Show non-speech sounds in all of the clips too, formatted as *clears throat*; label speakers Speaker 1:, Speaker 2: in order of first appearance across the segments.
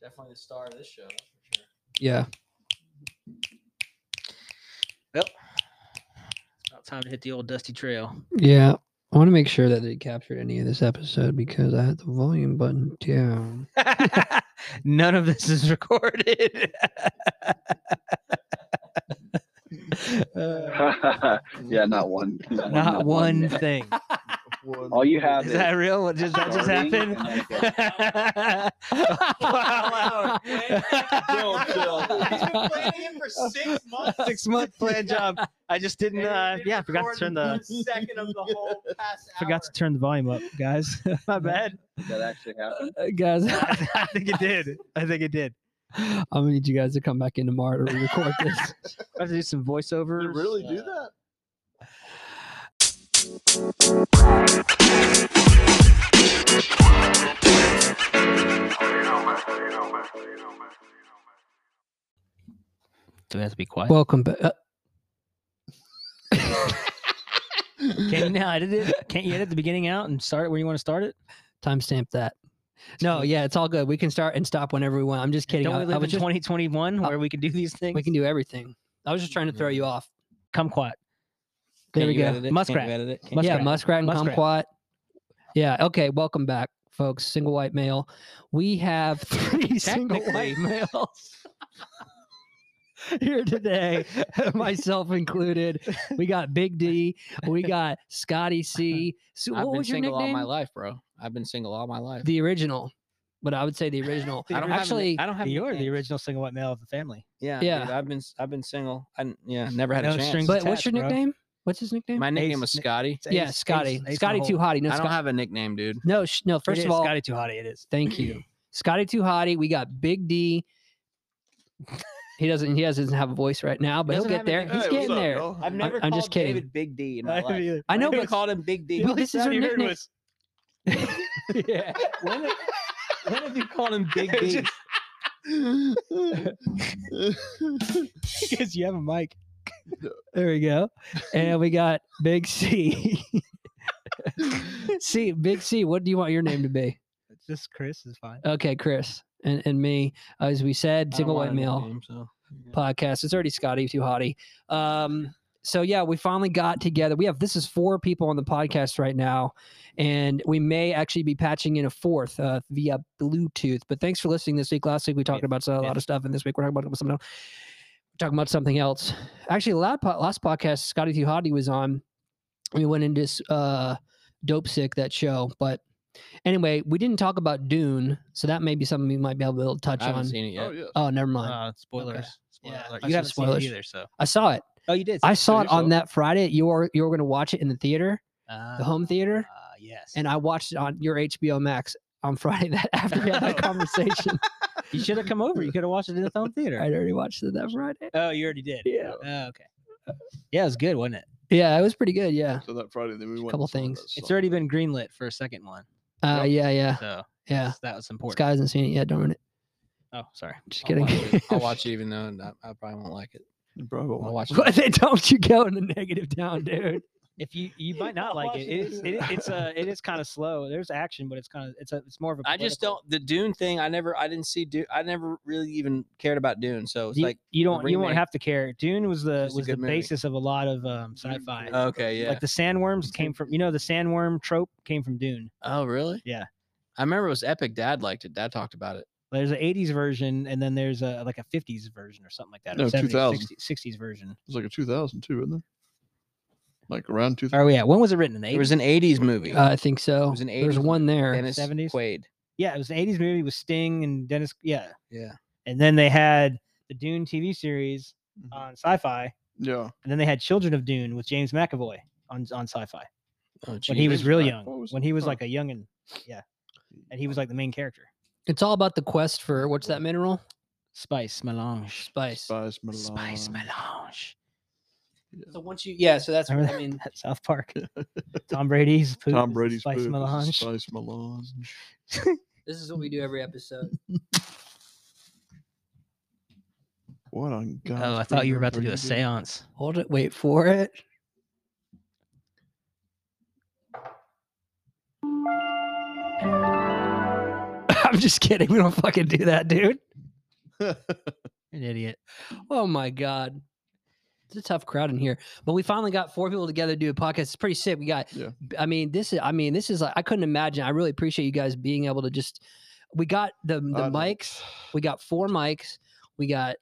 Speaker 1: Definitely the star of this show. That's for sure.
Speaker 2: Yeah.
Speaker 3: About time to hit the old dusty trail.
Speaker 2: Yeah. I want to make sure that they captured any of this episode because I had the volume button down.
Speaker 3: *laughs* None of this is recorded. Uh,
Speaker 4: yeah, not one.
Speaker 3: *laughs*
Speaker 4: Not,
Speaker 3: not one thing. *laughs*
Speaker 4: All you
Speaker 5: *laughs*
Speaker 4: have
Speaker 3: Is
Speaker 4: is
Speaker 3: that real? What Did that just
Speaker 4: Starting
Speaker 3: happen?
Speaker 4: and then it
Speaker 3: *laughs* Wow,
Speaker 1: Don't
Speaker 3: wow.
Speaker 1: kill. He's
Speaker 2: *laughs*
Speaker 1: been planning it for six months.
Speaker 3: *laughs* Six month plan job. I just didn't.
Speaker 1: and we
Speaker 3: Uh,
Speaker 1: didn't
Speaker 3: yeah, forgot to
Speaker 1: record
Speaker 3: turn the
Speaker 1: one second of the whole *laughs* past
Speaker 3: forgot to turn the volume up, guys. *laughs* My bad.
Speaker 4: *laughs* that actually happened.
Speaker 2: guys, *laughs*
Speaker 3: I think it did. I think it did.
Speaker 2: I'm going to need you guys to come back in tomorrow to record this.
Speaker 3: I have to do some voiceovers.
Speaker 5: You really do
Speaker 1: uh,
Speaker 5: that?
Speaker 3: Do we have to be
Speaker 2: *laughs*
Speaker 3: quiet?
Speaker 2: Welcome uh, back.
Speaker 3: Can you now edit it? Can't you edit the beginning out and start it where you want to start it?
Speaker 2: timestamp that. No, Oh, yeah, it's all good. We can start and stop whenever we want. I'm just kidding.
Speaker 3: Don't
Speaker 2: I,
Speaker 3: we
Speaker 2: I
Speaker 3: live
Speaker 2: was just-
Speaker 3: in 2021 where we can do these things?
Speaker 2: we can do everything. I was just trying to throw you off.
Speaker 3: Come quiet.
Speaker 2: There
Speaker 1: Can't
Speaker 2: we
Speaker 1: you edit it?
Speaker 2: go.
Speaker 1: Can't you
Speaker 3: Muskrat.
Speaker 1: edit it? Can't
Speaker 3: Muskrat.
Speaker 2: Yeah, muskrat and
Speaker 3: Muskrat.
Speaker 2: kumquat. Yeah. Okay. Welcome back, folks. Single white male. We
Speaker 1: *laughs*
Speaker 2: have *laughs* three single white males here today, *laughs* myself included. We got Big D. We got Scotty C. So,
Speaker 1: *laughs* I've
Speaker 2: what
Speaker 1: been
Speaker 2: was your
Speaker 1: single all
Speaker 2: nickname?
Speaker 1: my life, bro. I've been single all my life.
Speaker 2: The original, but I would say the original.
Speaker 3: The
Speaker 1: I don't
Speaker 2: actually.
Speaker 1: have, a- I don't have.
Speaker 3: You're the
Speaker 1: nicknames.
Speaker 3: original single white male of the family.
Speaker 1: Yeah,
Speaker 2: Yeah.
Speaker 1: dude, I've been s- I've been single. I didn't- yeah, never had
Speaker 3: No
Speaker 1: a chance.
Speaker 3: strings
Speaker 2: but what's your
Speaker 3: attached, bro.
Speaker 2: nickname? What's his nickname?
Speaker 1: My nickname was
Speaker 3: Ace-
Speaker 1: Scotty.
Speaker 3: It's
Speaker 2: yeah,
Speaker 3: Ace-
Speaker 2: Scotty.
Speaker 3: Ace- Ace in
Speaker 2: Scotty
Speaker 3: the
Speaker 2: too
Speaker 3: hot.
Speaker 2: hottie. No,
Speaker 1: I don't
Speaker 2: Scotty.
Speaker 1: have a nickname, dude.
Speaker 2: no, sh- no. First
Speaker 3: It
Speaker 2: of
Speaker 3: is
Speaker 2: all,
Speaker 3: Scotty too hotty. It *laughs* is.
Speaker 2: Thank you. Scotty Too Hottie. We got Big D. *laughs* He doesn't he doesn't have a voice right now, but he'll
Speaker 1: doesn't
Speaker 2: get
Speaker 1: have
Speaker 2: there.
Speaker 1: anything-
Speaker 2: He's
Speaker 1: Hey,
Speaker 2: getting there.
Speaker 5: Oh,
Speaker 1: I've never
Speaker 2: I'm
Speaker 1: called
Speaker 2: just kidding.
Speaker 1: David Big D in my life.
Speaker 2: I know,
Speaker 1: I never
Speaker 2: but
Speaker 1: *laughs* called him Big D.
Speaker 2: but this is her nickname.
Speaker 1: yeah. When, have- *laughs* when have you called him *laughs* Big D?
Speaker 3: because you have a mic.
Speaker 2: There we go. And we got Big
Speaker 1: *laughs*
Speaker 2: C. *laughs* C Big C, what do you want your name to be?
Speaker 3: It's Just Chris is fine.
Speaker 2: Okay, Chris. And and me, as we said, single white male. podcast. It's already Scotty too hottie. Um, so yeah, we finally got together. We have this is four people on the podcast right now, and we may actually be patching in a fourth uh, via Bluetooth. But thanks for listening this week. Last week we talked about a lot of stuff, and this week we're talking about something else. We're talking about something else. Actually, last, po- last podcast Scotty too hottie was on. We went into s- uh, dope sick that show, but. Anyway, we didn't talk about Dune, so that may be something we might be able to touch
Speaker 1: I haven't
Speaker 2: on.
Speaker 1: seen it yet.
Speaker 5: *laughs* Oh yeah.
Speaker 2: Oh, never mind.
Speaker 3: Uh, spoilers. Spoiler
Speaker 2: Yeah,
Speaker 3: alert.
Speaker 2: I
Speaker 3: you
Speaker 2: said
Speaker 3: haven't
Speaker 2: spoilers.
Speaker 3: seen it either. So
Speaker 2: I saw it.
Speaker 3: oh, you did.
Speaker 2: I saw it
Speaker 5: Pretty
Speaker 2: on
Speaker 5: sure.
Speaker 2: that Friday. You were you were going to watch it in the theater, the home theater,
Speaker 3: Uh, yes.
Speaker 2: and I watched it on your HBO Max on Friday. That *laughs* after we had that *laughs*
Speaker 3: No.
Speaker 2: conversation,
Speaker 3: you should have come over. You could have watched it in the home theater.
Speaker 2: I'd already watched it that Friday.
Speaker 3: *laughs* Oh, you already did.
Speaker 2: Yeah,
Speaker 3: Oh, okay. Yeah, it was good, wasn't it?
Speaker 2: yeah, it was pretty good. Yeah,
Speaker 5: So that Friday, then we went.
Speaker 2: Couple
Speaker 5: and saw
Speaker 2: things.
Speaker 5: that
Speaker 3: It's
Speaker 5: song.
Speaker 3: already been greenlit for a second one.
Speaker 2: uh, yeah, yeah,
Speaker 3: So
Speaker 2: yeah.
Speaker 3: that was important.
Speaker 2: Sky hasn't seen it yet. Don't ruin it.
Speaker 3: oh, sorry.
Speaker 2: Just
Speaker 1: I'll
Speaker 2: kidding.
Speaker 1: watch it. I'll *laughs* watch it even though not, I probably won't like it.
Speaker 5: Bro,
Speaker 2: *laughs*
Speaker 1: I'll watch it.
Speaker 2: What they don't you go in the negative down, dude.
Speaker 3: If you you might
Speaker 1: *laughs*
Speaker 3: not
Speaker 1: I'll
Speaker 3: like
Speaker 1: watch
Speaker 3: it.
Speaker 1: it
Speaker 3: It is it,
Speaker 1: later.
Speaker 3: i- it's uh it is kind of slow. There's action, but it's kind of it's a it's more of a.
Speaker 1: I just
Speaker 3: political-
Speaker 1: don't the Dune thing. I never, I didn't see Dune. I never really even cared about Dune. So it's
Speaker 3: You,
Speaker 1: like,
Speaker 3: you don't you won't
Speaker 1: remake.
Speaker 3: have to care. Dune was the
Speaker 1: Just a
Speaker 3: was the
Speaker 1: good movie.
Speaker 3: basis of a lot of um, sci-fi.
Speaker 1: okay, yeah.
Speaker 3: Like the sandworms came from you know the sandworm trope came from Dune.
Speaker 1: oh, really?
Speaker 3: Yeah.
Speaker 1: I remember it was epic. Dad liked it. Dad talked about it.
Speaker 3: There's an 80s version and then there's a like a 50s version or something like that. or
Speaker 5: No,
Speaker 3: 70s,
Speaker 5: 2000.
Speaker 3: 60s, 60s version.
Speaker 5: It's like a 2000 too, isn't it? Like around 2000.
Speaker 3: Are we at? When was it written in the 80s?
Speaker 1: It was an 80s movie.
Speaker 2: Uh, I think so.
Speaker 1: was an
Speaker 2: There's
Speaker 1: 80s
Speaker 2: one there.
Speaker 1: Dennis
Speaker 3: 70s?
Speaker 1: Quaid.
Speaker 3: yeah, it was an 80s movie with Sting and Dennis. Yeah,
Speaker 1: Yeah.
Speaker 3: and then they had the Dune TV series
Speaker 5: Mhm.
Speaker 3: on Sci-Fi,
Speaker 5: yeah.
Speaker 3: and then they had Children of Dune with James McAvoy on on Sci-Fi
Speaker 1: Oh,
Speaker 3: when he
Speaker 1: geez.
Speaker 3: was
Speaker 5: James
Speaker 3: real
Speaker 5: McAvoy
Speaker 3: young,
Speaker 5: was-
Speaker 3: when he was
Speaker 5: huh.
Speaker 3: like a youngin. Yeah, and he was like the main character.
Speaker 2: It's all about the quest for what's that mineral?
Speaker 3: Spice melange.
Speaker 2: Spice.
Speaker 5: Spice Milan.
Speaker 3: Spice melange.
Speaker 2: So once you, yeah. So that's.
Speaker 3: Remember
Speaker 2: I mean,
Speaker 3: that South Park. Tom Brady's
Speaker 6: *laughs*
Speaker 3: poop. is
Speaker 5: Tom
Speaker 3: the Uh,
Speaker 5: Brady's
Speaker 3: Spice
Speaker 5: poop is the
Speaker 3: melange.
Speaker 5: Spice Milan.
Speaker 2: this is what we do every episode.
Speaker 5: What on God?
Speaker 3: Oh, I thought you were about to do a séance.
Speaker 2: Hold it. Wait for it. *laughs* I'm just kidding. We don't fucking do that,
Speaker 5: *laughs*
Speaker 2: dude.
Speaker 3: You're an idiot.
Speaker 2: Oh my god. It's a tough crowd in here, but we finally got four people together to do a podcast. It's pretty sick. We got,
Speaker 5: Yeah.
Speaker 2: I mean, this is, I mean, this is like, I couldn't imagine. I really appreciate you guys being able to just, we got the the
Speaker 5: I know.
Speaker 2: mics. We got four mics. We got,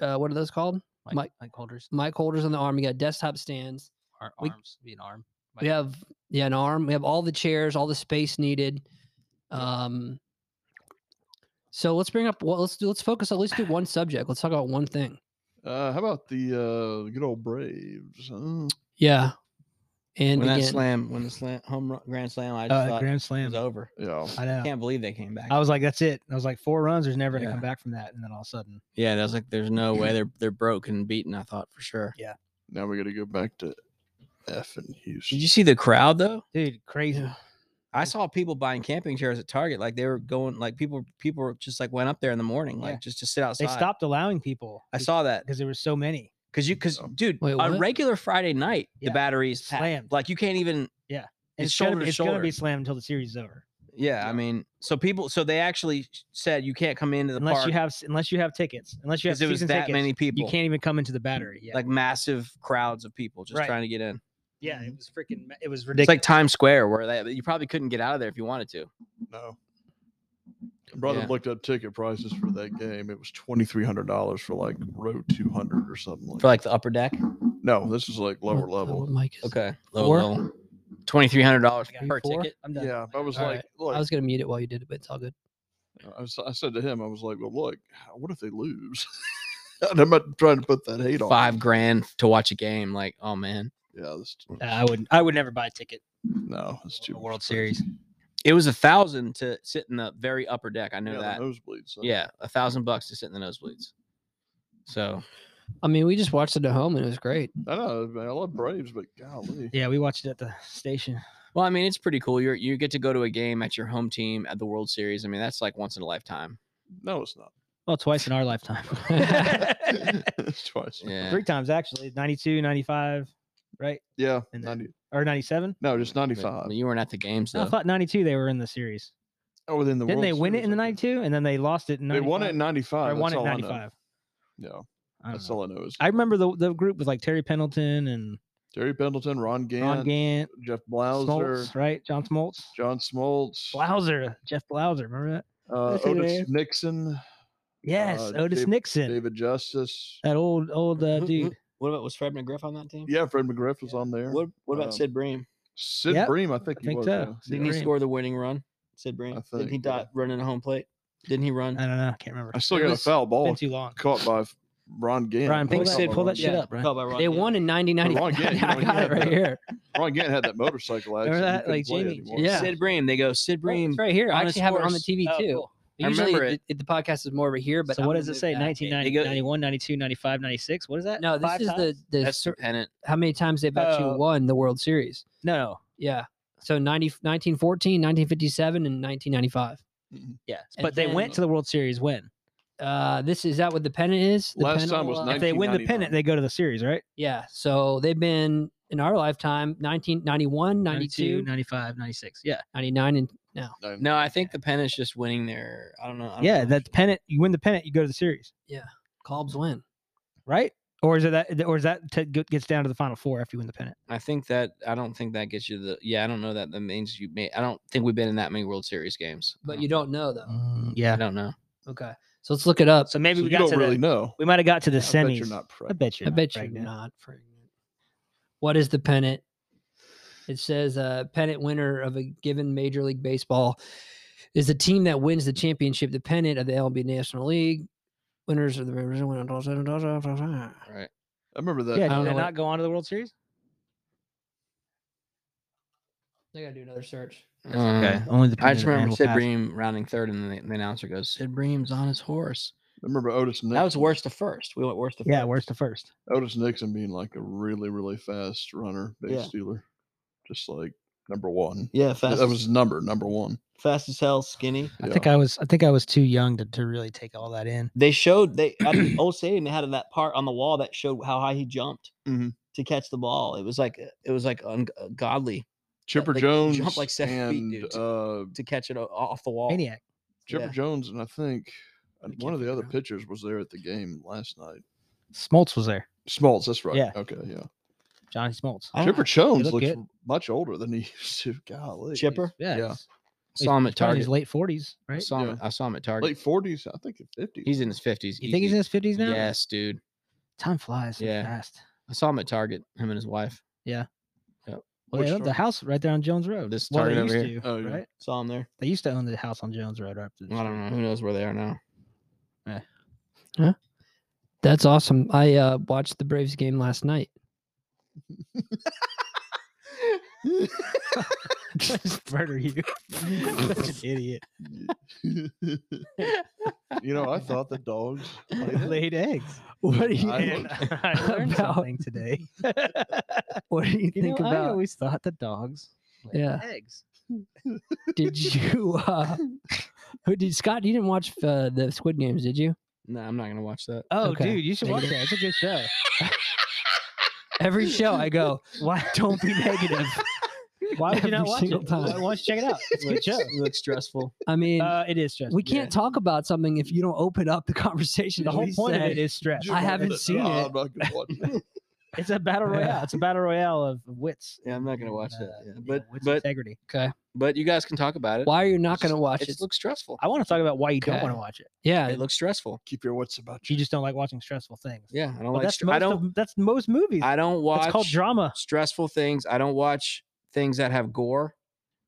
Speaker 2: uh, what are those called?
Speaker 3: Mike,
Speaker 2: Mike-
Speaker 3: Mike, holders.
Speaker 2: Mic holders on the arm. We got desktop stands.
Speaker 3: Ar-
Speaker 2: We-
Speaker 3: arms. Be an arm.
Speaker 2: We
Speaker 3: Mike-
Speaker 2: have yeah an arm. We have all the chairs, all the space needed. Um, so let's bring up. Well, let's do. Let's focus. on- Let's do one subject. Let's talk about one thing.
Speaker 5: Uh, how about the uh, good old Braves? Uh, huh?
Speaker 2: Yeah, and
Speaker 6: when that
Speaker 2: begin.
Speaker 6: slam, when the slam home run, grand slam, I just
Speaker 3: uh,
Speaker 6: thought
Speaker 3: grand
Speaker 6: it
Speaker 3: slam.
Speaker 6: was over.
Speaker 5: yeah.
Speaker 3: I know.
Speaker 6: Can't believe they came back.
Speaker 3: I was like, that's it. I was like, four runs. There's never to
Speaker 6: Yeah.
Speaker 3: come back from that. And then all of a sudden,
Speaker 6: yeah, and I was like, there's no
Speaker 3: *clears throat*
Speaker 6: way they're they're broke and beaten. I thought for sure.
Speaker 5: Now we got to go back to F and Houston.
Speaker 6: Did you see the crowd though?
Speaker 3: dude, crazy.
Speaker 6: I saw people buying camping chairs at Target. Like they were going, like people people were just like went up there in the morning, like
Speaker 3: Yeah.
Speaker 6: just to sit outside.
Speaker 3: They stopped allowing people.
Speaker 6: I saw that
Speaker 3: because there were so many.
Speaker 6: because you because
Speaker 5: Oh.
Speaker 6: dude,
Speaker 2: Wait,
Speaker 6: on
Speaker 2: what?
Speaker 6: regular Friday night,
Speaker 3: Yeah.
Speaker 6: the batteries
Speaker 3: Slammed.
Speaker 6: Like you can't even. It's
Speaker 3: gonna,
Speaker 6: shoulder
Speaker 3: be-
Speaker 6: to
Speaker 3: it's gonna be
Speaker 6: shoulder.
Speaker 3: slammed until the series is over,
Speaker 6: Yeah, I mean, so people, so they actually said you can't come into the
Speaker 3: unless
Speaker 6: park
Speaker 3: you have s- unless you have tickets, unless you have
Speaker 6: because it was
Speaker 3: season
Speaker 6: that
Speaker 3: tickets,
Speaker 6: many people.
Speaker 3: You can't even come into the battery. Yeah,
Speaker 6: like massive crowds of people just
Speaker 3: Right.
Speaker 6: trying to get in.
Speaker 3: yeah, it was freaking. ma- It was
Speaker 6: It's
Speaker 3: ridiculous.
Speaker 6: like Times Square where they, you probably couldn't get out of there if you wanted to.
Speaker 5: No. My brother
Speaker 6: Yeah.
Speaker 5: looked up ticket prices for that game. It was twenty three hundred dollars for like row two hundred or something. Like,
Speaker 6: For like the upper deck.
Speaker 5: no, this is like lower level.
Speaker 2: Mike oh, is-
Speaker 6: Okay.
Speaker 2: Four?
Speaker 6: Twenty three hundred dollars
Speaker 2: Three,
Speaker 6: per
Speaker 2: four?
Speaker 6: ticket. I'm done.
Speaker 5: Yeah, I was
Speaker 2: All
Speaker 5: like,
Speaker 2: right.
Speaker 5: look,
Speaker 2: I was gonna mute it while you did it, but it's all good.
Speaker 5: I, was, I said to him, I was like, well, look, what if they lose? *laughs* and I'm not trying to put that hate on.
Speaker 6: Five grand to watch a game. Like, oh man.
Speaker 5: Yeah, that's
Speaker 3: Uh, I would I would never buy a ticket.
Speaker 5: no, it's
Speaker 3: to
Speaker 5: too
Speaker 3: a
Speaker 5: much
Speaker 3: World
Speaker 5: for-
Speaker 3: Series.
Speaker 6: It was a thousand to sit in the very upper deck. I know
Speaker 5: Yeah,
Speaker 6: that.
Speaker 5: the nosebleeds. huh?
Speaker 6: yeah, a thousand bucks to sit in the nosebleeds. So
Speaker 2: I mean, we just watched it at home and it was great.
Speaker 5: I know. man, I love Braves, but golly,
Speaker 3: Yeah, we watched it at the station.
Speaker 6: well, I mean, it's pretty cool. You you get to go to a game at your home team at the World Series. I mean, that's like once in a lifetime.
Speaker 5: no, it's not. *laughs*
Speaker 3: Well, twice in
Speaker 6: *laughs*
Speaker 3: our lifetime. *laughs*
Speaker 5: it's twice.
Speaker 6: Yeah.
Speaker 3: Three times actually. 92, 95, right?
Speaker 5: Yeah,
Speaker 3: And then-
Speaker 5: 90,
Speaker 3: Or 97?
Speaker 5: no, just ninety
Speaker 6: But-
Speaker 5: five.
Speaker 6: but You weren't at the games
Speaker 3: No, I
Speaker 6: though.
Speaker 3: thought 92 they were in the series.
Speaker 5: Oh, within the
Speaker 3: Didn't
Speaker 5: World
Speaker 3: they win it
Speaker 5: Series,
Speaker 3: in the
Speaker 5: I think.
Speaker 3: 92 and then they lost it in 95?
Speaker 5: They won it in
Speaker 3: Or
Speaker 5: '95.
Speaker 3: won
Speaker 5: That's
Speaker 3: it in
Speaker 5: all I know.
Speaker 3: 95.
Speaker 5: Yeah,
Speaker 3: I, don't
Speaker 5: that's
Speaker 3: know.
Speaker 5: all I know is
Speaker 3: I remember the, the group with like Terry Pendleton and
Speaker 5: Terry Pendleton, Ron Gant,
Speaker 3: Ron Gant,
Speaker 5: Jeff Blauser,
Speaker 3: Smoltz, right? John Smoltz.
Speaker 5: John Smoltz,
Speaker 3: Blauser, Jeff Blauser, remember that?
Speaker 5: uh,
Speaker 2: That's who they
Speaker 5: Otis Nixon,
Speaker 3: Yes,
Speaker 5: Uh,
Speaker 3: Otis
Speaker 5: Dave-
Speaker 3: Nixon.
Speaker 5: David Justice.
Speaker 3: That old old uh,
Speaker 6: Who- who-
Speaker 3: dude.
Speaker 6: What about was Fred McGriff on that team?
Speaker 5: Yeah, Fred McGriff was on there.
Speaker 6: What What about
Speaker 5: Um,
Speaker 6: Sid Bream?
Speaker 5: Sid
Speaker 3: Yep,
Speaker 5: Bream, I think he
Speaker 3: think
Speaker 5: was.
Speaker 3: so.
Speaker 5: yeah.
Speaker 3: Sid
Speaker 6: Didn't
Speaker 5: Yeah.
Speaker 6: he
Speaker 3: Bream.
Speaker 6: score the winning run? Sid Bream. Didn't he
Speaker 5: think,
Speaker 6: dot
Speaker 5: yeah.
Speaker 6: running a home plate? Didn't he run?
Speaker 3: I don't know. I can't remember.
Speaker 5: I still
Speaker 3: It
Speaker 5: got a
Speaker 3: was-
Speaker 5: foul
Speaker 3: Been
Speaker 5: ball
Speaker 3: too long.
Speaker 5: caught by F- Ron Gant.
Speaker 3: Brian, pull
Speaker 6: think
Speaker 3: that,
Speaker 6: Sid
Speaker 3: pull that shit
Speaker 6: yeah.
Speaker 3: up, right?
Speaker 6: Caught by Ron
Speaker 2: They
Speaker 6: Gant.
Speaker 2: won in 90
Speaker 5: Wrong game,
Speaker 2: *laughs* I
Speaker 5: wrong
Speaker 2: got it
Speaker 5: game.
Speaker 2: right here.
Speaker 5: Ron Gant had that motorcycle accident.
Speaker 3: *laughs* Remember
Speaker 5: he
Speaker 3: that?
Speaker 5: couldn't
Speaker 3: Like,
Speaker 5: play
Speaker 3: Jamie-
Speaker 5: anymore.
Speaker 2: yeah.
Speaker 6: Sid Bream. They go Sid
Speaker 2: Right,
Speaker 6: Bream.
Speaker 2: It's right here. *laughs* I
Speaker 6: on
Speaker 2: actually have it on the
Speaker 6: Scores.
Speaker 2: TV
Speaker 6: Oh,
Speaker 2: too.
Speaker 6: cool. I
Speaker 2: Usually
Speaker 6: remember
Speaker 2: it- it- the podcast is more over here, but
Speaker 3: so
Speaker 2: I'm
Speaker 3: what
Speaker 2: gonna
Speaker 3: does it
Speaker 2: move
Speaker 3: say?
Speaker 2: that.
Speaker 3: 1990,
Speaker 6: go-
Speaker 3: 91, 92, 95, 96? What is that?
Speaker 2: No, this
Speaker 3: Five
Speaker 2: is
Speaker 3: times?
Speaker 2: the the
Speaker 6: That's
Speaker 2: cer-
Speaker 6: the pennant.
Speaker 2: how many times they've actually
Speaker 5: Uh,
Speaker 3: Oh.
Speaker 2: won the World Series.
Speaker 3: No, no.
Speaker 2: Yeah. So 90, 1914, 1957, and 1995.
Speaker 3: Yeah.
Speaker 2: And
Speaker 3: But they went
Speaker 2: then-
Speaker 3: to the World Series when?
Speaker 2: Uh, this is that what the pennant is? The
Speaker 5: Last
Speaker 2: pennant
Speaker 5: time was
Speaker 2: uh,
Speaker 3: If they win the pennant,
Speaker 5: 1999.
Speaker 3: they go to the series, right?
Speaker 2: Yeah. So they've been in our lifetime 1991, 92,
Speaker 3: 95, 96. Yeah.
Speaker 2: 99, and now.
Speaker 6: No, I think the pennant's just winning their. I don't know. I don't
Speaker 3: Yeah.
Speaker 6: know.
Speaker 3: That pennant, you win the pennant, you go to the series,
Speaker 2: Colbs win.
Speaker 3: right? Or is it that, or is that t- g- gets down to the final four after you win the pennant?
Speaker 6: I think that. I don't think that gets you the. Yeah, I don't know that. That means you may. I don't think we've been in that many World Series games. I
Speaker 2: But you don't know though.
Speaker 6: I
Speaker 3: yeah.
Speaker 6: don't know.
Speaker 2: Okay. So let's look it up.
Speaker 3: So maybe
Speaker 5: So
Speaker 3: we
Speaker 5: you
Speaker 3: got
Speaker 5: don't
Speaker 3: to
Speaker 5: really
Speaker 3: the,
Speaker 5: know.
Speaker 3: we might have got to the
Speaker 5: I bet
Speaker 3: semis.
Speaker 5: you're not
Speaker 3: I
Speaker 5: pregnant.
Speaker 3: bet you.
Speaker 2: I bet you're not pregnant. What is the pennant? It says uh, pennant winner of a given Major League Baseball is the team that wins the championship, the pennant of the LB National League. Winners of the
Speaker 6: Right.
Speaker 5: I remember that.
Speaker 3: Yeah.
Speaker 2: don't know
Speaker 3: Did they
Speaker 2: what-
Speaker 3: not go on to the World Series?
Speaker 2: I gotta do another search.
Speaker 6: Uh,
Speaker 3: Only the
Speaker 6: I just remember Sid
Speaker 3: Bream.
Speaker 6: Bream rounding third, and the, the announcer goes, "Sid Bream's on his horse."
Speaker 5: I remember Otis Nixon,
Speaker 6: That was worst to first. We went worst to
Speaker 3: Yeah,
Speaker 6: first.
Speaker 3: where's the first?
Speaker 5: Otis Nixon being like a really, really fast runner, base
Speaker 6: Yeah.
Speaker 5: stealer. Just like number one.
Speaker 6: Yeah,
Speaker 5: That-
Speaker 6: fast.
Speaker 5: That was number, number one.
Speaker 6: fast as hell, skinny.
Speaker 3: I think I was I think I was too young to, to really take all that in.
Speaker 6: They showed they at *clears throat* the old stadium. They had that part on the wall that showed how high he jumped
Speaker 5: Mhm.
Speaker 6: to catch the ball. It was like it was like uh, ungodly
Speaker 5: Chipper
Speaker 6: like,
Speaker 5: Jones
Speaker 6: jump like seven feet,
Speaker 5: and
Speaker 6: dude.
Speaker 5: uh,
Speaker 6: to catch it o- off the wall.
Speaker 3: Maniac.
Speaker 5: Chipper
Speaker 6: Yeah.
Speaker 5: Jones and I think uh,
Speaker 6: I can't
Speaker 5: one of the
Speaker 6: figure
Speaker 5: other
Speaker 6: it out.
Speaker 5: pitchers was there at the game last night.
Speaker 3: Smoltz was there.
Speaker 5: Smoltz, that's right.
Speaker 3: Yeah.
Speaker 5: Okay, yeah.
Speaker 3: Johnny Smoltz.
Speaker 6: I don't-
Speaker 5: Chipper Jones
Speaker 3: looked
Speaker 5: looks
Speaker 3: good.
Speaker 5: much older than he *laughs* used to. Golly.
Speaker 6: Chipper.
Speaker 3: Yeah.
Speaker 5: Yeah.
Speaker 3: he's-
Speaker 6: Saw him at
Speaker 3: he's probably in his
Speaker 6: Target.
Speaker 3: late forties,
Speaker 6: I
Speaker 3: right?
Speaker 6: saw him. I saw him at Target.
Speaker 5: Late forties, I think fifties.
Speaker 6: He's in his fifties.
Speaker 3: You think he's in his fifties now?
Speaker 6: Yes, dude.
Speaker 3: Time flies so
Speaker 6: Yeah.
Speaker 3: fast.
Speaker 6: I saw him at Target. Him and his wife.
Speaker 3: Well,
Speaker 5: Which
Speaker 3: they owned the
Speaker 5: Target?
Speaker 3: house right there on Jones Road.
Speaker 6: This
Speaker 3: Well, they
Speaker 6: Target over
Speaker 3: used
Speaker 6: here.
Speaker 3: to,
Speaker 5: Oh, yeah.
Speaker 3: right?
Speaker 6: Saw him there.
Speaker 3: They used to own the house on Jones Road right up to the *laughs*
Speaker 6: I don't know. Who knows where they are now?
Speaker 2: That's awesome. I uh, watched the Braves game last night.
Speaker 3: I just murder you. Such an idiot.
Speaker 5: you
Speaker 3: *laughs*
Speaker 5: know, I thought the dogs played it.
Speaker 3: Laid eggs.
Speaker 2: What do you
Speaker 5: I
Speaker 3: And I learned *laughs*
Speaker 2: about-
Speaker 3: something today.
Speaker 2: What do you,
Speaker 3: You
Speaker 2: think
Speaker 3: know, I
Speaker 2: about?
Speaker 3: always thought the dogs laid
Speaker 2: Yeah.
Speaker 3: eggs.
Speaker 2: Did you? Uh, who did Scott? You didn't watch uh, the Squid Games, did you?
Speaker 6: No, I'm not gonna watch that.
Speaker 3: Oh,
Speaker 2: Okay.
Speaker 3: dude, you should
Speaker 2: There you
Speaker 3: watch
Speaker 2: go.
Speaker 3: that. It's a good show.
Speaker 2: Every show I go,
Speaker 3: Why
Speaker 2: don't be negative.
Speaker 3: Why would you not
Speaker 2: Every
Speaker 3: watch it?
Speaker 2: single time.
Speaker 3: Why, why don't you check it out? It's a
Speaker 6: *laughs*
Speaker 3: good
Speaker 6: Looks,
Speaker 3: show.
Speaker 6: looks stressful.
Speaker 2: I mean,
Speaker 3: Uh, it is stressful.
Speaker 2: we can't talk about something if you don't open up the conversation.
Speaker 3: The
Speaker 2: at
Speaker 3: whole
Speaker 2: least
Speaker 3: point of
Speaker 2: say-
Speaker 3: it is stress.
Speaker 5: You
Speaker 2: I
Speaker 5: know
Speaker 2: haven't
Speaker 5: that-
Speaker 2: seen
Speaker 5: no,
Speaker 2: it.
Speaker 3: *laughs*
Speaker 5: I'm not gonna watch it.
Speaker 3: It's a battle royale. It's a battle royale of of wits.
Speaker 6: Yeah, I'm not gonna watch
Speaker 3: and,
Speaker 6: that.
Speaker 3: uh,
Speaker 6: yeah.
Speaker 3: you know,
Speaker 6: But
Speaker 3: wits
Speaker 6: but
Speaker 3: integrity.
Speaker 6: but you guys can talk about it.
Speaker 2: Why are you not
Speaker 6: It's
Speaker 2: going to
Speaker 6: just-
Speaker 2: watch
Speaker 6: It
Speaker 2: it?
Speaker 6: just looks stressful.
Speaker 3: I want to talk about why you don't
Speaker 2: Okay.
Speaker 3: want to watch it.
Speaker 2: Yeah,
Speaker 6: It looks stressful.
Speaker 5: Keep your wits about
Speaker 3: You
Speaker 5: you.
Speaker 3: just don't like watching stressful things.
Speaker 6: Yeah, I don't
Speaker 3: Well,
Speaker 6: like.
Speaker 3: that's
Speaker 6: str-
Speaker 3: most
Speaker 6: I don't.
Speaker 3: Of, that's most movies.
Speaker 6: I don't watch.
Speaker 3: it's called drama.
Speaker 6: stressful things. I don't watch things that have gore,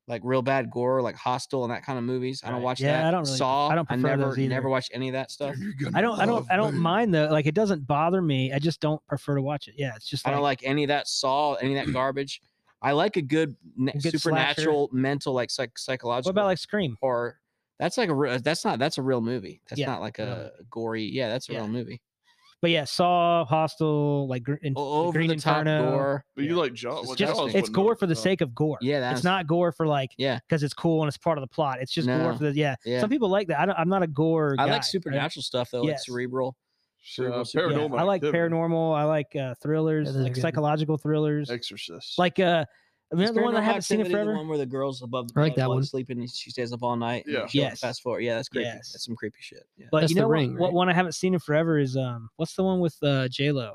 Speaker 6: like real bad gore, like Hostel and that kind of movies. I don't
Speaker 3: Right.
Speaker 6: watch
Speaker 3: Yeah,
Speaker 6: that.
Speaker 3: I don't really-
Speaker 6: Saw.
Speaker 3: I don't prefer
Speaker 6: never
Speaker 3: those either.
Speaker 6: never watch any of that stuff.
Speaker 5: You're gonna
Speaker 3: uh, I don't. I don't.
Speaker 5: love
Speaker 3: I
Speaker 6: Oh,
Speaker 3: don't
Speaker 5: me.
Speaker 3: mind though. Like it doesn't bother me. I just don't prefer to watch it. Yeah, it's just.
Speaker 6: I don't like any of that Saw, any *clears throat* of that garbage. I like a good, ne-
Speaker 3: good slasher.
Speaker 6: supernatural, mental, like psych-
Speaker 3: What
Speaker 6: psychological.
Speaker 3: about like Scream?
Speaker 6: horror? That's like a. Re- uh, that's not. That's a real movie. That's
Speaker 3: Yeah,
Speaker 6: not like
Speaker 3: real
Speaker 6: a gory. Yeah, that's a
Speaker 3: Yeah.
Speaker 6: real movie.
Speaker 3: But yeah, Saw, Hostel, like Gr- in,
Speaker 6: O- Over
Speaker 3: Green
Speaker 6: the top
Speaker 3: Inferno.
Speaker 6: gore.
Speaker 5: But you like Jaws?
Speaker 6: It's
Speaker 5: well,
Speaker 6: just-
Speaker 5: Jaws
Speaker 3: It's
Speaker 5: wasn't
Speaker 3: gore
Speaker 5: over
Speaker 3: for the
Speaker 5: top.
Speaker 3: sake of gore.
Speaker 6: Yeah, that's
Speaker 3: it's not gore for like
Speaker 6: Yeah.
Speaker 3: because it's cool and it's part of the plot. It's just gore
Speaker 6: No.
Speaker 3: for the yeah.
Speaker 6: Yeah.
Speaker 3: Some people like that. I don't, I'm not a gore.
Speaker 6: I
Speaker 3: guy,
Speaker 6: like
Speaker 3: right?
Speaker 6: supernatural stuff though, like
Speaker 3: Yes.
Speaker 6: cerebral. Cerebral
Speaker 5: Uh,
Speaker 3: Yeah,
Speaker 5: paranormal.
Speaker 3: I like
Speaker 5: Activity,
Speaker 3: paranormal. I like uh, thrillers,
Speaker 2: those are
Speaker 3: like
Speaker 2: good.
Speaker 3: psychological thrillers,
Speaker 5: Exorcist.
Speaker 3: like uh, remember the one that I
Speaker 6: Paranormal
Speaker 3: haven't seen in
Speaker 6: Activity, the
Speaker 3: forever.
Speaker 6: one where the girl's above the
Speaker 2: I like
Speaker 6: bed
Speaker 2: that
Speaker 6: while
Speaker 2: one.
Speaker 6: sleeping and she stays up all night. and
Speaker 5: Yeah.
Speaker 6: she, like,
Speaker 3: Yes.
Speaker 6: Fast forward. Yeah, that's creepy.
Speaker 3: Yes.
Speaker 6: That's some creepy shit. Yeah.
Speaker 3: But
Speaker 2: That's
Speaker 3: you
Speaker 2: The
Speaker 3: know what,
Speaker 2: Ring,
Speaker 3: what
Speaker 2: right?
Speaker 3: one I haven't seen in forever is um, what's the one with uh, J Lo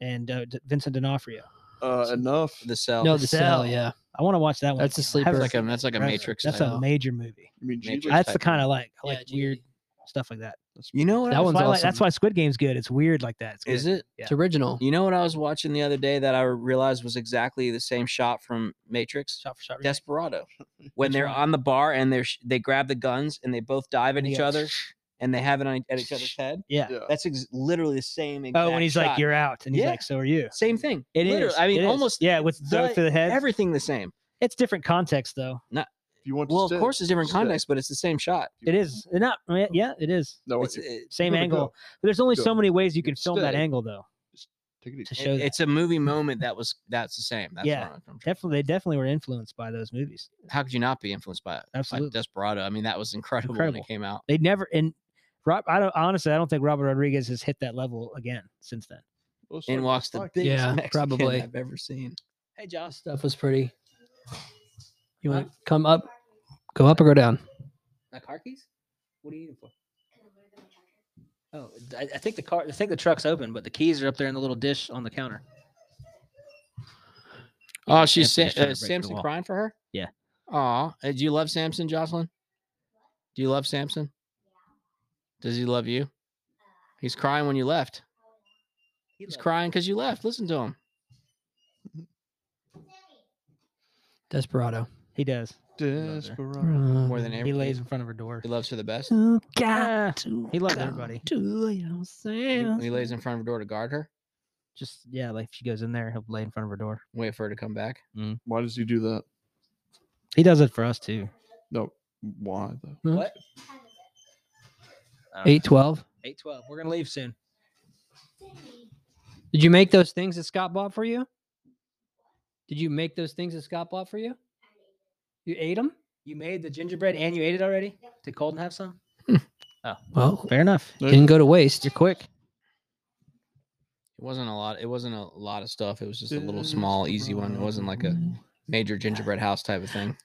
Speaker 3: and uh, D- Vincent D'Onofrio?
Speaker 5: uh, enough.
Speaker 6: the cell.
Speaker 2: no,
Speaker 3: The
Speaker 2: the cell.
Speaker 3: Cell.
Speaker 2: Yeah,
Speaker 3: I want to watch that one.
Speaker 2: That's a
Speaker 3: again. I
Speaker 2: sleeper.
Speaker 3: haven't
Speaker 6: That's
Speaker 2: Perfect.
Speaker 6: like a that's like a
Speaker 3: seen it
Speaker 6: Matrix.
Speaker 3: forever. That's
Speaker 6: type.
Speaker 3: a major movie.
Speaker 5: I mean, Jesus,
Speaker 6: Matrix
Speaker 3: That's the
Speaker 6: type
Speaker 3: kind I like. I like
Speaker 2: Yeah,
Speaker 3: weird
Speaker 2: Judy.
Speaker 3: stuff like that.
Speaker 6: You know what? I-
Speaker 2: That
Speaker 3: That's
Speaker 2: one's
Speaker 3: why I like- that's
Speaker 2: awesome.
Speaker 3: why Squid Game's good. It's weird like that. It's
Speaker 6: Is
Speaker 3: good.
Speaker 6: it?
Speaker 3: Yeah.
Speaker 2: it's original.
Speaker 6: You know what I was watching the other day that I realized was exactly the same shot from Matrix.
Speaker 3: Shot for shot. remake. *laughs*
Speaker 6: Desperado, when
Speaker 3: Which
Speaker 6: they're
Speaker 3: one?
Speaker 6: on the bar and they're sh- they grab the guns and they both dive at
Speaker 3: And they
Speaker 6: each
Speaker 3: go,
Speaker 6: other and they have it on, at each
Speaker 3: *laughs*
Speaker 6: other's head.
Speaker 3: Yeah.
Speaker 5: Yeah.
Speaker 6: That's ex- literally the same. Exact
Speaker 3: Oh, when he's like,
Speaker 6: shot.
Speaker 3: "You're out," and he's
Speaker 6: Yeah.
Speaker 3: like, "So are you."
Speaker 6: same thing.
Speaker 3: It is.
Speaker 6: Literally, I mean,
Speaker 3: it is.
Speaker 6: almost
Speaker 3: Yeah, with the,
Speaker 6: the-
Speaker 3: through the head.
Speaker 6: everything the same.
Speaker 3: it's different context though.
Speaker 5: If you want to
Speaker 6: Well,
Speaker 5: stay,
Speaker 6: of course, it's different
Speaker 5: stay.
Speaker 6: context, but it's the same shot.
Speaker 3: It is. It Not. I mean, Yeah, it is.
Speaker 5: No,
Speaker 6: It's,
Speaker 5: it-
Speaker 6: it-
Speaker 3: Same
Speaker 5: gotta
Speaker 3: angle.
Speaker 5: go.
Speaker 3: But there's only
Speaker 5: Go.
Speaker 3: so many ways you can film that
Speaker 5: Stay.
Speaker 3: angle though
Speaker 5: take it
Speaker 3: to
Speaker 5: easy.
Speaker 3: show that.
Speaker 6: it's a movie moment that was that's the same. That's
Speaker 3: Yeah.
Speaker 6: what I'm- I'm trying-
Speaker 3: Definitely, they definitely were influenced by those movies.
Speaker 6: How could you not be influenced by it?
Speaker 3: Absolutely.
Speaker 6: Like Desperado. I mean, that was incredible, when
Speaker 3: Incredible.
Speaker 6: it came out.
Speaker 3: They never and Rob. I don't honestly. I don't think Robert Rodriguez has hit that level again since then.
Speaker 5: Well, it's
Speaker 6: And
Speaker 5: like-
Speaker 6: walks the
Speaker 5: fuck,
Speaker 6: biggest *laughs*
Speaker 2: Yeah,
Speaker 6: Mexican
Speaker 2: probably.
Speaker 6: I've ever seen.
Speaker 3: Hey, Josh.
Speaker 2: Stuff was pretty. You
Speaker 3: Huh?
Speaker 2: want to come up, go up or go down?
Speaker 3: My Uh, car keys? What are you eating for? Oh, I, I think the car. I think the truck's open, but the keys are up there in the little dish on the counter.
Speaker 6: Oh, she's Sa- uh,
Speaker 3: Samson's trying to break through the
Speaker 6: Samson
Speaker 3: wall.
Speaker 6: crying for her.
Speaker 3: Yeah.
Speaker 6: Aw, Uh, do you love Samson, Jocelyn? Do you love Samson? Does he love you? He's crying when you left. He's crying because you left. Listen to him.
Speaker 2: Desperado.
Speaker 3: He does.
Speaker 5: uh, Desperado.
Speaker 6: More than
Speaker 3: He
Speaker 6: everything.
Speaker 3: lays in front of her door.
Speaker 6: He loves her the
Speaker 3: *laughs*
Speaker 6: best.
Speaker 2: You
Speaker 3: Ah,
Speaker 2: got to
Speaker 3: he loves
Speaker 2: come
Speaker 3: everybody.
Speaker 2: To your
Speaker 6: He,
Speaker 2: senses.
Speaker 6: he lays in front of her door to guard her,
Speaker 3: Just yeah, like if she goes in there, he'll lay in front of her door.
Speaker 6: wait for her to come back.
Speaker 5: Why does he do that?
Speaker 3: He does it for us too.
Speaker 5: No, why though?
Speaker 3: What?
Speaker 2: Eight twelve.
Speaker 3: Uh, eight twelve. We're gonna leave soon.
Speaker 2: Did you make those things that Scott bought for you? Did you make those things that Scott bought for you? You ate them?
Speaker 3: You made the gingerbread and you ate it already. Did Colton have some?
Speaker 2: Well,
Speaker 3: Fair enough.
Speaker 2: didn't go to waste.
Speaker 3: You're quick.
Speaker 6: It wasn't a lot. It wasn't a lot of stuff. It
Speaker 3: *sighs*
Speaker 6: was just a little small, easy one. It wasn't like a major gingerbread house type of thing.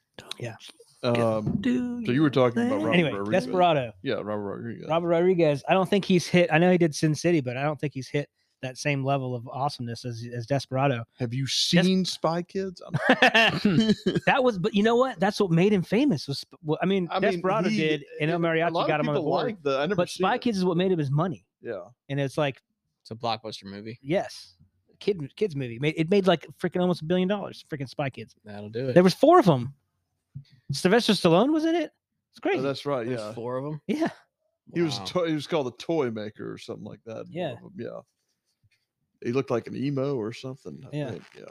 Speaker 5: Um,
Speaker 1: Do
Speaker 5: so you were talking about Robert
Speaker 3: anyway,
Speaker 5: Rodriguez.
Speaker 3: Desperado.
Speaker 5: Yeah, Robert Rodriguez.
Speaker 3: Robert Rodriguez. I don't think he's hit. I know he did Sin City, but I don't think he's hit that same level of awesomeness as as Desperado. *laughs*
Speaker 5: Have you seen Spy Kids? I'm-
Speaker 3: that was, but you know what? That's what made him famous. Was well, I mean,
Speaker 5: I mean,
Speaker 3: Desperado
Speaker 5: he-
Speaker 3: did, and El
Speaker 5: a lot
Speaker 3: Mariachi
Speaker 5: of
Speaker 3: got him on the
Speaker 5: people
Speaker 3: board.
Speaker 5: like the- I never
Speaker 3: But
Speaker 5: seen
Speaker 3: Spy
Speaker 5: it.
Speaker 3: Kids is what made him his money,
Speaker 5: Yeah.
Speaker 3: and it's like
Speaker 6: It's a blockbuster movie.
Speaker 3: yes, kid kids movie. Made- It made like freaking almost a billion dollars. Freaking Spy Kids.
Speaker 6: That'll do it.
Speaker 3: There was four of them. Sylvester Stallone was in it. It's
Speaker 5: Oh,
Speaker 3: crazy.
Speaker 5: that's right.
Speaker 6: There's
Speaker 5: Yeah.
Speaker 6: four of them.
Speaker 3: yeah,
Speaker 5: He was a
Speaker 6: Wow.
Speaker 5: toy, he was called the toy maker or something like that. in one
Speaker 3: Yeah.
Speaker 5: of 'em, Yeah. He looked like an emo or something. I
Speaker 3: Yeah.
Speaker 5: think, Yeah.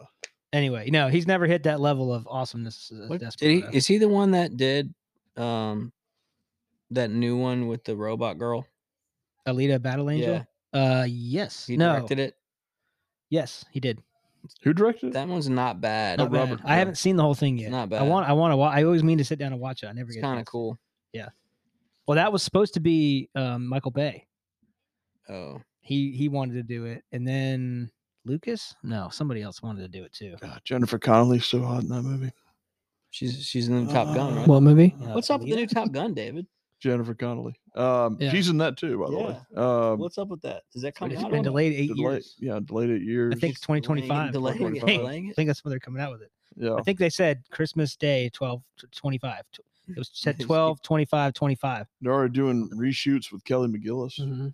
Speaker 3: anyway, no, he's never hit that level of awesomeness. uh, as
Speaker 6: What- did he?
Speaker 3: Desperado.
Speaker 6: Is he the one that did um that new one with the robot girl?
Speaker 3: Alita Battle Angel? Uh, yes.
Speaker 6: He
Speaker 3: no.
Speaker 6: directed it.
Speaker 3: Yes, he did.
Speaker 5: Who directed it?
Speaker 6: That one's not bad.
Speaker 5: Oh,
Speaker 3: Not bad.
Speaker 5: Robert
Speaker 3: I haven't seen the whole thing
Speaker 6: It's
Speaker 3: yet.
Speaker 6: not
Speaker 3: I
Speaker 6: bad.
Speaker 3: want. I want to. Wa- I always mean to sit down and watch it. I never
Speaker 6: It's
Speaker 3: get. a
Speaker 6: kind of
Speaker 3: chance.
Speaker 6: cool.
Speaker 3: Well, that was supposed to be um, Michael Bay.
Speaker 6: Oh,
Speaker 3: He he wanted to do it, and then Lucas. No, somebody else wanted to do it too.
Speaker 5: God, Uh, Jennifer Connelly's so hot in that movie.
Speaker 6: she's she's in the Top Gun, right?
Speaker 2: What movie?
Speaker 3: Uh,
Speaker 6: What's up with the new
Speaker 3: Alita?
Speaker 6: Top Gun, David?
Speaker 5: Jennifer Connelly. Um,
Speaker 2: Yeah.
Speaker 5: she's in that too, by the way. Um,
Speaker 6: What's up with that? Is that coming
Speaker 3: It's
Speaker 6: out?
Speaker 3: been
Speaker 6: on-
Speaker 3: delayed eight
Speaker 5: delayed,
Speaker 3: years.
Speaker 5: Yeah, delayed it years.
Speaker 3: I think it's
Speaker 6: delaying
Speaker 3: twenty
Speaker 6: it,
Speaker 3: twenty five.
Speaker 6: Delaying, it,
Speaker 3: *laughs*
Speaker 5: Twenty-five.
Speaker 6: delaying
Speaker 3: I
Speaker 6: it. Oh.
Speaker 3: think that's when they're coming out with it.
Speaker 5: yeah.
Speaker 3: I think they said Christmas Day 12 25. It was
Speaker 6: *laughs*
Speaker 3: said
Speaker 6: They just keep-
Speaker 3: 12 25 25.
Speaker 5: They're already doing reshoots with Kelly McGillis.
Speaker 2: Mhm.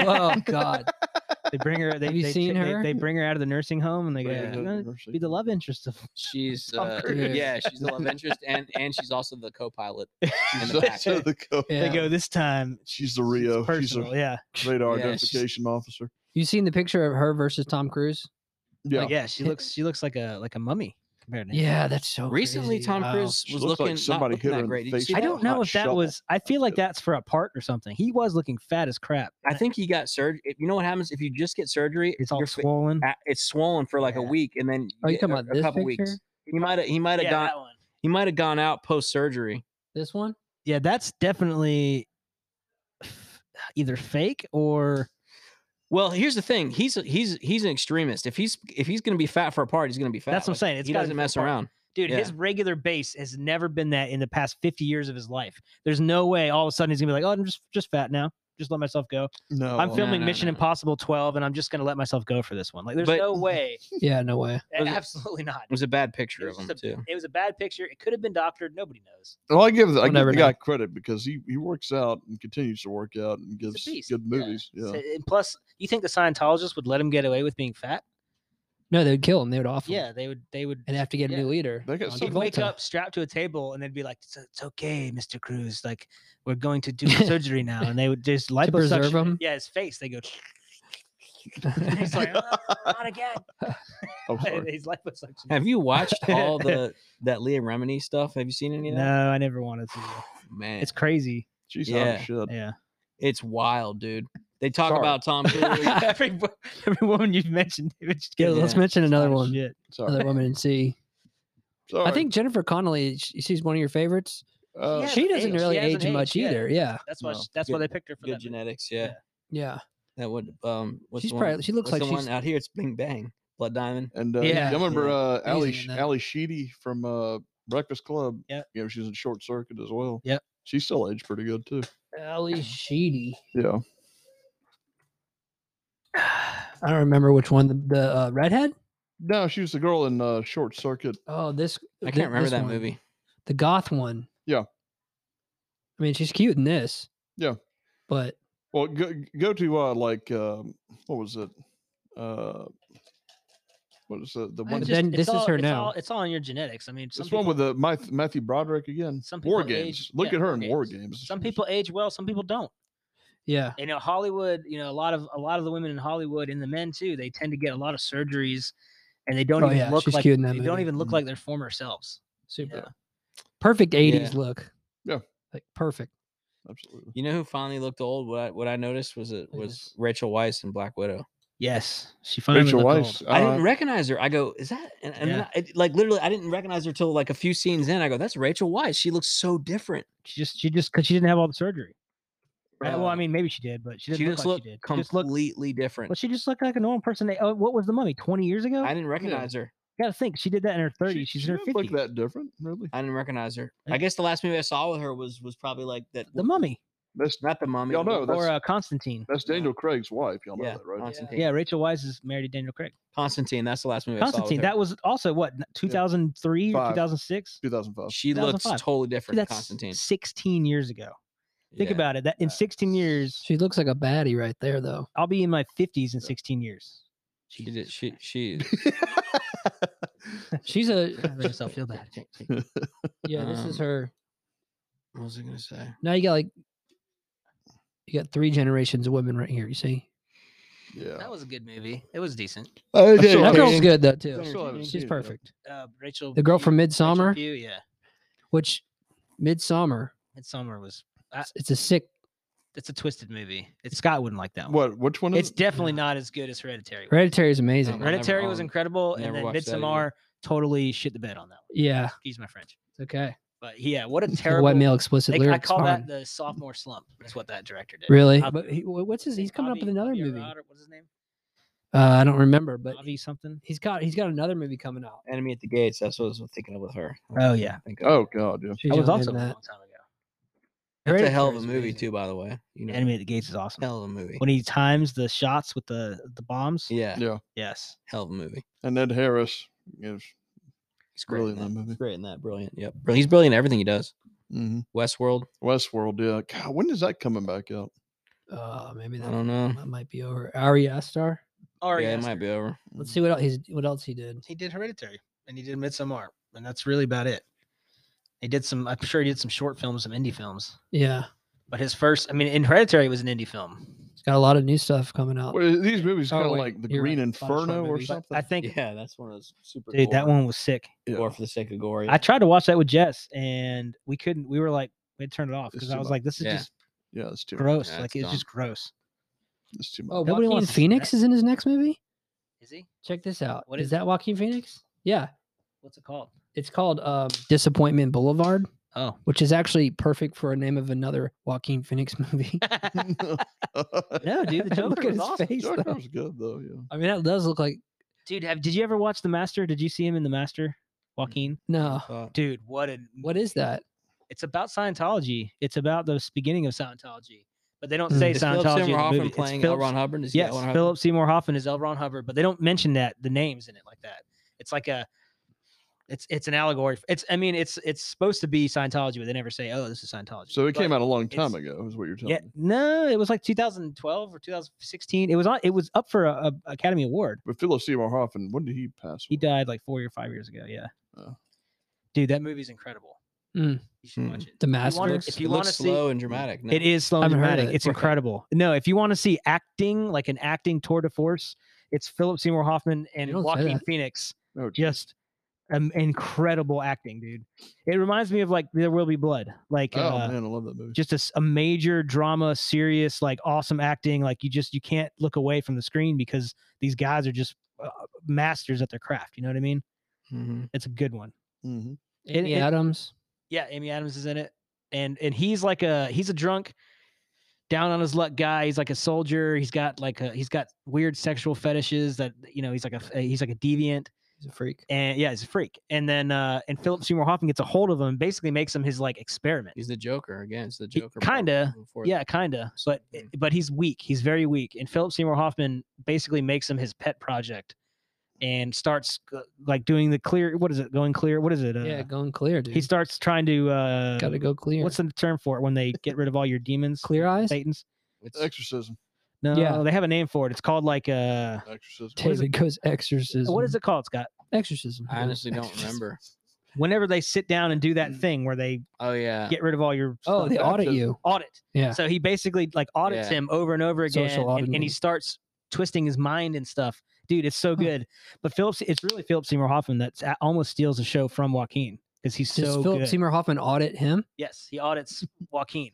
Speaker 2: oh God,
Speaker 3: They bring her they,
Speaker 2: Have you
Speaker 3: they,
Speaker 2: seen
Speaker 3: they-
Speaker 2: her?
Speaker 3: They, bring her out of the nursing home and they go,
Speaker 6: Yeah.
Speaker 3: "You're gonna be
Speaker 5: *laughs*
Speaker 3: the love interest of
Speaker 6: She's
Speaker 3: Tom
Speaker 6: uh,
Speaker 2: Cruise.
Speaker 6: yeah, she's the love interest, and and she's also the co-pilot. in the back.
Speaker 5: So the co-
Speaker 2: *laughs* yeah.
Speaker 3: They go this time.
Speaker 5: She's the
Speaker 3: it's
Speaker 5: Rio. She's
Speaker 3: Personal,
Speaker 5: a
Speaker 3: yeah.
Speaker 5: *laughs* radar
Speaker 6: Yeah, she's-
Speaker 5: identification officer.
Speaker 2: you seen the picture of her versus Tom Cruise?
Speaker 5: Oh. Yeah.
Speaker 3: Like, yeah, she looks she looks like a like a mummy compared to him.
Speaker 2: Yeah, that's so.
Speaker 6: Recently,
Speaker 2: crazy.
Speaker 6: Tom
Speaker 2: Wow.
Speaker 6: Cruise
Speaker 5: She
Speaker 6: was
Speaker 5: looks like
Speaker 6: looking not
Speaker 5: somebody
Speaker 6: looking
Speaker 5: hit her
Speaker 6: that
Speaker 5: in the
Speaker 6: great. Did you
Speaker 5: face
Speaker 6: see
Speaker 3: I
Speaker 5: with
Speaker 6: that?
Speaker 5: a
Speaker 3: don't know
Speaker 5: hot
Speaker 3: if that
Speaker 5: shovel.
Speaker 3: was I feel like
Speaker 5: That's good.
Speaker 3: that's for a part or something. He was looking fat as crap.
Speaker 6: I think he got surgery. You know what happens if you just get surgery?
Speaker 3: it's all
Speaker 6: your fa-
Speaker 3: swollen.
Speaker 6: a- it's swollen for like a
Speaker 3: Yeah.
Speaker 6: week, and then
Speaker 2: Oh, you
Speaker 6: get-
Speaker 2: talking
Speaker 6: or
Speaker 2: about this picture?
Speaker 6: He might have. He might have gone.
Speaker 3: that one.
Speaker 6: He might have gone out post surgery.
Speaker 2: This one?
Speaker 3: Yeah, that's definitely either fake or
Speaker 6: Well, here's the thing. He's a- he's he's an extremist. If he's if he's gonna be fat for a part, he's gonna be fat.
Speaker 3: That's what I'm
Speaker 6: Like,
Speaker 3: saying. It's
Speaker 6: he
Speaker 3: gotta
Speaker 6: doesn't
Speaker 3: be for a
Speaker 6: mess
Speaker 3: part.
Speaker 6: around.
Speaker 3: Dude,
Speaker 6: Yeah.
Speaker 3: his regular base has never been that in the past 50 years of his life. There's no way all of a sudden he's gonna be like, oh, I'm just just fat now. Just let myself go.
Speaker 5: No.
Speaker 3: I'm
Speaker 5: uh,
Speaker 3: filming
Speaker 6: Oh, no,
Speaker 3: Mission
Speaker 6: no.
Speaker 3: Impossible 12, and I'm just gonna let myself go for this one. Like, there's
Speaker 6: But-
Speaker 3: no
Speaker 6: *laughs*
Speaker 3: way.
Speaker 2: Yeah, no way.
Speaker 6: Was it-
Speaker 3: absolutely not.
Speaker 6: It was a bad picture
Speaker 3: It
Speaker 6: of
Speaker 3: was
Speaker 6: him
Speaker 3: just
Speaker 6: too.
Speaker 3: It was a bad picture. It could have been doctored. Nobody knows.
Speaker 5: Well, I give the, I
Speaker 2: We'll
Speaker 5: give
Speaker 2: never
Speaker 5: the
Speaker 2: know.
Speaker 5: guy credit because he, he works out and continues to work out and gives
Speaker 3: beast,
Speaker 5: good
Speaker 3: yeah.
Speaker 5: movies. Yeah.
Speaker 3: So- and plus, you think the Scientologists would let him get away with being fat?
Speaker 2: No, they would kill him. They would off him.
Speaker 3: Yeah, they would.
Speaker 6: *laughs*
Speaker 3: They would.
Speaker 2: and have to get a
Speaker 3: Yeah.
Speaker 2: new leader.
Speaker 5: They got
Speaker 2: John
Speaker 5: some-
Speaker 3: He'd wake
Speaker 2: Travolta.
Speaker 3: up strapped to a table, and they'd be like, "It's, it's okay, Mr. Cruz. Like, we're going
Speaker 6: *laughs*
Speaker 3: to do surgery now." And they would just
Speaker 2: to preserve
Speaker 3: liposuction.
Speaker 2: him.
Speaker 3: Yeah, his face.
Speaker 6: *laughs*
Speaker 3: They go. *laughs* and he's like, "Ah, not again.
Speaker 5: Oh,
Speaker 3: *laughs*
Speaker 5: sorry.
Speaker 3: he's liposuction.
Speaker 6: Have you watched all the that Leah Remini stuff? Have you seen any of that?
Speaker 3: No, I never wanted
Speaker 6: *laughs*
Speaker 3: to.
Speaker 6: Man,
Speaker 3: It's crazy.
Speaker 5: She's hot
Speaker 6: Yeah.
Speaker 5: as shit.
Speaker 3: Yeah.
Speaker 6: It's wild, dude. They talk
Speaker 5: Sorry.
Speaker 6: about Tom Cruise.
Speaker 2: *laughs*
Speaker 3: every, wo- every woman you've mentioned, David, just
Speaker 2: Yeah,
Speaker 3: gives
Speaker 2: let's
Speaker 3: me
Speaker 2: mention another
Speaker 3: hot
Speaker 2: one.
Speaker 3: shit.
Speaker 5: Sorry.
Speaker 2: Another woman and see.
Speaker 5: Sorry.
Speaker 2: I think Jennifer Connelly. sh- She's one of your favorites.
Speaker 5: Uh,
Speaker 3: Yeah,
Speaker 2: she
Speaker 3: the
Speaker 2: doesn't
Speaker 3: age-
Speaker 2: really
Speaker 3: she hasn't
Speaker 2: age much
Speaker 3: aged yet.
Speaker 2: either. Yeah,
Speaker 3: That's why.
Speaker 6: No,
Speaker 3: she- That's why
Speaker 6: good-
Speaker 3: they picked her for
Speaker 6: Good
Speaker 3: that.
Speaker 6: genetics, yeah.
Speaker 3: Yeah.
Speaker 2: yeah.
Speaker 6: That would um. What's
Speaker 2: She's
Speaker 6: the
Speaker 2: probably-
Speaker 6: One?
Speaker 2: she looks
Speaker 6: what's
Speaker 2: like
Speaker 6: the one
Speaker 2: she's-
Speaker 6: out here. It's Bing Bang, Blood Diamond.
Speaker 5: And uh,
Speaker 2: Yeah.
Speaker 5: I remember
Speaker 6: Yeah.
Speaker 5: uh, Ali
Speaker 2: Amazing in
Speaker 5: Sh-
Speaker 2: that.
Speaker 5: Ali Sheedy from uh, Breakfast Club.
Speaker 3: Yeah.
Speaker 5: you know she's in Short Circuit as well.
Speaker 3: Yep.
Speaker 5: she still aged pretty good too.
Speaker 6: *laughs*
Speaker 2: Ali Sheedy.
Speaker 5: Yeah,
Speaker 2: I don't remember which one. The, the uh, redhead.
Speaker 5: no, she was the girl in uh, Short Circuit.
Speaker 2: Oh, this.
Speaker 6: I
Speaker 2: thi-
Speaker 6: can't remember
Speaker 2: this
Speaker 6: that
Speaker 2: one.
Speaker 6: movie.
Speaker 2: The goth one.
Speaker 5: Yeah.
Speaker 2: I mean, she's cute in this.
Speaker 5: Yeah.
Speaker 2: But
Speaker 5: Well, go, go to uh, like um, what was it? Uh, what is the the
Speaker 2: I
Speaker 5: one?
Speaker 2: just- Then
Speaker 3: it's
Speaker 2: this is
Speaker 3: all-
Speaker 2: her
Speaker 3: it's
Speaker 2: now.
Speaker 3: All, it's all in your genetics. I mean, some
Speaker 5: This one
Speaker 3: people-
Speaker 5: with the my, Matthew Broderick again.
Speaker 3: some
Speaker 5: War
Speaker 3: people
Speaker 5: Games.
Speaker 3: age-
Speaker 5: Look
Speaker 3: yeah,
Speaker 5: at her
Speaker 3: War
Speaker 5: in War Games.
Speaker 3: some people age well, some people don't.
Speaker 2: yeah,
Speaker 3: You know, Hollywood. You know, a lot of a lot of the women in Hollywood and the men too. They tend to get a lot of surgeries, and they don't
Speaker 2: Oh,
Speaker 3: even
Speaker 2: yeah,
Speaker 3: look
Speaker 2: she's
Speaker 3: like
Speaker 2: cute in that
Speaker 3: they don't
Speaker 2: movie. Mm-hmm.
Speaker 3: even look
Speaker 5: Mhm.
Speaker 3: like their former selves.
Speaker 2: super.
Speaker 3: Yeah.
Speaker 2: Perfect 80s look.
Speaker 5: Yeah.
Speaker 2: Like perfect.
Speaker 5: Absolutely.
Speaker 6: You know who finally looked old? What I, what I noticed was it was
Speaker 2: Yes.
Speaker 6: Rachel Weisz in Black Widow.
Speaker 3: Yes, she finally
Speaker 5: Rachel
Speaker 3: looked
Speaker 5: Weisz.
Speaker 3: old.
Speaker 6: I
Speaker 5: uh,
Speaker 6: didn't recognize her. I go, is that? And, and then
Speaker 3: Yeah.
Speaker 6: I, it- like literally, I didn't recognize her till like a few scenes in. I go, that's Rachel Weisz. She looks so different.
Speaker 3: She just she just because she didn't have all the surgery. Uh, well, I
Speaker 6: Uh,
Speaker 3: mean, maybe she did, but she
Speaker 6: she,
Speaker 3: didn't look
Speaker 6: just
Speaker 3: like
Speaker 6: looked
Speaker 3: she did. She just looked,
Speaker 6: completely different.
Speaker 3: well, she just looked like a normal person. They, oh, what was the mummy? Twenty years ago?
Speaker 6: I didn't recognize her.
Speaker 1: got to think. She did that in her 30s. She's in her
Speaker 5: didn't look
Speaker 1: 50s.
Speaker 5: that different, really.
Speaker 6: I didn't recognize her. I guess the last movie I saw with her was was probably like that.
Speaker 1: The Mummy
Speaker 5: That's
Speaker 6: not the mummy.
Speaker 5: Y'all
Speaker 6: but
Speaker 5: know
Speaker 1: or
Speaker 5: that's-
Speaker 1: uh, Constantine.
Speaker 5: that's Daniel Craig's wife. Y'all know
Speaker 6: yeah,
Speaker 5: that, right?
Speaker 6: Constantine.
Speaker 1: Yeah, Rachel Weisz is married to Daniel Craig.
Speaker 6: Constantine. That's the last movie.
Speaker 1: Constantine.
Speaker 6: I saw
Speaker 1: That was also what 2003 or
Speaker 5: Five.
Speaker 1: 2006.
Speaker 5: 2005.
Speaker 6: she looks
Speaker 1: 2005.
Speaker 6: totally different.
Speaker 1: That's
Speaker 6: Constantine.
Speaker 1: 16 years ago. Think
Speaker 6: Yeah.
Speaker 1: about it. That in
Speaker 6: Uh,
Speaker 1: 16 years,
Speaker 2: She looks like a baddie right there,
Speaker 3: *laughs*
Speaker 2: though.
Speaker 1: I'll be in my 50s in 16 years.
Speaker 6: She did. She
Speaker 3: *laughs*
Speaker 6: she.
Speaker 2: She's a
Speaker 1: Make yourself
Speaker 6: *laughs*
Speaker 1: feel bad.
Speaker 2: yeah. This is
Speaker 6: Um,
Speaker 2: her.
Speaker 6: What was I gonna say?
Speaker 2: Now you got like you got three generations of women right here. You see,
Speaker 5: Yeah.
Speaker 6: uh,
Speaker 5: Uh,
Speaker 3: That was a good movie. It was decent.
Speaker 5: still
Speaker 2: that
Speaker 5: haven't
Speaker 2: girl's
Speaker 5: seen-
Speaker 2: good though
Speaker 5: I
Speaker 2: too.
Speaker 5: still haven't seen
Speaker 2: She's
Speaker 5: it, though.
Speaker 2: perfect.
Speaker 3: Uh, Rachel.
Speaker 2: The girl
Speaker 3: Pugh-
Speaker 2: from
Speaker 3: Rachel
Speaker 2: Midsummer,
Speaker 3: Pugh, yeah.
Speaker 2: which Midsummer,
Speaker 3: Midsummer was.
Speaker 2: it's- it's a sick.
Speaker 3: It's a twisted movie. It's Scott wouldn't like that one.
Speaker 5: What? Which one?
Speaker 3: It's
Speaker 5: Is it?
Speaker 3: definitely not as good as Hereditary. was.
Speaker 2: Hereditary is amazing.
Speaker 6: Right.
Speaker 3: Hereditary was
Speaker 6: I'll
Speaker 3: incredible, and
Speaker 6: never
Speaker 3: then
Speaker 6: watch that either.
Speaker 3: Midsommar totally shit the bed on that one.
Speaker 2: Yeah,
Speaker 3: Excuse my French,
Speaker 2: it's okay.
Speaker 3: but yeah, what a
Speaker 2: Terrible.
Speaker 3: terrible.
Speaker 2: White male explicit
Speaker 3: *laughs* they- I
Speaker 2: lyrics.
Speaker 3: call
Speaker 2: fine.
Speaker 3: that the sophomore slump. That's what that director did.
Speaker 2: really.
Speaker 3: Ab-
Speaker 2: But he, wh- what's his?
Speaker 3: Is it
Speaker 2: He's coming up
Speaker 3: Avi-
Speaker 2: with another
Speaker 3: Avi
Speaker 2: movie. Uh,
Speaker 3: Arad, What's his name?
Speaker 2: I don't remember, but
Speaker 3: Avi something.
Speaker 2: he's got he's got another movie coming out.
Speaker 6: Enemy at the gates. That's what I was thinking of with her.
Speaker 1: Oh, yeah.
Speaker 6: Think of.
Speaker 5: Oh God, yeah.
Speaker 2: She's
Speaker 1: That was
Speaker 2: young in
Speaker 1: also-
Speaker 3: A
Speaker 2: that.
Speaker 3: long time ago.
Speaker 6: that's a hell of a
Speaker 3: Hereditary's
Speaker 6: movie
Speaker 3: amazing.
Speaker 6: too. By the way, you know,
Speaker 1: Enemy at the Gates is awesome.
Speaker 6: hell of a movie.
Speaker 1: When he times the shots with the the bombs.
Speaker 6: Yeah,
Speaker 5: Yeah.
Speaker 1: Yes.
Speaker 6: hell of a movie.
Speaker 5: And Ned Harris is
Speaker 6: He's great.
Speaker 5: brilliant
Speaker 6: in that.
Speaker 5: in that movie.
Speaker 6: He's great in that. Brilliant. Yep. Brilliant. He's brilliant in everything he does.
Speaker 5: hmm
Speaker 6: Westworld.
Speaker 5: Westworld, yeah. God, when is that coming back out?
Speaker 2: Uh, maybe
Speaker 6: I
Speaker 2: that,
Speaker 6: don't know.
Speaker 2: that might be over. Ari Aster.
Speaker 3: Ari
Speaker 6: yeah, it
Speaker 3: Aster.
Speaker 6: might be over.
Speaker 2: Let's see what else he's what else he did.
Speaker 3: He did Hereditary, and he did Midsommar, and that's really about it. He did some. I'm sure he did some short films, some indie films.
Speaker 2: Yeah,
Speaker 3: But his first, I mean, in Hereditary was an indie film.
Speaker 2: he's got a lot of new stuff coming out.
Speaker 5: Well, these movies
Speaker 2: Oh,
Speaker 5: kind of
Speaker 2: wait,
Speaker 5: like The
Speaker 2: you're right.
Speaker 5: Green
Speaker 2: It's not a short
Speaker 5: Inferno or
Speaker 2: movie.
Speaker 5: something?
Speaker 1: I
Speaker 6: *laughs*
Speaker 1: think,
Speaker 6: Yeah, that's one of those super.
Speaker 1: dude, that
Speaker 6: gore-
Speaker 1: one was sick.
Speaker 5: Yeah.
Speaker 6: gore for the sake of gore.
Speaker 1: I tried to watch that with Jess, and we couldn't. We were like, we had turned it off
Speaker 5: It's
Speaker 1: because
Speaker 5: too
Speaker 1: I was
Speaker 5: much.
Speaker 1: like, this is
Speaker 6: Yeah.
Speaker 1: just
Speaker 5: yeah, it's too
Speaker 1: gross.
Speaker 6: Yeah,
Speaker 1: like
Speaker 6: it's
Speaker 1: it's just gross.
Speaker 5: It's too much.
Speaker 2: Oh,
Speaker 1: Nobody
Speaker 2: Joaquin
Speaker 1: wants to see
Speaker 2: Phoenix is in his next movie.
Speaker 3: Is he?
Speaker 2: Check this out.
Speaker 3: What
Speaker 2: Is
Speaker 3: is it?
Speaker 2: that Joaquin Phoenix? Yeah,
Speaker 3: What's
Speaker 6: *laughs*
Speaker 3: it called?
Speaker 2: it's called uh, Disappointment Boulevard,
Speaker 3: Oh,
Speaker 2: which is actually perfect for a name of another Joaquin Phoenix *laughs* movie.
Speaker 3: *laughs*
Speaker 1: No, dude, the
Speaker 2: *laughs* Look
Speaker 1: Joker
Speaker 2: at
Speaker 1: was
Speaker 2: his
Speaker 1: awesome.
Speaker 2: face,
Speaker 5: Joker
Speaker 2: though.
Speaker 5: was good though. Yeah.
Speaker 2: I mean, that does look like
Speaker 1: Dude, have did you ever watch The Master? Did you see him in The
Speaker 6: Mm,
Speaker 1: Master, Joaquin?
Speaker 2: no.
Speaker 6: thought.
Speaker 3: dude, what a
Speaker 2: What is that?
Speaker 3: It's about Scientology. It's about the s- beginning of Scientology, but they don't
Speaker 1: Mm.
Speaker 3: say
Speaker 6: Is Philip
Speaker 3: Scientology.
Speaker 6: Seymour
Speaker 3: in the
Speaker 6: Hoffman
Speaker 3: movie. It's
Speaker 6: playing L.
Speaker 3: Philip-
Speaker 6: Ron Hubbard? Is he L.
Speaker 1: yes,
Speaker 6: Ron Hubbard?
Speaker 1: Philip Seymour Hoffman is L. Ron Hubbard,
Speaker 3: but they don't mention that the names in it like that. It's like a, it's it's an allegory. f- It's I mean it's it's supposed to be Scientology, but they never say oh this is Scientology.
Speaker 5: So it
Speaker 3: But-
Speaker 5: came out a long
Speaker 3: it's-
Speaker 5: time ago, is what you're telling
Speaker 3: Yeah,
Speaker 5: me.
Speaker 3: no, it was like 2012 or 2016. It was on. It was up for a, a Academy Award.
Speaker 5: But Philip Seymour Hoffman, when did he pass?
Speaker 1: He
Speaker 5: away?
Speaker 1: died like four or five years ago. Yeah.
Speaker 5: Oh.
Speaker 3: Dude, that movie's incredible.
Speaker 2: Mm.
Speaker 3: You should
Speaker 5: Mm.
Speaker 3: watch it.
Speaker 2: The
Speaker 3: If you wanna-
Speaker 2: Master.
Speaker 3: if
Speaker 6: It
Speaker 3: you want
Speaker 6: looks
Speaker 3: to see,
Speaker 6: slow and dramatic. No.
Speaker 1: It is slow and
Speaker 2: Haven't heard of
Speaker 1: dramatic.
Speaker 2: it.
Speaker 1: It's
Speaker 2: Right.
Speaker 1: incredible. No, if you want to see acting, like an acting tour de force, it's Philip Seymour Hoffman and
Speaker 2: don't say
Speaker 1: Joaquin
Speaker 2: that.
Speaker 1: Phoenix.
Speaker 5: Oh, geez.
Speaker 1: Just um, incredible acting, dude. It reminds me of like There Will Be Blood. Like,
Speaker 5: Oh
Speaker 1: uh,
Speaker 5: man, I love that movie.
Speaker 1: just a, s- a major drama serious like awesome acting like you just you can't look away from the screen because these guys are just uh, masters at their craft you know what i mean
Speaker 6: Mhm.
Speaker 1: it's a good one
Speaker 5: hmm
Speaker 2: Amy
Speaker 1: it-
Speaker 2: Adams.
Speaker 3: yeah, Amy Adams is in it, and and he's like a he's a drunk, down on his luck guy. He's like a soldier. He's got like a he's got weird sexual fetishes that you know he's like a f- he's like a deviant.
Speaker 2: He's a freak.
Speaker 3: and yeah, he's a freak. And then uh and Philip Seymour Hoffman gets a hold of him and basically makes him his like experiment.
Speaker 6: He's the Joker again. It's the
Speaker 3: He-
Speaker 6: Joker. part
Speaker 3: kinda,
Speaker 6: from before
Speaker 3: Yeah, kinda.
Speaker 6: So,
Speaker 3: But eh,
Speaker 6: mm.
Speaker 3: but he's weak. He's very weak. And Philip Seymour Hoffman basically makes him his pet project and starts uh, like doing the clear what is it? Going clear? What is it? Uh,
Speaker 2: yeah, going clear, dude.
Speaker 1: he
Speaker 2: He's
Speaker 1: starts trying to uh
Speaker 2: got to go clear.
Speaker 1: what's the term for it when they get rid of all your demons
Speaker 2: clear eyes?
Speaker 1: satans
Speaker 6: It's,
Speaker 5: Exorcism.
Speaker 1: no
Speaker 2: Yeah.
Speaker 1: they have a name for it it's called like uh
Speaker 5: Exorcism.
Speaker 1: What is it-
Speaker 2: David goes exorcism.
Speaker 1: what is it called scott
Speaker 2: Exorcism.
Speaker 6: I
Speaker 2: dude.
Speaker 6: honestly
Speaker 2: *laughs*
Speaker 6: don't
Speaker 2: Exorcism.
Speaker 6: remember.
Speaker 1: whenever they sit down and do that thing where they
Speaker 6: Oh yeah.
Speaker 1: get rid of all your
Speaker 2: Mm. Oh,
Speaker 1: stuff.
Speaker 2: they audit
Speaker 5: Exorcism.
Speaker 2: you.
Speaker 3: audit.
Speaker 2: Yeah.
Speaker 3: So he basically like audits
Speaker 6: Yeah.
Speaker 3: him over and over
Speaker 2: Social
Speaker 3: again, and, and he
Speaker 2: auditing.
Speaker 3: starts twisting his mind and stuff. Dude, it's so good. But Phillips, it's really Philip Seymour Hoffman that's a- almost steals the show from Joaquin because he's
Speaker 2: Does
Speaker 3: so
Speaker 2: Philip
Speaker 3: good.
Speaker 2: Seymour Hoffman audit him?
Speaker 3: yes, he audits Joaquin,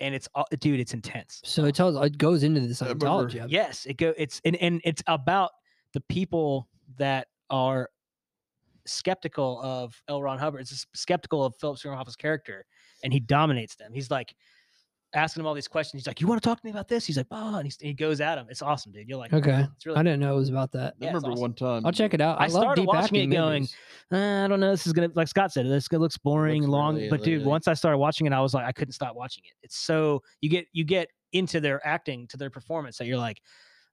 Speaker 3: and it's au- dude, it's intense.
Speaker 2: So it tells it goes into the
Speaker 5: remember-
Speaker 2: Scientology. of it.
Speaker 3: Yes, it go. It's and and it's about the people that are skeptical of L. Ron Hubbard. It's skeptical of Philip Seymour Hoffman's character, and he dominates them. He's like, asking him all these questions. He's like, "You want to talk to me about this?" He's like, "Oh," and, he's, and he goes at him. It's awesome, dude. You're like,
Speaker 2: Okay.
Speaker 3: it's really.
Speaker 2: I didn't know it was about that.
Speaker 5: I
Speaker 3: Yeah, it's
Speaker 5: remember
Speaker 3: awesome.
Speaker 5: one time.
Speaker 2: I'll check it out. I,
Speaker 3: I
Speaker 2: love
Speaker 3: started
Speaker 2: deep
Speaker 3: watching
Speaker 2: acting
Speaker 3: it going,
Speaker 2: movies.
Speaker 3: "Uh, I don't know. This is gonna, like Scott said, this looks boring,
Speaker 6: Looks
Speaker 3: long.
Speaker 6: really-
Speaker 3: but dude,
Speaker 6: really-
Speaker 3: once I started watching it, I was like, I couldn't stop watching it. It's so you get you get into their acting, to their performance, that you're like,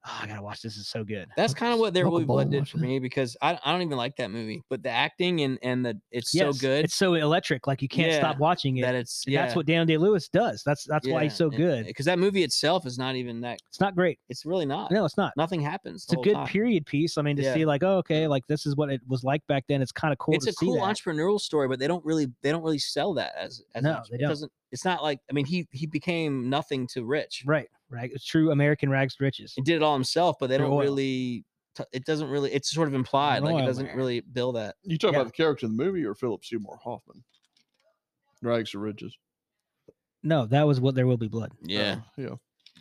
Speaker 3: oh, I gotta watch this. It's so good.
Speaker 6: That's kind of what There
Speaker 2: Smoke a
Speaker 6: Will Be
Speaker 2: bowl
Speaker 6: Blood
Speaker 2: and
Speaker 6: did
Speaker 2: watch
Speaker 6: for
Speaker 2: that.
Speaker 6: me because I, I don't even like that movie, but the acting and and the it's
Speaker 3: Yes,
Speaker 6: so good
Speaker 3: It's so electric. Like you can't
Speaker 6: Yeah,
Speaker 3: stop watching it.
Speaker 6: that it's
Speaker 3: And
Speaker 6: yeah,
Speaker 3: That's what Daniel Day Lewis does. That's that's why he's so good.
Speaker 6: because that movie itself is not even that.
Speaker 3: It's not great.
Speaker 6: It's really uh, not.
Speaker 3: No, it's not.
Speaker 6: Nothing happens.
Speaker 3: It's a good period piece. I mean, to
Speaker 6: Yeah.
Speaker 3: see like, oh, okay, like this is what it was like back then. It's kind of cool.
Speaker 6: It's
Speaker 3: to
Speaker 6: a
Speaker 3: see
Speaker 6: cool
Speaker 3: that.
Speaker 6: entrepreneurial story, but they don't really they don't really sell that as as
Speaker 3: No,
Speaker 6: much.
Speaker 3: they
Speaker 6: It
Speaker 3: don't.
Speaker 6: doesn't. It's not like I mean he he became nothing to rich.
Speaker 3: Right, right. It's true American rags to riches.
Speaker 6: He did it all himself, but they
Speaker 3: Through
Speaker 6: don't
Speaker 3: oil.
Speaker 6: really. t- It doesn't really. It's sort of implied. Like
Speaker 3: oil
Speaker 6: it doesn't
Speaker 3: there.
Speaker 6: really build that. uh,
Speaker 5: You talk
Speaker 3: Yeah.
Speaker 5: about the character in the movie or Philip Seymour Hoffman? Rags to riches.
Speaker 3: No, that was what there will be blood.
Speaker 5: Uh, yeah.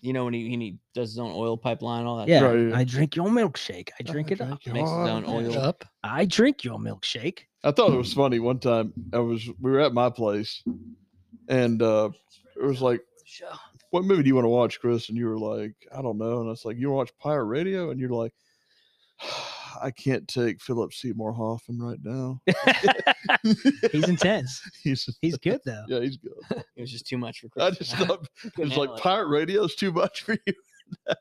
Speaker 6: You know when he, when he does his own oil pipeline, all that.
Speaker 3: Yeah,
Speaker 5: right, yeah.
Speaker 3: I drink your milkshake.
Speaker 6: *laughs*
Speaker 3: I drink it up.
Speaker 5: Drink your
Speaker 6: Makes his own
Speaker 5: milkshake.
Speaker 6: oil.
Speaker 2: Up.
Speaker 3: I drink your milkshake.
Speaker 5: I thought it was funny one time. I was we were at my place, and uh it was like, "What movie do you want to watch, Chris?" And you were like, "I don't know." And I was like, "You want to watch Pirate Radio?" And you're like, "I can't take Philip Seymour Hoffman right now.
Speaker 3: *laughs* He's intense.
Speaker 5: He's
Speaker 3: He's good
Speaker 6: *laughs*
Speaker 3: though.
Speaker 5: yeah, he's good.
Speaker 6: It was just too much for.
Speaker 5: I
Speaker 6: Chris. *laughs*
Speaker 5: just thought
Speaker 6: Couldn't
Speaker 5: it's like
Speaker 6: handle it.
Speaker 5: Pirate Radio is too much for you. *laughs*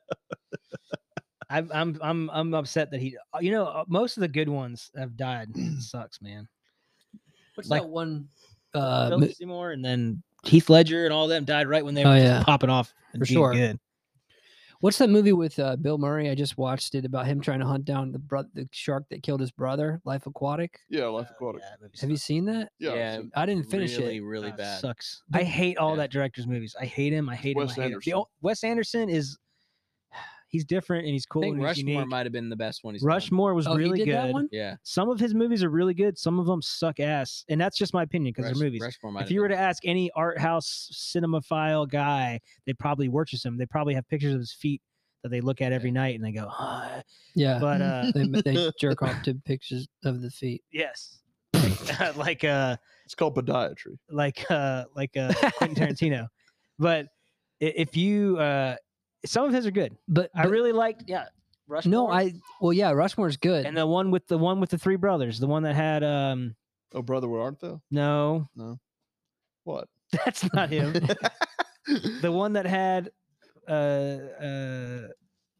Speaker 3: I'm I'm I'm I'm upset that he. You know, uh, most of the good ones have died.
Speaker 6: *clears throat*
Speaker 3: It sucks, man.
Speaker 2: What's
Speaker 3: Like-
Speaker 2: that one? Uh, mo-
Speaker 3: Philip Seymour and then Heath Ledger and all them died right when they
Speaker 2: Oh,
Speaker 3: were just
Speaker 2: yeah.
Speaker 3: popping off. and
Speaker 2: For
Speaker 3: being
Speaker 2: sure.
Speaker 3: Good.
Speaker 2: what's that movie with uh, Bill Murray? I just watched it about him trying to hunt down the bro- the shark that killed his brother. Life Aquatic.
Speaker 5: Yeah, Life
Speaker 3: Uh,
Speaker 5: Aquatic.
Speaker 3: yeah, that movie
Speaker 2: Have you
Speaker 3: sucks.
Speaker 2: seen that?
Speaker 5: Yeah, I've
Speaker 6: Yeah,
Speaker 5: seen-
Speaker 2: I didn't finish
Speaker 6: really,
Speaker 2: it.
Speaker 6: really
Speaker 3: Ah,
Speaker 6: bad.
Speaker 3: Sucks. I hate all
Speaker 6: yeah.
Speaker 3: that director's movies. I hate him. I hate
Speaker 5: Wes
Speaker 3: him. I hate
Speaker 5: Anderson.
Speaker 3: Him. The o- Wes Anderson is *sighs* he's different and he's
Speaker 6: I
Speaker 3: cool.
Speaker 6: think
Speaker 3: and he's
Speaker 6: Rushmore
Speaker 3: unique.
Speaker 6: might have been the best one. He's done.
Speaker 3: Rushmore was
Speaker 2: oh,
Speaker 3: really
Speaker 2: he did
Speaker 3: good.
Speaker 2: that one.
Speaker 6: Yeah.
Speaker 3: Some of his movies are really good. Some of them suck ass, and that's just my opinion because
Speaker 6: Rush-
Speaker 3: they're movies.
Speaker 6: Rushmore might
Speaker 3: if you were to ask any art house cinemaphile guy, they probably worship him. They probably have pictures of his feet that they look at every night and they go, "Ah."
Speaker 2: Yeah.
Speaker 3: but *laughs* uh,
Speaker 2: they, they jerk off to pictures of the feet.
Speaker 3: yes, like uh,
Speaker 5: it's called podiatry.
Speaker 3: like uh like uh *laughs* Quentin Tarantino. But i- if you uh some of his are good.
Speaker 2: But,
Speaker 3: I
Speaker 2: but-
Speaker 3: really liked yeah.
Speaker 2: *laughs*
Speaker 3: Rushmore.
Speaker 2: no, I well yeah, Rushmore's good.
Speaker 3: and the one with the one with the three brothers, the one that had um
Speaker 5: Oh, brother, what art thou?
Speaker 3: no, *laughs*
Speaker 5: What?
Speaker 3: that's not him. the one that had uh uh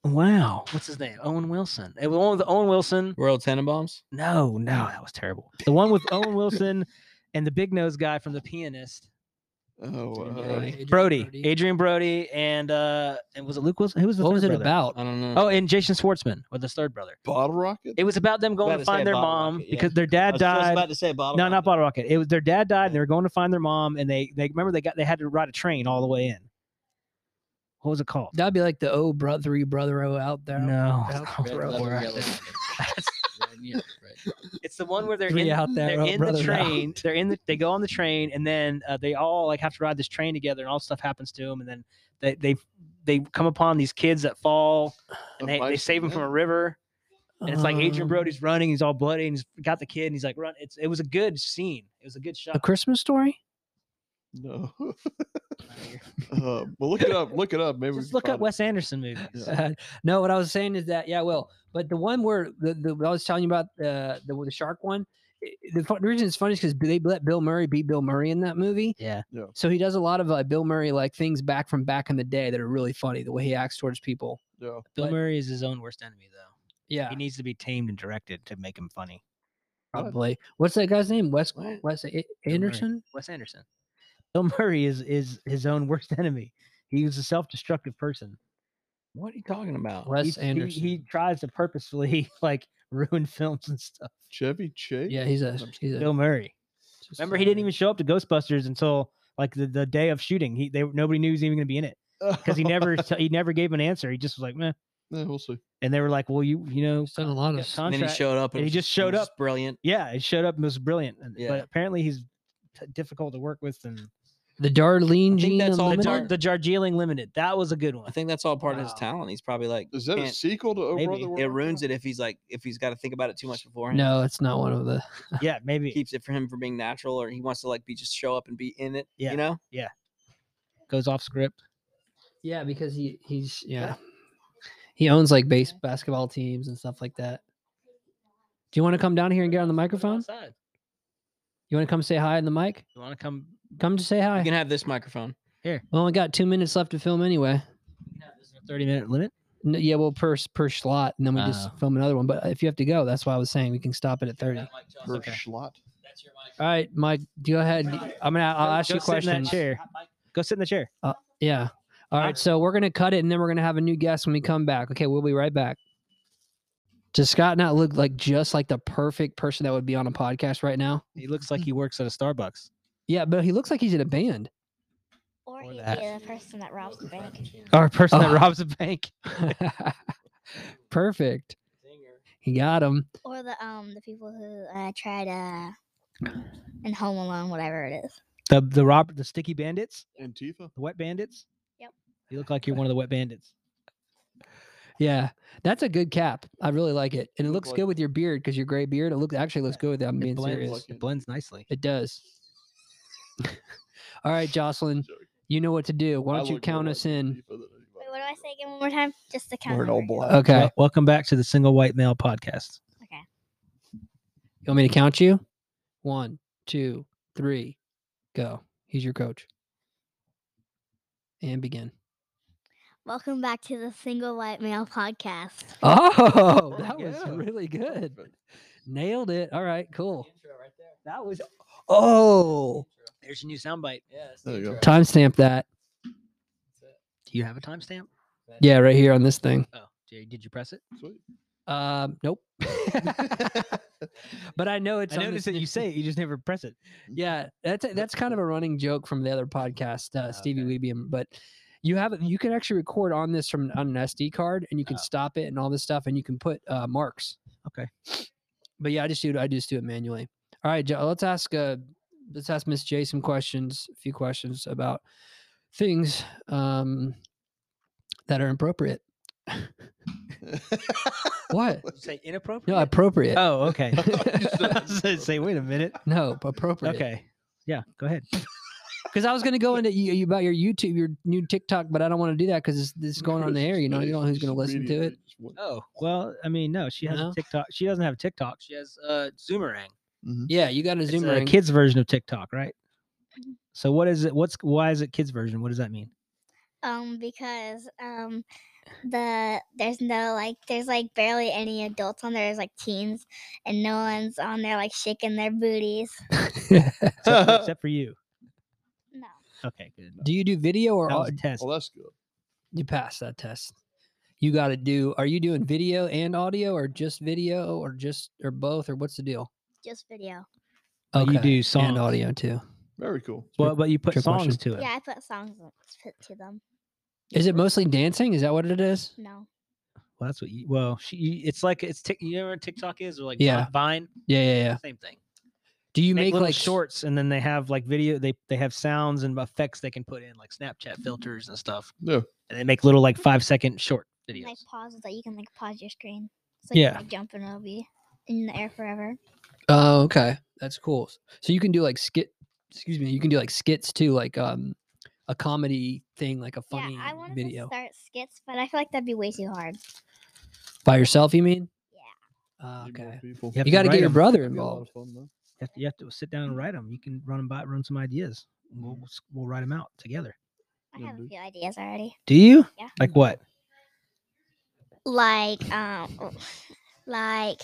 Speaker 3: wow, what's his name? Owen Wilson. It was one with Owen Wilson.
Speaker 6: Royal Tenenbaums.
Speaker 3: No, no, that was terrible. The one with Owen Wilson and the big nose guy from The Pianist.
Speaker 5: Oh,
Speaker 6: Dude,
Speaker 5: uh,
Speaker 6: Brody.
Speaker 2: Adrian
Speaker 3: Brody, Adrian Brody, and uh, and was it Luke Wilson? Who was the
Speaker 2: What
Speaker 3: third
Speaker 2: was it
Speaker 3: brother?
Speaker 2: about?
Speaker 6: I don't know.
Speaker 3: Oh, and Jason Schwartzman was the third brother.
Speaker 5: bottle rocket.
Speaker 3: It was about them going
Speaker 6: about
Speaker 3: to
Speaker 6: to say
Speaker 3: find their
Speaker 6: Bottle
Speaker 3: mom
Speaker 6: Rocket, yeah.
Speaker 3: because their
Speaker 6: I
Speaker 3: dad
Speaker 6: was just
Speaker 3: died.
Speaker 6: about to say bottle.
Speaker 3: No, not
Speaker 6: rocket.
Speaker 3: Bottle Rocket. It was their dad died, and they were going to find their mom, and they they remember they got they had to ride a train all the way in. What was it called?
Speaker 2: That'd be like the oh brother three brother oh out there.
Speaker 3: No,
Speaker 2: Out
Speaker 3: it's not
Speaker 2: there,
Speaker 3: Bro,
Speaker 6: leather,
Speaker 3: we're out
Speaker 6: yellow
Speaker 3: there.
Speaker 6: rocket. Red, yeah, right.
Speaker 3: It's the one where they're
Speaker 2: Three
Speaker 3: in,
Speaker 2: out there,
Speaker 3: they're
Speaker 2: oh,
Speaker 3: in
Speaker 2: brother,
Speaker 3: the
Speaker 2: out.
Speaker 3: train.
Speaker 2: *laughs*
Speaker 3: They're in the they go on the train, and then uh, they all like have to ride this train together, and all stuff happens to them, and then they they they come upon these kids that fall, and
Speaker 5: A
Speaker 3: they, they
Speaker 5: vice
Speaker 3: save them from
Speaker 5: man.
Speaker 3: a river. And it's like Adrian
Speaker 2: Um,
Speaker 3: Brody's running, he's all bloody, and he's got the kid, and he's like, run. It's it was a good scene. It was a good
Speaker 2: A
Speaker 3: shot.
Speaker 2: Christmas story? *laughs*
Speaker 5: No. *laughs* uh, well, look it up. Look it up. Maybe we
Speaker 3: Just
Speaker 5: can
Speaker 3: look
Speaker 5: find
Speaker 3: up
Speaker 5: it.
Speaker 3: Wes Anderson movies.
Speaker 2: Uh, no, what I was saying is that yeah, well, but the one where the, the what I was telling you about the the, the shark one, i- the, fu- the reason it's funny is because they let Bill Murray beat Bill Murray in that movie.
Speaker 3: Yeah.
Speaker 5: Yeah.
Speaker 2: So he does a lot of uh, Bill Murray like things back from back in the day that are really funny. The way he acts towards people.
Speaker 5: Yeah.
Speaker 3: Bill
Speaker 2: But-
Speaker 3: Murray is his own worst enemy, though.
Speaker 2: Yeah,
Speaker 3: He needs to be tamed and directed to make him funny.
Speaker 2: probably. What's that guy's name? Wes
Speaker 6: What?
Speaker 2: Wes A-
Speaker 3: Murray.
Speaker 2: Anderson.
Speaker 3: Wes Anderson. Bill Murray is is his own worst enemy. He was a self-destructive person.
Speaker 6: What are you talking about?
Speaker 3: Oh, He-
Speaker 2: Wes
Speaker 3: he-
Speaker 2: Anderson.
Speaker 3: He, tries to purposefully *laughs* like ruin films and stuff.
Speaker 5: Chevy Chase.
Speaker 2: yeah, he's a he's a.
Speaker 3: Bill Murray.
Speaker 2: just
Speaker 3: Remember, he didn't
Speaker 2: a-
Speaker 3: even show up to Ghostbusters until like the, the day of shooting. He they nobody knew he was even going to be in it
Speaker 5: *laughs*
Speaker 3: because he *laughs* never he never gave an answer. He just was like, meh.
Speaker 5: yeah, we'll see.
Speaker 3: and they were like, "Well, you you
Speaker 2: *laughs*
Speaker 3: know,
Speaker 2: He's done a lot
Speaker 3: you
Speaker 2: of.
Speaker 3: got
Speaker 2: s-
Speaker 6: And then he
Speaker 3: contract."
Speaker 6: showed up.
Speaker 3: and he
Speaker 6: was-
Speaker 3: just
Speaker 6: it
Speaker 3: showed
Speaker 6: was
Speaker 3: up.
Speaker 6: just Brilliant.
Speaker 3: yeah, it showed up and was brilliant, and-
Speaker 6: Yeah.
Speaker 3: but apparently he's t- difficult to work with. And
Speaker 2: The Darlene
Speaker 6: I think
Speaker 2: Jean.
Speaker 6: that's all
Speaker 3: the,
Speaker 6: Limited?
Speaker 2: Unlimited?
Speaker 3: Jar- the Jargeeling Limited, that was a good
Speaker 6: I
Speaker 3: one.
Speaker 6: think that's all part of his
Speaker 2: Wow.
Speaker 6: talent. He's probably like
Speaker 5: Is that a
Speaker 6: can't-
Speaker 5: sequel to Oh
Speaker 3: maybe.
Speaker 5: Brother? Where
Speaker 6: it
Speaker 5: Art
Speaker 6: ruins
Speaker 5: Thou?
Speaker 6: it if he's like if he's got to think about it too much beforehand.
Speaker 2: No, it's not one of the.
Speaker 3: yeah, maybe.
Speaker 6: keeps it for him from being natural, or he wants to like be just show up and be in it.
Speaker 3: Yeah.
Speaker 6: You know.
Speaker 3: goes off script.
Speaker 2: Yeah, because he he's yeah. He owns like base basketball teams and stuff like that. Do you want to come down here and get on the microphone?
Speaker 3: Outside.
Speaker 2: You want to come say hi on the mic?
Speaker 3: You want to come?
Speaker 2: Come to say hi.
Speaker 6: You can have this microphone.
Speaker 2: We only got two minutes left to film anyway.
Speaker 3: Is there a thirty minute limit?
Speaker 2: N- yeah, well, per s- per slot, and then we just
Speaker 3: Oh.
Speaker 2: film another one. But if you have to go, that's why I was saying we can stop it at thirty. All
Speaker 5: Per schlot.
Speaker 2: right, Mike, go ahead. I'm gonna. I'll ask you
Speaker 3: Go sit in that
Speaker 2: questions.
Speaker 3: chair. Go sit in the chair.
Speaker 2: Yeah. All right. So we're gonna cut it, and then we're gonna have a new guest when we come back. Okay, we'll be right back. Does Scott not look like just like the perfect person that would be on a podcast right now?
Speaker 3: He looks like he works at a Starbucks.
Speaker 2: Yeah, but he looks like he's in a band. *laughs*
Speaker 7: Or,
Speaker 3: Or
Speaker 7: he'd
Speaker 3: that.
Speaker 7: be the person that robs the bank.
Speaker 3: Or a person *laughs* that
Speaker 2: Oh.
Speaker 3: robs a bank.
Speaker 2: Perfect. He got him.
Speaker 7: Or the um the people who uh, tried uh in Home Alone, whatever it is.
Speaker 3: The the rob the sticky bandits,
Speaker 5: Antifa.
Speaker 3: the wet bandits.
Speaker 7: Yep.
Speaker 3: You look like you're one of the wet bandits.
Speaker 2: Yeah, that's a good cap. I really like it, and it
Speaker 5: Look
Speaker 2: looks
Speaker 5: like-
Speaker 2: good with your beard because your gray beard. It looks actually looks good with that. I'm being
Speaker 3: It blends.
Speaker 2: serious.
Speaker 3: It blends nicely.
Speaker 2: It does. *laughs* All right, Jocelyn,
Speaker 5: Sorry.
Speaker 2: you know what to do. Mm, Why
Speaker 5: I
Speaker 2: don't you
Speaker 5: look more
Speaker 2: count
Speaker 5: like
Speaker 2: us in?
Speaker 5: Antifa than anybody.
Speaker 7: Wait, what do I say again one more time? Just the count.
Speaker 5: We're an all
Speaker 3: oh,
Speaker 7: number.
Speaker 5: black.
Speaker 2: Okay,
Speaker 3: Well, welcome back to the Single White Male Podcast.
Speaker 2: you want me to count you? One, two, three, go. He's your coach. And begin.
Speaker 7: Welcome back to the Single White Male Podcast.
Speaker 2: Oh, that was
Speaker 5: go.
Speaker 2: really good.
Speaker 5: Perfect.
Speaker 2: Nailed it. All right, cool. That was oh.
Speaker 3: There's your new soundbite.
Speaker 5: There you go.
Speaker 2: Timestamp that.
Speaker 3: Do you have a timestamp?
Speaker 2: Yeah, right here on this thing.
Speaker 3: Oh, Jay, did you press it?
Speaker 5: Sweet.
Speaker 2: Um, nope. *laughs* but I know it's.
Speaker 3: I
Speaker 2: on this
Speaker 3: noticed that you
Speaker 2: new-
Speaker 3: say it, you just never press it.
Speaker 2: *laughs* Yeah, that's a, that's kind of a running joke from the other podcast, uh, Stevie
Speaker 3: Ah, Okay.
Speaker 2: Weebium. But you have you can actually record on this from on an SD card, and you can
Speaker 3: Oh.
Speaker 2: stop it and all this stuff, and you can put uh, marks.
Speaker 3: Okay.
Speaker 2: But yeah, I just do I just do it manually. All right, Jo- let's ask uh, let's ask Miss J some questions, a few questions about things um, that are
Speaker 3: *laughs*
Speaker 2: appropriate.
Speaker 5: *laughs*
Speaker 2: what?
Speaker 3: Say inappropriate.
Speaker 2: No, appropriate.
Speaker 3: Oh,
Speaker 2: *laughs*
Speaker 3: okay. *laughs*
Speaker 5: You said
Speaker 3: I uh, was gonna say, wait a minute. *laughs*
Speaker 2: No, appropriate.
Speaker 3: Okay. Yeah, go ahead.
Speaker 2: Because I was going to go into you, you about your YouTube, your new TikTok, but I don't want to do that because this is going on the air. You know, you don't know who's going to listen to it.
Speaker 3: Oh, well, I mean, no, she has
Speaker 2: No?
Speaker 3: a TikTok. She doesn't have a TikTok. She has uh Zoomerang.
Speaker 2: Yeah, you got a
Speaker 3: It's
Speaker 2: Zoom
Speaker 3: a
Speaker 2: ring.
Speaker 3: kids version of TikTok, right? So what is it? What's why is it kids version? What does that mean?
Speaker 7: Um, because um the there's no like there's like barely any adults on there. There's like teens, and no one's on there like shaking their booties.
Speaker 3: Except for,
Speaker 2: *laughs*
Speaker 3: except for you.
Speaker 7: No.
Speaker 3: Okay, good.
Speaker 2: Do you do video or
Speaker 3: That was
Speaker 2: au-
Speaker 3: a test.
Speaker 5: Well, Oh, that's good.
Speaker 2: you pass that test? You got to do. Are you doing video and audio, or just video, or just or both, or what's the deal?
Speaker 7: Just video.
Speaker 2: Oh,
Speaker 3: But you do
Speaker 2: and
Speaker 3: songs.
Speaker 2: audio too.
Speaker 5: Very cool.
Speaker 3: Well, but you put
Speaker 2: Trick
Speaker 3: songs to it.
Speaker 7: Yeah, I put songs on- put to them.
Speaker 2: Is it mostly dancing? Is that what it is?
Speaker 7: No.
Speaker 3: Well, that's what you. Well, she. You, it's like it's. Tik- you know what TikTok is or like
Speaker 2: Yeah.
Speaker 3: Vine.
Speaker 2: Yeah, yeah, yeah.
Speaker 3: Same thing.
Speaker 2: Do you
Speaker 3: They
Speaker 2: make,
Speaker 3: little
Speaker 2: like short?
Speaker 3: shorts and then they have like video they they have sounds and effects they can put in like snapchat filters and stuff
Speaker 5: Yeah.
Speaker 3: and they make little like five second short videos
Speaker 7: Like pauses that you can like pause your screen. So you
Speaker 3: Yeah.
Speaker 7: can, like, jump and it'll be in the air forever.
Speaker 2: Oh, okay. That's cool. So you can do like skit excuse me, you can do like skits too, like um a comedy thing, like a funny
Speaker 7: yeah, I wanted
Speaker 2: video.
Speaker 7: to start skits, but I feel like that'd be way too hard.
Speaker 2: By yourself, you mean?
Speaker 7: Yeah.
Speaker 2: Oh,
Speaker 5: Need more
Speaker 2: okay.
Speaker 5: people.
Speaker 2: You
Speaker 3: have to
Speaker 2: gotta get
Speaker 3: write
Speaker 2: your
Speaker 3: 'em.
Speaker 2: brother
Speaker 5: That'd be a lot of
Speaker 2: involved.
Speaker 5: fun, though.
Speaker 3: you, have to, you have to sit down and write them you can run them by run some ideas
Speaker 5: Mm.
Speaker 3: we'll, s- we'll write them out together
Speaker 7: I
Speaker 5: Yeah,
Speaker 7: have a
Speaker 2: Mm-hmm.
Speaker 5: dude.
Speaker 7: few ideas already.
Speaker 3: do you
Speaker 7: Yeah.
Speaker 3: like what
Speaker 7: Like, um, oh, like,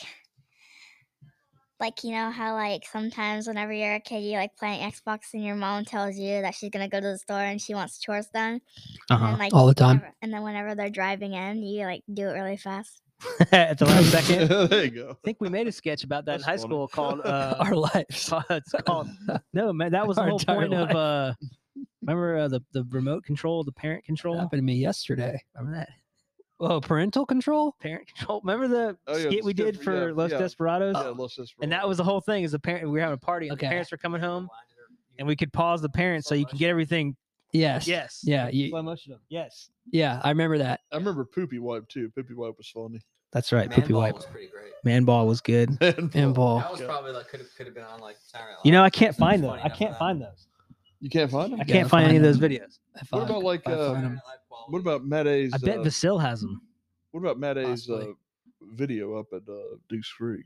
Speaker 7: like you know how like sometimes whenever you're a kid, you like playing Xbox, and your mom tells you that she's gonna go to the store and she wants chores done. And
Speaker 3: uh-huh
Speaker 7: then, like,
Speaker 2: All the
Speaker 5: *laughs*
Speaker 2: time.
Speaker 7: whenever- and then whenever they're driving in, you like do it really fast.
Speaker 3: *laughs* at the last second i
Speaker 5: *laughs* there you go.
Speaker 3: think we made a sketch about that in
Speaker 5: That's
Speaker 3: high
Speaker 5: funny.
Speaker 3: school called
Speaker 5: *laughs*
Speaker 3: uh
Speaker 2: Our lives.
Speaker 3: *laughs* it's *laughs* called no man that was the
Speaker 2: Our
Speaker 3: whole
Speaker 2: entire
Speaker 3: point
Speaker 2: life.
Speaker 3: of uh remember uh, the the remote control the parent control
Speaker 2: happened to me yesterday.
Speaker 3: remember that
Speaker 2: Oh, parental control?
Speaker 3: parent control remember the
Speaker 5: Oh, yeah,
Speaker 3: skit we
Speaker 5: skit
Speaker 3: did
Speaker 5: for- yeah,
Speaker 3: for los
Speaker 5: yeah.
Speaker 2: Uh,
Speaker 3: desperados
Speaker 5: Yeah, let's just
Speaker 3: and
Speaker 5: roll.
Speaker 3: that was the whole thing is the parent we were having a party and
Speaker 2: Okay.
Speaker 3: the parents were coming home and we could pause the parents so you can get everything
Speaker 2: Yes.
Speaker 3: yes
Speaker 2: Yeah. You,
Speaker 3: Slow motion them. yes
Speaker 2: yeah. I remember that.
Speaker 5: I remember Poopy Wipe too. Poopy Wipe was funny.
Speaker 3: that's right
Speaker 8: Man
Speaker 3: poopy
Speaker 8: ball
Speaker 3: wipe
Speaker 8: was pretty great.
Speaker 3: man ball was good
Speaker 5: And
Speaker 2: Pinball.
Speaker 8: That was
Speaker 5: Yeah.
Speaker 8: probably like could have could have been on like Saturday Night
Speaker 3: you
Speaker 8: Live.
Speaker 3: know i can't
Speaker 8: Something
Speaker 3: find those
Speaker 8: funny
Speaker 3: i
Speaker 8: about
Speaker 3: can't
Speaker 8: that.
Speaker 3: find those
Speaker 5: You can't find him.
Speaker 3: I
Speaker 2: Yeah,
Speaker 3: can't find any of
Speaker 2: find
Speaker 3: those
Speaker 2: them.
Speaker 3: videos.
Speaker 2: If
Speaker 5: What
Speaker 2: I-
Speaker 5: about like
Speaker 2: if I find
Speaker 5: uh,
Speaker 2: 'em.
Speaker 5: what about Matt A's?
Speaker 3: I bet
Speaker 5: uh,
Speaker 3: Vasil has them.
Speaker 5: what about Matt A's uh,
Speaker 2: possibly.
Speaker 5: video up at uh, Duke's Creek?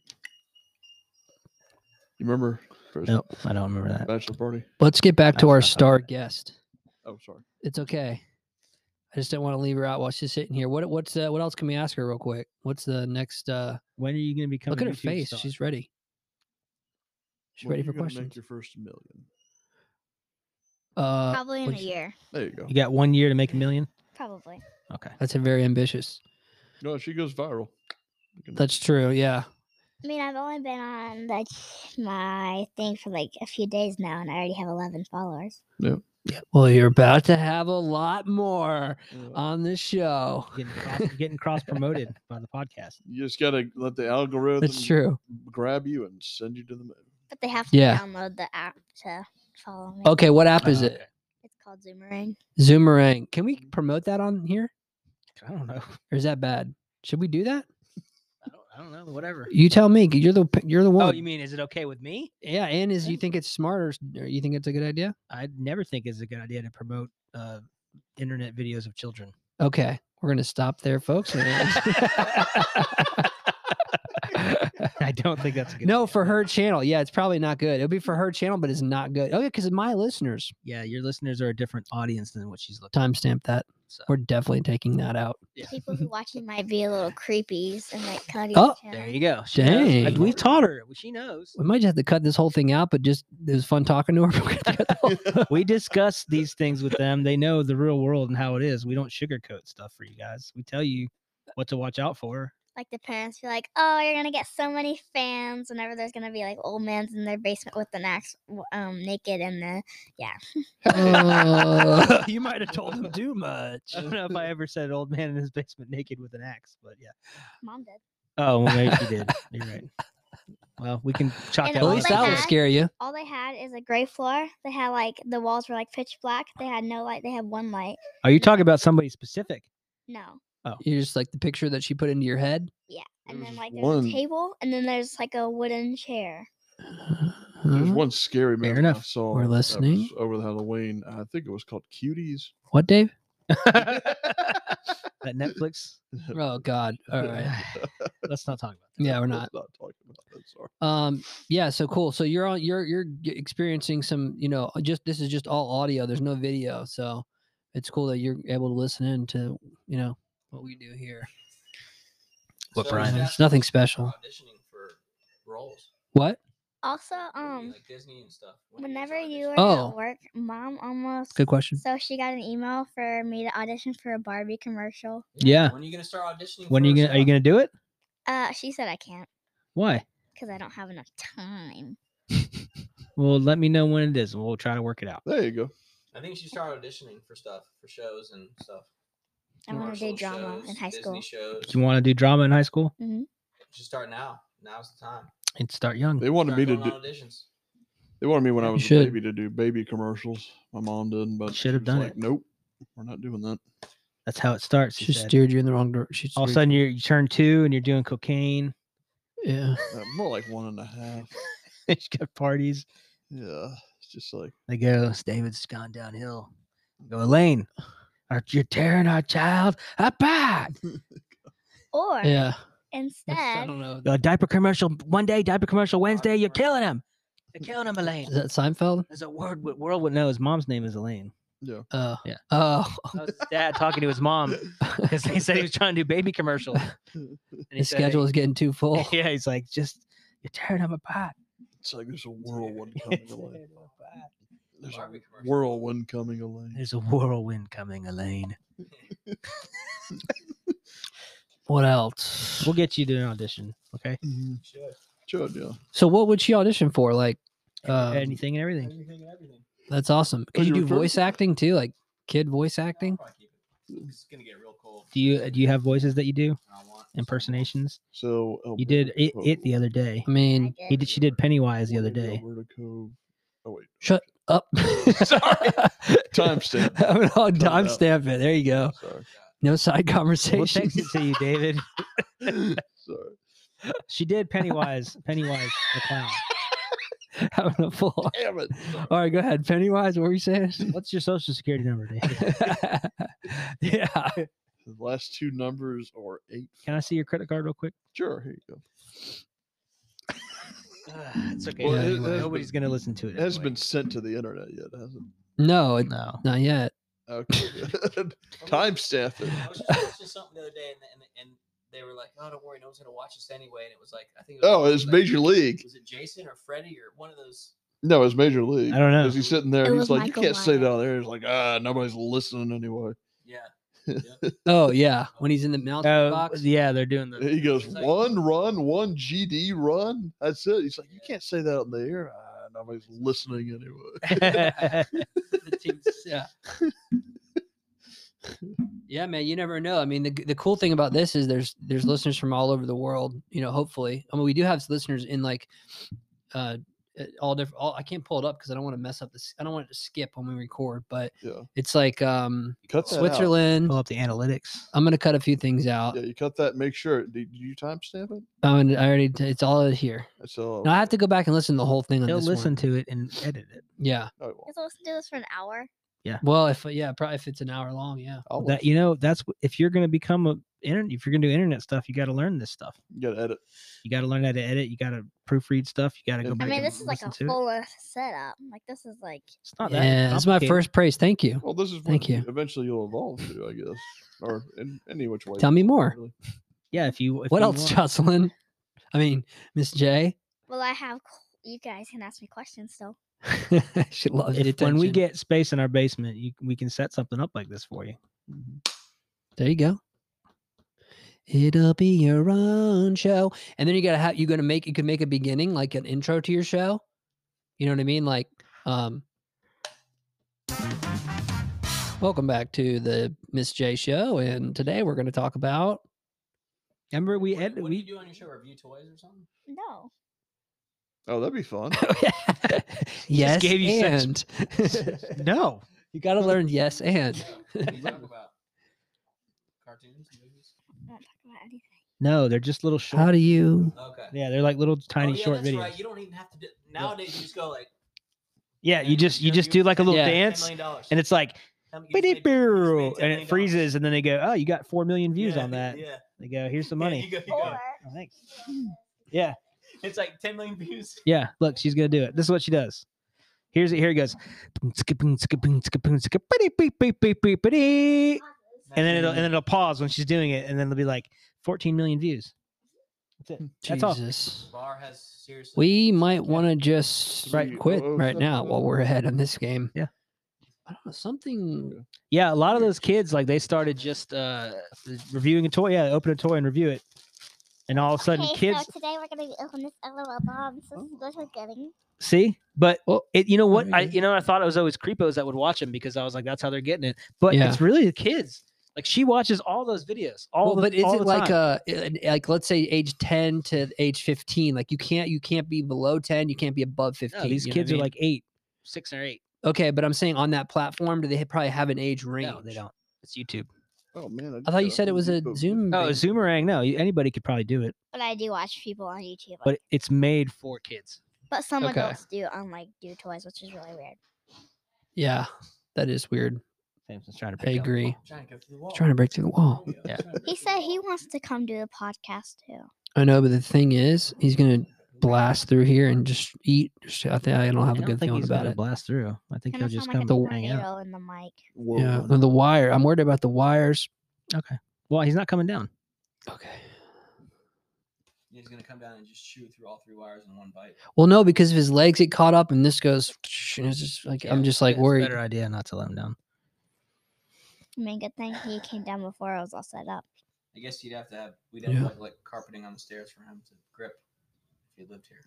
Speaker 5: You remember? Chris?
Speaker 3: Nope, I don't remember that.
Speaker 5: Bachelor party.
Speaker 2: Let's get back to
Speaker 3: I-
Speaker 2: our
Speaker 3: I-
Speaker 2: star guest.
Speaker 5: Oh, sorry.
Speaker 2: It's okay. I just didn't want to leave her out while she's sitting here. What what's uh, what else can we ask her real quick? What's the next? uh
Speaker 3: When are you going to become?
Speaker 2: Look
Speaker 3: a
Speaker 2: at her
Speaker 3: YouTube
Speaker 2: face.
Speaker 3: star?
Speaker 2: She's ready. She's
Speaker 5: When
Speaker 2: ready
Speaker 5: you
Speaker 2: for
Speaker 5: gonna
Speaker 2: questions.
Speaker 5: Make your first million.
Speaker 2: Uh,
Speaker 7: Probably in
Speaker 2: would
Speaker 7: a
Speaker 2: you-
Speaker 7: year.
Speaker 5: There you go.
Speaker 3: You got one year to make a million.
Speaker 7: Probably.
Speaker 3: Okay.
Speaker 2: that's a very ambitious.
Speaker 5: No, she goes viral. You can-
Speaker 2: That's true. Yeah.
Speaker 7: I mean, I've only been on like my thing for like a few days now, and I already have 11 followers.
Speaker 2: Yeah. Well, you're about to have a lot more
Speaker 5: Yeah.
Speaker 2: on this show.
Speaker 3: Getting cross, getting cross promoted by the podcast.
Speaker 5: you just gotta let the algorithm
Speaker 2: That's true.
Speaker 5: grab you and send you to the moon.
Speaker 7: But they have to
Speaker 2: Yeah.
Speaker 7: download the app to follow me.
Speaker 2: Okay. What app is it?
Speaker 7: It's called Zoomerang.
Speaker 2: Zoomerang. Can we promote that on here,
Speaker 3: I don't know.
Speaker 2: or is that bad? Should we do that?
Speaker 3: I don't, I don't know. Whatever.
Speaker 2: You tell me. 'cause You're the p- you're the one.
Speaker 3: Oh, you mean is it okay with me?
Speaker 2: yeah. And is you think it's smart or s- or you think it's a good idea?
Speaker 3: I never think it's a good idea to promote uh, internet videos of children. *laughs*
Speaker 2: Okay, we're gonna stop there, folks. *laughs*
Speaker 3: I don't think that's a good.
Speaker 2: no,
Speaker 3: idea.
Speaker 2: for her channel, yeah, it's probably not good. It'll be for her channel, but it's not good. Oh yeah, because my listeners
Speaker 3: Yeah, your listeners are a different audience than what she's looking.
Speaker 2: timestamp that.
Speaker 3: So.
Speaker 2: We're definitely taking that out.
Speaker 7: People who watch it might be a little creepies and like kind of.
Speaker 2: Oh,
Speaker 3: There you go.
Speaker 2: Dang.
Speaker 3: Knows. We've taught her. She knows.
Speaker 2: We might just have to cut this whole thing out, but just it was fun talking to her. *laughs* We're gonna cut
Speaker 5: *laughs*
Speaker 2: the whole-
Speaker 3: *laughs* we discuss these things with them. They know the real world and how it is. We don't sugarcoat stuff for you guys. We tell you what to watch out *laughs* for.
Speaker 7: Like the parents be like, "Oh, you're gonna get so many fans." Whenever there's gonna be like old men's in their basement with an axe, w- um, naked, and the
Speaker 3: *laughs*
Speaker 2: Uh, you might have told them too much.
Speaker 3: I don't know if I ever said old man in his basement naked with an axe, but yeah.
Speaker 7: mom did.
Speaker 3: Oh, well, maybe she *laughs* did. You're right. Well, we can chalk
Speaker 7: And
Speaker 3: that
Speaker 2: At
Speaker 7: all
Speaker 3: one
Speaker 2: least
Speaker 3: up.
Speaker 7: they
Speaker 2: that will
Speaker 7: had-
Speaker 2: scare you.
Speaker 7: All they had is a gray floor. They had like the walls were like pitch black. They had no light. They had one light.
Speaker 3: Are you talking about somebody specific?
Speaker 7: No.
Speaker 2: You're just like the picture that she put into your head.
Speaker 5: There's
Speaker 7: And then
Speaker 5: just
Speaker 7: like there's
Speaker 5: one-
Speaker 7: a table, and then there's like a wooden chair.
Speaker 5: There's
Speaker 2: Huh?
Speaker 5: one scary movie I
Speaker 3: enough.
Speaker 5: saw
Speaker 2: uh-huh. We're
Speaker 5: that was
Speaker 2: listening.
Speaker 5: over the Halloween. I think it was called Cuties.
Speaker 2: What, Dave?
Speaker 3: *laughs* That Netflix?
Speaker 2: Oh God!
Speaker 5: *laughs*
Speaker 2: All right.
Speaker 5: *sighs*
Speaker 3: Let's not talk about that.
Speaker 2: Yeah, we're
Speaker 5: Let's
Speaker 2: not.
Speaker 5: talking about that. Sorry.
Speaker 2: Um. Yeah. So cool. So you're on. You're you're g- experiencing some. You know, uh, just this is just all audio. There's no video. So it's cool that you're able to listen in to you know what we do here.
Speaker 3: What
Speaker 2: So,
Speaker 3: Brian
Speaker 2: uh,
Speaker 3: is.
Speaker 2: It's nothing special.
Speaker 6: Auditioning for roles.
Speaker 2: What?
Speaker 7: Also, um,
Speaker 6: Disney and stuff.
Speaker 7: whenever you were
Speaker 2: Oh.
Speaker 7: at work, mom almost.
Speaker 2: Good question.
Speaker 7: So she got an email for me to audition for a Barbie commercial.
Speaker 3: Yeah.
Speaker 6: When are you gonna start auditioning?
Speaker 3: When are you gonna are you gonna do it?
Speaker 7: Uh, she said I can't
Speaker 3: Why?
Speaker 7: because I don't have enough time.
Speaker 3: Well, let me know when it is, and we'll try to work it out.
Speaker 5: There you go.
Speaker 6: I think she started auditioning for stuff, for shows and stuff.
Speaker 7: I want to do drama in high school.
Speaker 6: Shows.
Speaker 3: You want to do drama in high school?
Speaker 6: Just start now. Now's the time.
Speaker 3: And start young.
Speaker 5: They wanted me to do.
Speaker 6: auditions.
Speaker 5: They wanted me when I
Speaker 2: You
Speaker 5: was
Speaker 2: should.
Speaker 5: a baby to do baby commercials. My mom did, but
Speaker 3: Should have
Speaker 5: she was
Speaker 3: done
Speaker 5: like,
Speaker 3: it.
Speaker 5: Nope, we're not doing that.
Speaker 3: That's how it starts.
Speaker 2: She
Speaker 3: She said.
Speaker 2: steered you in the wrong direction.
Speaker 3: All of a sudden, you're, you turn two and you're doing cocaine. *laughs*
Speaker 2: yeah.
Speaker 5: Uh, more like one and a half.
Speaker 3: She's got parties.
Speaker 5: Yeah, it's just like
Speaker 3: They go, David's gone downhill. Go, Elaine, are you tearing our child apart?
Speaker 7: Or
Speaker 2: Yeah. That's- I
Speaker 7: instead,
Speaker 2: don't know.
Speaker 3: A diaper commercial one day, diaper commercial Wednesday. You're killing him. You're killing him, Elaine.
Speaker 2: Is that Seinfeld?
Speaker 3: There's a word with world would know. His mom's name is Elaine.
Speaker 2: Oh.
Speaker 3: Yeah.
Speaker 2: Oh.
Speaker 3: That was his dad talking to his mom *laughs* because they said he was trying to do baby commercials. And he
Speaker 2: His
Speaker 3: said, "Hey,
Speaker 2: schedule is getting too
Speaker 3: *laughs*
Speaker 2: full.
Speaker 3: Yeah, he's like, just you're tearing him apart.
Speaker 5: it's like there's a whirlwind
Speaker 6: *laughs*
Speaker 5: coming. Elaine. There's a
Speaker 6: Barbie commercial.
Speaker 5: whirlwind coming, Elaine.
Speaker 3: There's a whirlwind coming, Elaine.
Speaker 2: What else?
Speaker 3: We'll get you to an audition, okay?
Speaker 5: Mhm. Should yeah.
Speaker 2: So what would she audition for? Like. Um,
Speaker 3: Anything and everything.
Speaker 2: That's awesome. Can
Speaker 5: Was
Speaker 2: you
Speaker 5: it
Speaker 2: do
Speaker 5: recruiting?
Speaker 2: voice acting too? Like kid voice acting?
Speaker 6: It's gonna get real cold.
Speaker 3: Do you do you have voices that you do
Speaker 6: I don't want
Speaker 3: impersonations?
Speaker 5: So
Speaker 3: You did it,
Speaker 5: oh.
Speaker 3: it the other day.
Speaker 2: I
Speaker 7: I
Speaker 2: mean,
Speaker 7: did.
Speaker 3: He did. She did Pennywise the other day.
Speaker 5: Alberta Cove. Oh wait,
Speaker 2: shut *laughs* up.
Speaker 5: Sorry.
Speaker 2: *laughs*
Speaker 5: Timestamp.
Speaker 2: I'm gonna
Speaker 5: Cut it out.
Speaker 2: timestamp it. There you go.
Speaker 5: sorry,
Speaker 2: No side
Speaker 3: *laughs* We'll text
Speaker 2: conversation.
Speaker 3: it to you, *laughs* David.
Speaker 5: sorry. *laughs*
Speaker 3: She did Pennywise. Pennywise the clown.
Speaker 2: *laughs* having a full.
Speaker 5: Damn it.
Speaker 2: All right, go ahead. Pennywise, what were you saying? *laughs*
Speaker 3: *laughs* What's your social security number, Dave?
Speaker 2: yeah.
Speaker 5: The last two numbers are eight.
Speaker 3: Can I see your credit card real quick?
Speaker 5: Sure. Here you go.
Speaker 1: it's okay.
Speaker 5: Well, it- it has
Speaker 1: Nobody's
Speaker 5: been-
Speaker 1: gonna listen to it.
Speaker 5: It hasn't
Speaker 1: anyway.
Speaker 5: been sent to the internet yet, has it?
Speaker 2: No, it-
Speaker 1: No.
Speaker 2: not yet.
Speaker 5: Okay. *laughs*
Speaker 6: *laughs*
Speaker 5: Timestamp it.
Speaker 6: I was just watching something the other day, and, and, and they were like, "Oh, don't worry, no one's gonna watch this anyway." And it was like, I think. It was
Speaker 5: Oh, it's
Speaker 6: like-
Speaker 5: Major League.
Speaker 6: Was it Jason or Freddie or one of those?
Speaker 5: No, it's Major League.
Speaker 3: I don't know.
Speaker 5: Because he's sitting there
Speaker 7: It
Speaker 5: and
Speaker 7: was
Speaker 5: he's like,
Speaker 7: Michael
Speaker 5: you can't stay
Speaker 7: Wyatt.
Speaker 5: down there. He's like, ah, nobody's listening anyway.
Speaker 6: Yeah.
Speaker 2: Oh yeah, when he's in the mountain
Speaker 3: Oh,
Speaker 2: box.
Speaker 3: yeah, they're doing the.
Speaker 5: He goes,
Speaker 6: It's like-
Speaker 5: one run, one GD run. That's it. He's like, you can't say that out in the air. Ah, nobody's listening
Speaker 2: *laughs*
Speaker 5: anyway.
Speaker 3: *laughs*
Speaker 2: the teams, yeah. yeah, man, you never know. I mean, the g- the cool thing about this is there's there's listeners from all over the world. You know, hopefully, I mean, we do have listeners in like uh uh, all different. All, I can't pull it up because I don't want to mess up this. I don't want it to skip when we record, but
Speaker 5: Yeah.
Speaker 2: it's like um
Speaker 5: Cut that out.
Speaker 2: Switzerland.
Speaker 3: Pull up the analytics.
Speaker 2: I'm gonna cut a few things out.
Speaker 5: Yeah, you cut that. Make sure. Did you timestamp it?
Speaker 2: Oh, and I already. It's all here.
Speaker 5: That's all.
Speaker 2: Now I have to go back and listen to the whole thing on
Speaker 3: They'll
Speaker 2: this
Speaker 3: listen
Speaker 2: one.
Speaker 3: to it and edit it.
Speaker 2: Yeah.
Speaker 5: No, it won't.
Speaker 7: You're supposed to do this for an hour.
Speaker 2: Well, if yeah, probably if it's an hour long, yeah.
Speaker 5: I'll
Speaker 3: That you know, that's wh- if you're gonna become a internet. If you're gonna do internet stuff, you got to learn this stuff.
Speaker 5: You gotta edit.
Speaker 3: You got to learn how to edit. You got to proofread stuff. You got to
Speaker 5: I
Speaker 3: go
Speaker 7: I
Speaker 3: back.
Speaker 7: mean,
Speaker 3: and
Speaker 7: this is like a
Speaker 3: listen to it.
Speaker 7: full uh, setup. Like this is like
Speaker 3: It's not that.
Speaker 2: Yeah, that's my
Speaker 3: complicated.
Speaker 2: first praise. Thank you.
Speaker 5: Well, this is what
Speaker 2: Thank you.
Speaker 5: eventually you'll evolve to, I guess, or in any which way.
Speaker 2: Tell me more.
Speaker 5: really.
Speaker 3: Yeah, if you. If
Speaker 2: what
Speaker 3: you
Speaker 2: else,
Speaker 3: want.
Speaker 2: Jocelyn? I mean, Miss J. *laughs*
Speaker 7: well, I have qu- you guys can ask me questions still.
Speaker 2: she loves
Speaker 3: If, when we
Speaker 2: attention.
Speaker 3: get space in our basement, you, we can set something up like this for you.
Speaker 2: there, you go. It'll be your own show, and then you gotta have you gonna make you could make a beginning like an intro to your show. You know what I mean? Like, um, welcome back to the Miss J show, and today we're gonna talk about
Speaker 3: Remember, we
Speaker 6: What,
Speaker 3: ed-
Speaker 6: do- what do
Speaker 2: *laughs*
Speaker 3: we
Speaker 6: you do on your show? Review toys or
Speaker 3: *laughs*
Speaker 6: something?
Speaker 7: No,
Speaker 5: Oh, that'd be
Speaker 2: *laughs*
Speaker 5: fun.
Speaker 2: yes
Speaker 3: gave you such-
Speaker 2: and
Speaker 3: *laughs* no.
Speaker 2: you gotta learn yes and.
Speaker 6: What do you talk about? Cartoons, movies.
Speaker 7: I don't talk about anything.
Speaker 3: No, they're just little short.
Speaker 2: How do you?
Speaker 6: Okay.
Speaker 3: yeah, they're like little tiny
Speaker 6: oh, yeah,
Speaker 3: short
Speaker 6: that's
Speaker 3: videos.
Speaker 6: Right. You don't even have to do. Nowadays, you just go like.
Speaker 3: Yeah, you
Speaker 6: "Hey,
Speaker 3: just you
Speaker 6: Joe,
Speaker 3: just
Speaker 6: you-
Speaker 3: do like a little
Speaker 2: Yeah.
Speaker 3: dance, and it's like "Bidi-boo," and it freezes, and then they go, "Oh, you got four million views on that."
Speaker 6: Yeah.
Speaker 3: They go, "Here's some
Speaker 6: Yeah,
Speaker 3: money."
Speaker 6: you go- you go.
Speaker 3: *laughs*
Speaker 7: Or
Speaker 3: Oh, thanks. Yeah,
Speaker 6: It's like 10 million views.
Speaker 3: yeah. Look, she's gonna do it. This is what she does. Here's it. Here it goes. And then it'll and then it'll pause when she's doing it, and then it'll be like 14 million views. That's it. That's all.
Speaker 2: Jesus.
Speaker 6: Bar has seriously.
Speaker 2: We might want to just
Speaker 5: Right.
Speaker 2: quit
Speaker 5: Oh,
Speaker 2: right
Speaker 5: so-
Speaker 2: now while we're ahead on this game.
Speaker 3: Yeah.
Speaker 2: I don't know. Something.
Speaker 3: Yeah, a lot of those kids like they started just uh reviewing a toy. Yeah, open a toy and review it, and all of a sudden,
Speaker 7: okay,
Speaker 3: kids Oh.
Speaker 7: So today we're gonna be opening this LOL bomb. So this is what we're getting.
Speaker 3: See, but
Speaker 2: Well,
Speaker 3: it, you know what?
Speaker 2: there
Speaker 3: I
Speaker 2: you go.
Speaker 3: you know I thought it was always creepos that would watch them because I was like, that's how they're getting it. But
Speaker 2: Yeah.
Speaker 3: it's really the kids. Like she watches all those videos. All
Speaker 2: Well,
Speaker 3: the,
Speaker 2: but is
Speaker 3: all
Speaker 2: it
Speaker 3: the
Speaker 2: like
Speaker 3: time.
Speaker 2: uh i- an- like let's say age ten to age fifteen? Like you can't you can't be below ten. You can't be above fifteen.
Speaker 3: No, these
Speaker 2: you know what
Speaker 3: kids
Speaker 2: I
Speaker 3: are
Speaker 2: mean?
Speaker 3: like eight, six or eight.
Speaker 2: okay, but I'm saying on that platform, do they ha- probably have an age range?
Speaker 3: No, they don't. It's YouTube.
Speaker 5: Oh man,
Speaker 2: I thought you said it was a Zoom.
Speaker 3: Oh,
Speaker 2: thing.
Speaker 3: Zoomerang. No, you- anybody could probably do it,
Speaker 7: But I do watch people on YouTube.
Speaker 3: but it's made for kids.
Speaker 7: but some
Speaker 2: okay.
Speaker 7: adults do on like do toys, which is really weird.
Speaker 2: Yeah, that is weird.
Speaker 3: Samson's trying to
Speaker 2: I
Speaker 3: pick up.
Speaker 2: agree.
Speaker 6: trying to go through the wall.
Speaker 2: Trying to break through the wall.
Speaker 3: Oh, Yeah.
Speaker 7: He said he wants to come do the podcast too.
Speaker 2: I know, but the thing is, he's gonna blast through here and just eat. Just, I think I don't have
Speaker 3: I
Speaker 2: a
Speaker 3: don't
Speaker 2: good
Speaker 3: think
Speaker 2: feeling
Speaker 3: he's
Speaker 2: about
Speaker 3: gonna
Speaker 2: it.
Speaker 3: blast through. I think
Speaker 7: Kinda
Speaker 3: he'll just
Speaker 7: sound like
Speaker 3: come
Speaker 7: a
Speaker 3: hang out.
Speaker 7: tornado in the mic.
Speaker 5: Whoa,
Speaker 2: Yeah, and the wire. I'm worried about the wires.
Speaker 3: Well, he's not coming down.
Speaker 2: Okay.
Speaker 6: He's going to come down and just shoot through all three wires in one bite.
Speaker 2: Well, no, because of his legs, it caught up, and this goes. And it's just like I'm
Speaker 3: Yeah,
Speaker 2: just like
Speaker 3: it's a
Speaker 2: worried.
Speaker 3: Better idea not to let him down.
Speaker 7: I mean, good thing he came down before I was all set up.
Speaker 6: I guess you'd have to have, we'd have
Speaker 2: Yeah.
Speaker 6: like, like carpeting on the stairs for him to grip if he lived here.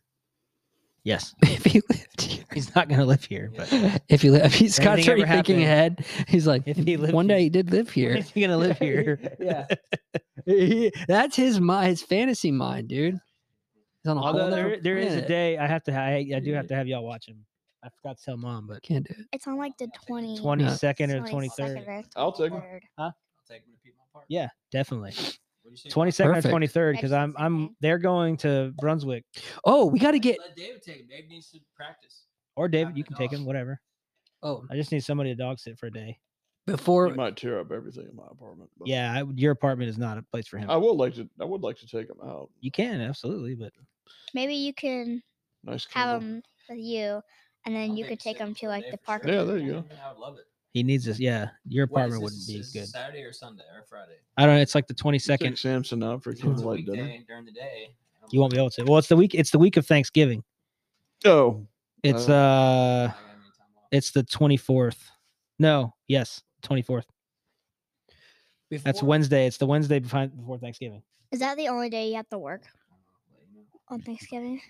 Speaker 3: Yes,
Speaker 2: *laughs* if he lived here,
Speaker 3: *laughs* he's not gonna live here. But
Speaker 2: if he lived, he's
Speaker 3: If
Speaker 2: got
Speaker 3: anything
Speaker 2: already
Speaker 3: ever
Speaker 2: thinking ahead. He's like,
Speaker 3: If he lived
Speaker 2: one day
Speaker 3: here.
Speaker 2: he did live here.
Speaker 3: *laughs* he's gonna live here.
Speaker 2: yeah. *laughs* He- that's his mind, his fantasy mind, dude. He's on a
Speaker 3: Although
Speaker 2: whole nother
Speaker 3: there, there is a
Speaker 2: planet.
Speaker 3: day I have to I, I do have
Speaker 6: Mm.
Speaker 3: to have y'all watch him. I forgot to tell mom, but
Speaker 2: Can't do it.
Speaker 7: It's on like the 20,
Speaker 3: twenty second or twenty
Speaker 7: 22nd
Speaker 3: third,
Speaker 7: or
Speaker 5: I'll take him.
Speaker 7: 23rd.
Speaker 6: I'll take him to Piedmont Park.
Speaker 3: Yeah. definitely.
Speaker 6: What do you
Speaker 3: Twenty second or
Speaker 2: Perfect.
Speaker 3: twenty third, because
Speaker 7: That's
Speaker 3: I'm I'm
Speaker 7: insane.
Speaker 3: they're going to Brunswick
Speaker 2: Oh, we got to get.
Speaker 6: Let David take him. David needs to practice.
Speaker 3: or David. You
Speaker 6: my
Speaker 3: can take
Speaker 6: gosh.
Speaker 3: him, whatever.
Speaker 2: Oh,
Speaker 3: I just need somebody to dog sit for a day.
Speaker 5: You
Speaker 2: before
Speaker 5: might tear up everything in my apartment. but
Speaker 3: Yeah, I, your apartment is not a place for him.
Speaker 6: Oh.
Speaker 5: I would like to. I would like to take him out.
Speaker 3: You can absolutely, but
Speaker 7: Maybe you can
Speaker 5: Nice.
Speaker 7: have
Speaker 5: kennel.
Speaker 7: them with you, and then you could take them to like the park. or
Speaker 5: Yeah, there
Speaker 7: something.
Speaker 5: you go.
Speaker 6: I would love it.
Speaker 3: he needs this. Yeah, your
Speaker 6: What is
Speaker 3: apartment
Speaker 6: this?
Speaker 3: wouldn't be
Speaker 6: Is this
Speaker 3: good.
Speaker 6: Saturday or Sunday or Friday.
Speaker 3: I don't know. It's like the twenty
Speaker 5: You
Speaker 3: second.
Speaker 5: Take Samson out for a
Speaker 6: If it's
Speaker 5: kid's
Speaker 6: a
Speaker 5: light dinner.
Speaker 6: weekday during the day. I don't
Speaker 3: You won't be able to. Well, it's the week. It's the week of Thanksgiving.
Speaker 5: Oh,
Speaker 3: It's
Speaker 5: Oh.
Speaker 6: I
Speaker 3: uh,
Speaker 6: got any time off.
Speaker 3: it's the twenty fourth. No, yes, twenty fourth.
Speaker 2: before
Speaker 3: That's Wednesday. It's the Wednesday behind, before Thanksgiving.
Speaker 7: Is that the only day you have to work on Thanksgiving?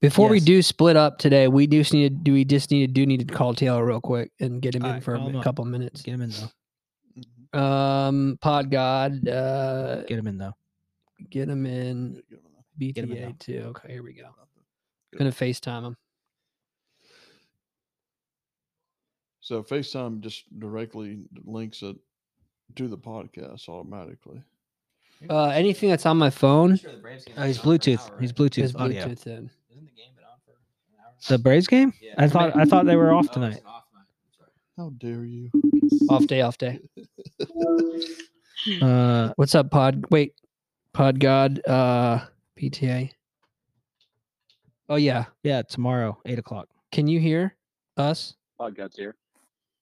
Speaker 2: before we
Speaker 3: Yes.
Speaker 2: do split up today, we do just need to do we just need to do need to call Taylor real quick and get him in
Speaker 3: Alright,
Speaker 2: for a
Speaker 3: call him
Speaker 2: mi-
Speaker 3: up.
Speaker 2: couple minutes.
Speaker 3: Get him in though.
Speaker 5: mm-hmm.
Speaker 2: Um, Pod God, uh,
Speaker 3: Get him in though.
Speaker 2: get him in
Speaker 5: Get him out.
Speaker 3: him in now.
Speaker 2: BTA too. Okay, here we go. Gonna Facetime him.
Speaker 5: So FaceTime just directly links it to the podcast automatically.
Speaker 2: Uh, anything that's on my phone
Speaker 6: I'm sure the Braves game
Speaker 3: uh,
Speaker 9: Oh,
Speaker 6: has
Speaker 9: he's
Speaker 6: been on for an
Speaker 9: Bluetooth.
Speaker 6: hour,
Speaker 9: He's
Speaker 6: right?
Speaker 9: Bluetooth
Speaker 2: is
Speaker 3: Oh,
Speaker 9: audio.
Speaker 2: Bluetooth in.
Speaker 6: Isn't the game been on for an hour?
Speaker 3: The Braves game?
Speaker 6: Yeah.
Speaker 3: I thought I thought they were
Speaker 6: Oh,
Speaker 3: off *clears throat*
Speaker 6: it's an
Speaker 3: tonight.
Speaker 6: off night. I'm sorry.
Speaker 5: How dare you?
Speaker 2: Off day, off day.
Speaker 3: Uh,
Speaker 2: What's up, Pod? Wait, Pod God, uh, PTA. Oh yeah,
Speaker 3: yeah, tomorrow, eight o'clock.
Speaker 2: can you hear us?
Speaker 4: Podcasts here.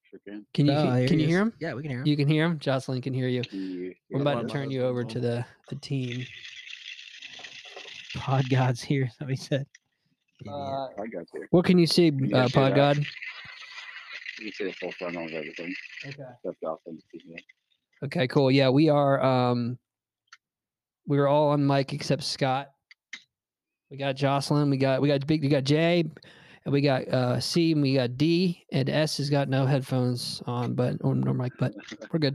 Speaker 4: Sure can.
Speaker 2: Can you
Speaker 3: Oh,
Speaker 2: he-
Speaker 3: here
Speaker 2: can
Speaker 3: he
Speaker 2: you
Speaker 3: is.
Speaker 2: hear him?
Speaker 3: Yeah, we can hear him.
Speaker 2: You can hear him. Jocelyn can hear you.
Speaker 4: Can you-
Speaker 2: We're
Speaker 4: yeah,
Speaker 2: about to
Speaker 5: my
Speaker 2: turn you
Speaker 5: husband's
Speaker 2: over
Speaker 5: on.
Speaker 2: to the the team.
Speaker 3: Pod God's here. Is that what he said? Idiot.
Speaker 2: Uh,
Speaker 4: Podcasts here.
Speaker 2: what can you see,
Speaker 4: Yeah,
Speaker 2: uh,
Speaker 4: sure,
Speaker 2: Pod
Speaker 4: yeah.
Speaker 2: God?
Speaker 4: You can see the full frontal of everything.
Speaker 2: Okay.
Speaker 4: Except the offense. Yeah.
Speaker 2: Okay, cool. Yeah, we are. Um, we were all on mic except Scott. We got Jocelyn. We got we got big. We got Jay, and we got uh, C. And we got D. And S has got no headphones on, but or no mic. But we're good.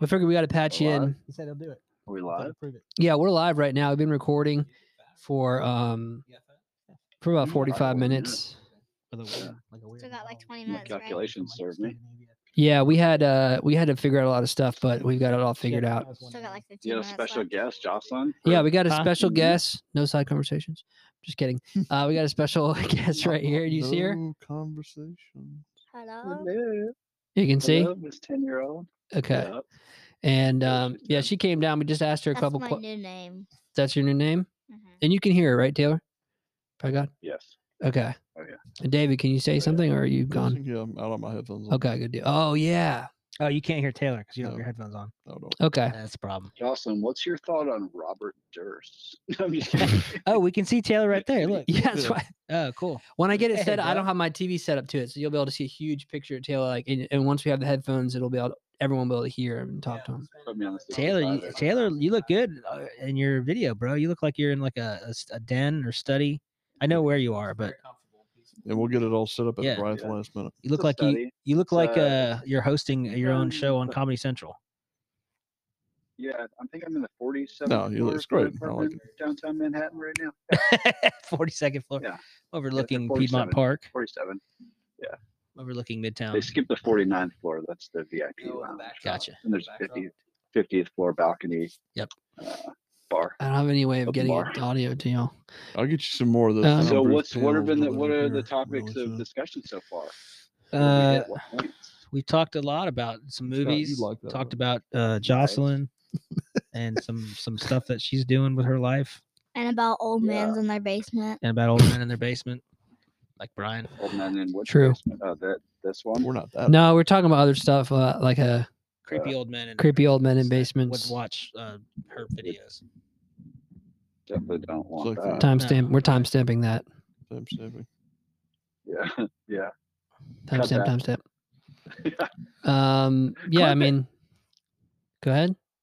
Speaker 2: We figured we got to patch you
Speaker 4: Alive?
Speaker 2: in.
Speaker 3: He said he'll do it.
Speaker 4: Are *laughs* we
Speaker 3: Gotta
Speaker 4: live?
Speaker 3: prove it.
Speaker 2: Yeah, we're live right now. We've been recording for
Speaker 3: uh,
Speaker 2: um for about
Speaker 4: Yeah,
Speaker 2: forty five
Speaker 4: we're good.
Speaker 2: minutes.
Speaker 3: With a weird- like a weird
Speaker 7: Still got like
Speaker 3: vowel.
Speaker 7: 20
Speaker 4: My
Speaker 7: minutes, right?
Speaker 4: calculations serve me.
Speaker 2: Yeah, we had uh we had to figure out a lot of stuff, but we've got it all figured
Speaker 3: Yeah,
Speaker 2: out.
Speaker 3: that was one
Speaker 7: Still
Speaker 3: day.
Speaker 7: got like 15
Speaker 4: You had a
Speaker 7: minutes
Speaker 4: special
Speaker 7: left.
Speaker 4: guest, Jocelyn?
Speaker 2: Yeah, we got a
Speaker 3: Huh?
Speaker 2: special
Speaker 4: Mhm.
Speaker 2: guest. No side conversations. Just kidding.
Speaker 4: Hmm.
Speaker 2: Uh, we got a special *laughs* guest right here. Do you see her?
Speaker 5: No Conversation.
Speaker 7: Hello.
Speaker 4: Hello.
Speaker 2: You can see.
Speaker 4: Hello, Miss 10 year old.
Speaker 2: Okay. And
Speaker 4: Hello,
Speaker 2: um,
Speaker 4: she's
Speaker 2: yeah,
Speaker 4: done.
Speaker 2: she came down. We just asked her a
Speaker 7: That's
Speaker 2: couple.
Speaker 7: my
Speaker 2: que-
Speaker 7: new name.
Speaker 2: That's your new name,
Speaker 4: Mm-hmm.
Speaker 7: Mhm.
Speaker 2: and you can hear her, right, Taylor? By God.
Speaker 4: Yes.
Speaker 2: Okay.
Speaker 4: Oh, yeah. Oh,
Speaker 2: And David, can you say
Speaker 4: yeah.
Speaker 2: something, or are you gone?
Speaker 5: Yeah, I'm out on my headphones. on.
Speaker 2: Okay, good deal. Oh yeah.
Speaker 3: Oh, you can't hear Taylor because you don't have your
Speaker 5: No.
Speaker 3: headphones on.
Speaker 5: No, no.
Speaker 2: Okay. *laughs*
Speaker 3: That's the problem.
Speaker 4: Jocelyn, what's your thought on Robert Durst? *laughs*
Speaker 2: *laughs*
Speaker 4: I'm just kidding.
Speaker 3: Oh, we can see Taylor *laughs* right there. Look.
Speaker 2: Yeah, that's
Speaker 5: Yeah.
Speaker 2: why.
Speaker 3: Oh, cool.
Speaker 2: When I get it
Speaker 3: Hey,
Speaker 2: set, I
Speaker 4: *laughs*
Speaker 2: don't
Speaker 3: bro.
Speaker 2: have my TV set up to it, so you'll be able to see a huge picture of Taylor. Like, and, and once we have the headphones, it'll be able. To, everyone will be able to hear him and talk to him.
Speaker 4: Put me on the speaker
Speaker 3: Taylor, you,
Speaker 4: private.
Speaker 3: Taylor, you look good uh, in your video, bro. You look like you're in like a, a s- a den or study. I know where you are, but
Speaker 5: And we'll get it all set up at
Speaker 3: Yeah.
Speaker 5: the right
Speaker 4: Yeah.
Speaker 5: last minute.
Speaker 3: you look
Speaker 4: It's a
Speaker 3: like you
Speaker 4: study.
Speaker 3: you look
Speaker 4: It's,
Speaker 3: like
Speaker 4: uh,
Speaker 3: uh you're hosting your own show on
Speaker 4: um,
Speaker 3: Comedy Central. *laughs*
Speaker 4: Yeah, I think I'm in the 47th.
Speaker 5: No, you-
Speaker 4: floor
Speaker 5: it's
Speaker 4: of my
Speaker 5: great. I like
Speaker 4: apartment Downtown Manhattan right now.
Speaker 3: 42nd floor,
Speaker 4: Yeah.
Speaker 3: overlooking
Speaker 4: 47.
Speaker 3: Piedmont Park,
Speaker 4: 47.
Speaker 3: overlooking Midtown.
Speaker 2: Um,
Speaker 4: They skipped the 49th floor. That's the VIP lounge.
Speaker 3: Gotcha.
Speaker 4: And there's 50, 50th floor balcony.
Speaker 3: Yep.
Speaker 4: Uh, bar.
Speaker 2: I don't have any way of
Speaker 4: Open
Speaker 2: getting
Speaker 4: bar.
Speaker 2: it audio to y'all.
Speaker 5: I'll get you some more of this.
Speaker 2: Um,
Speaker 4: So
Speaker 5: soundproof
Speaker 4: what's what have
Speaker 5: panels
Speaker 4: been the,
Speaker 5: delivered
Speaker 4: what are the
Speaker 5: here
Speaker 4: topics
Speaker 5: really
Speaker 4: of
Speaker 5: soon.
Speaker 4: discussion so far? What did we
Speaker 3: Uh,
Speaker 4: hit? What points?
Speaker 3: we talked a lot about some
Speaker 5: Scott, you
Speaker 3: movies.
Speaker 5: like that
Speaker 3: talked
Speaker 5: one.
Speaker 3: about uh, Jocelyn and some some stuff that she's doing with her life,
Speaker 7: And about old
Speaker 4: Yeah.
Speaker 7: men's in their basement.
Speaker 3: and about old men in their basement, like Brian.
Speaker 4: Old men in what?
Speaker 2: True.
Speaker 4: basement? Uh, that this one.
Speaker 5: We're not that.
Speaker 2: No, we're talking about other stuff, uh, like a
Speaker 3: Creepy old men and
Speaker 2: creepy old men in
Speaker 3: would
Speaker 2: basements.
Speaker 3: watch uh, her videos.
Speaker 4: Definitely don't want
Speaker 5: like
Speaker 4: that.
Speaker 2: Timestamp. We're timestamping that.
Speaker 5: Time saving.
Speaker 4: Yeah, *laughs* yeah. Cut
Speaker 2: Timestamp. Timestamp.
Speaker 4: Yeah. *laughs*
Speaker 2: Um. Yeah. I
Speaker 4: Clip it.
Speaker 2: mean, go ahead.
Speaker 4: *laughs*
Speaker 2: *laughs*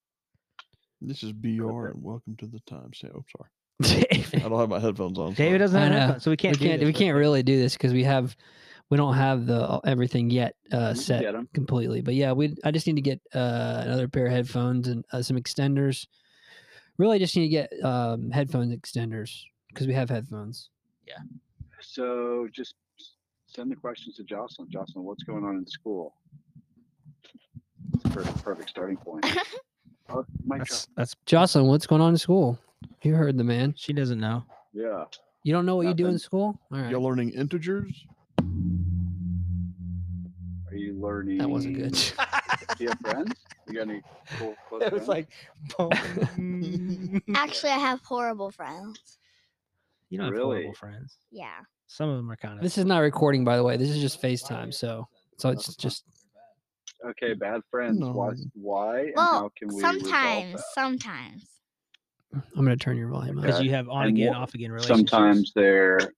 Speaker 5: This is BR and welcome to the time stamp. I'm sorry. I
Speaker 2: David,
Speaker 5: don't have my headphones on.
Speaker 3: David
Speaker 5: sorry.
Speaker 3: doesn't
Speaker 2: I
Speaker 3: have
Speaker 2: know.
Speaker 3: headphones, so we
Speaker 2: we
Speaker 3: can't. do
Speaker 2: can't.
Speaker 3: this,
Speaker 2: We
Speaker 3: but-
Speaker 2: can't really do this because we have, we don't have the everything yet uh,
Speaker 4: You
Speaker 2: set
Speaker 4: get 'em.
Speaker 2: completely. But yeah, we. I just need to get uh, another pair of headphones and uh, some extenders. Really, just need to get um, headphones extenders because we have headphones.
Speaker 4: So just s- send the questions to Jocelyn. Jocelyn, what's
Speaker 7: *laughs*
Speaker 4: going on in school? That's a per- perfect starting point. Huh? Mic
Speaker 3: That's
Speaker 4: drop.
Speaker 3: that's
Speaker 2: Jocelyn, what's going on in school? You heard the man.
Speaker 3: she doesn't know.
Speaker 4: Yeah.
Speaker 2: You don't know what you do in
Speaker 4: Nothing.
Speaker 2: school? All right.
Speaker 5: Y'all learning integers?
Speaker 4: Are you learning?
Speaker 2: That wasn't
Speaker 3: *laughs*
Speaker 2: good. *laughs*
Speaker 4: Do you have friends? You got any cool close
Speaker 3: It was
Speaker 4: friends?
Speaker 3: like,
Speaker 4: *laughs*
Speaker 7: Actually, I have horrible friends.
Speaker 3: you don't have
Speaker 4: Really?
Speaker 3: horrible friends.
Speaker 7: Yeah.
Speaker 3: Some of them are kind of.
Speaker 2: This is not recording, by the way. This is just FaceTime. So, so it's just
Speaker 4: okay, bad friends. Why?
Speaker 5: No.
Speaker 4: Why? And how
Speaker 7: Well,
Speaker 4: can we resolve
Speaker 7: sometimes,
Speaker 4: that?
Speaker 7: sometimes.
Speaker 2: I'm gonna turn your volume up.
Speaker 3: because you have on
Speaker 4: And
Speaker 3: again,
Speaker 4: wha-
Speaker 3: off again relationships.
Speaker 4: Sometimes they're
Speaker 7: Good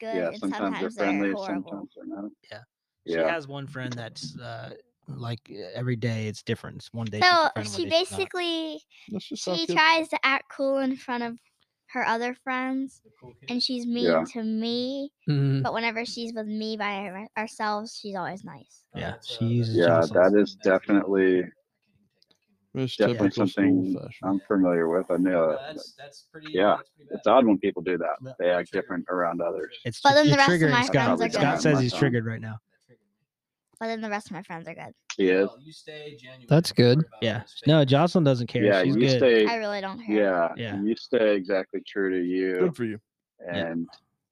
Speaker 4: yeah,
Speaker 7: and
Speaker 4: sometimes, they're friendly, sometimes they're not.
Speaker 3: Yeah.
Speaker 4: Yeah.
Speaker 3: She has one friend that's uh, like uh, every day it's different. It's one day. she's
Speaker 7: So
Speaker 3: a friend, one
Speaker 7: she
Speaker 3: day she's not.
Speaker 7: basically
Speaker 5: That's just how
Speaker 7: she
Speaker 5: kids-
Speaker 7: tries to act cool in front of her other friends, and she's mean
Speaker 4: Yeah.
Speaker 7: to me.
Speaker 2: Mhm.
Speaker 7: But whenever she's with me by her- herself, she's always nice.
Speaker 3: Yeah, she uses.
Speaker 4: yeah,
Speaker 3: Jocelyn's.
Speaker 4: that is definitely
Speaker 5: It's
Speaker 4: definitely
Speaker 5: typical
Speaker 4: something
Speaker 5: school fashion.
Speaker 4: I'm familiar with. I knew it.
Speaker 2: that's pretty.
Speaker 4: yeah, It's odd when people do that. They act
Speaker 2: Sure.
Speaker 4: different around others.
Speaker 3: It's
Speaker 7: But
Speaker 3: tr-
Speaker 7: then
Speaker 3: you're
Speaker 7: the rest of
Speaker 3: triggering
Speaker 7: my
Speaker 3: Scott.
Speaker 4: friends are
Speaker 3: Scott
Speaker 4: good.
Speaker 3: says he's
Speaker 4: Yeah.
Speaker 3: triggered right now.
Speaker 7: But then the rest of my friends are good.
Speaker 4: She is.
Speaker 2: That's good.
Speaker 3: Yeah. No, Jocelyn doesn't care.
Speaker 4: Yeah,
Speaker 3: She's
Speaker 4: you
Speaker 3: good.
Speaker 4: stay.
Speaker 7: I really don't care.
Speaker 4: yeah,
Speaker 3: Yeah.
Speaker 4: you stay exactly true to you
Speaker 5: Good for you.
Speaker 3: Yeah.
Speaker 4: and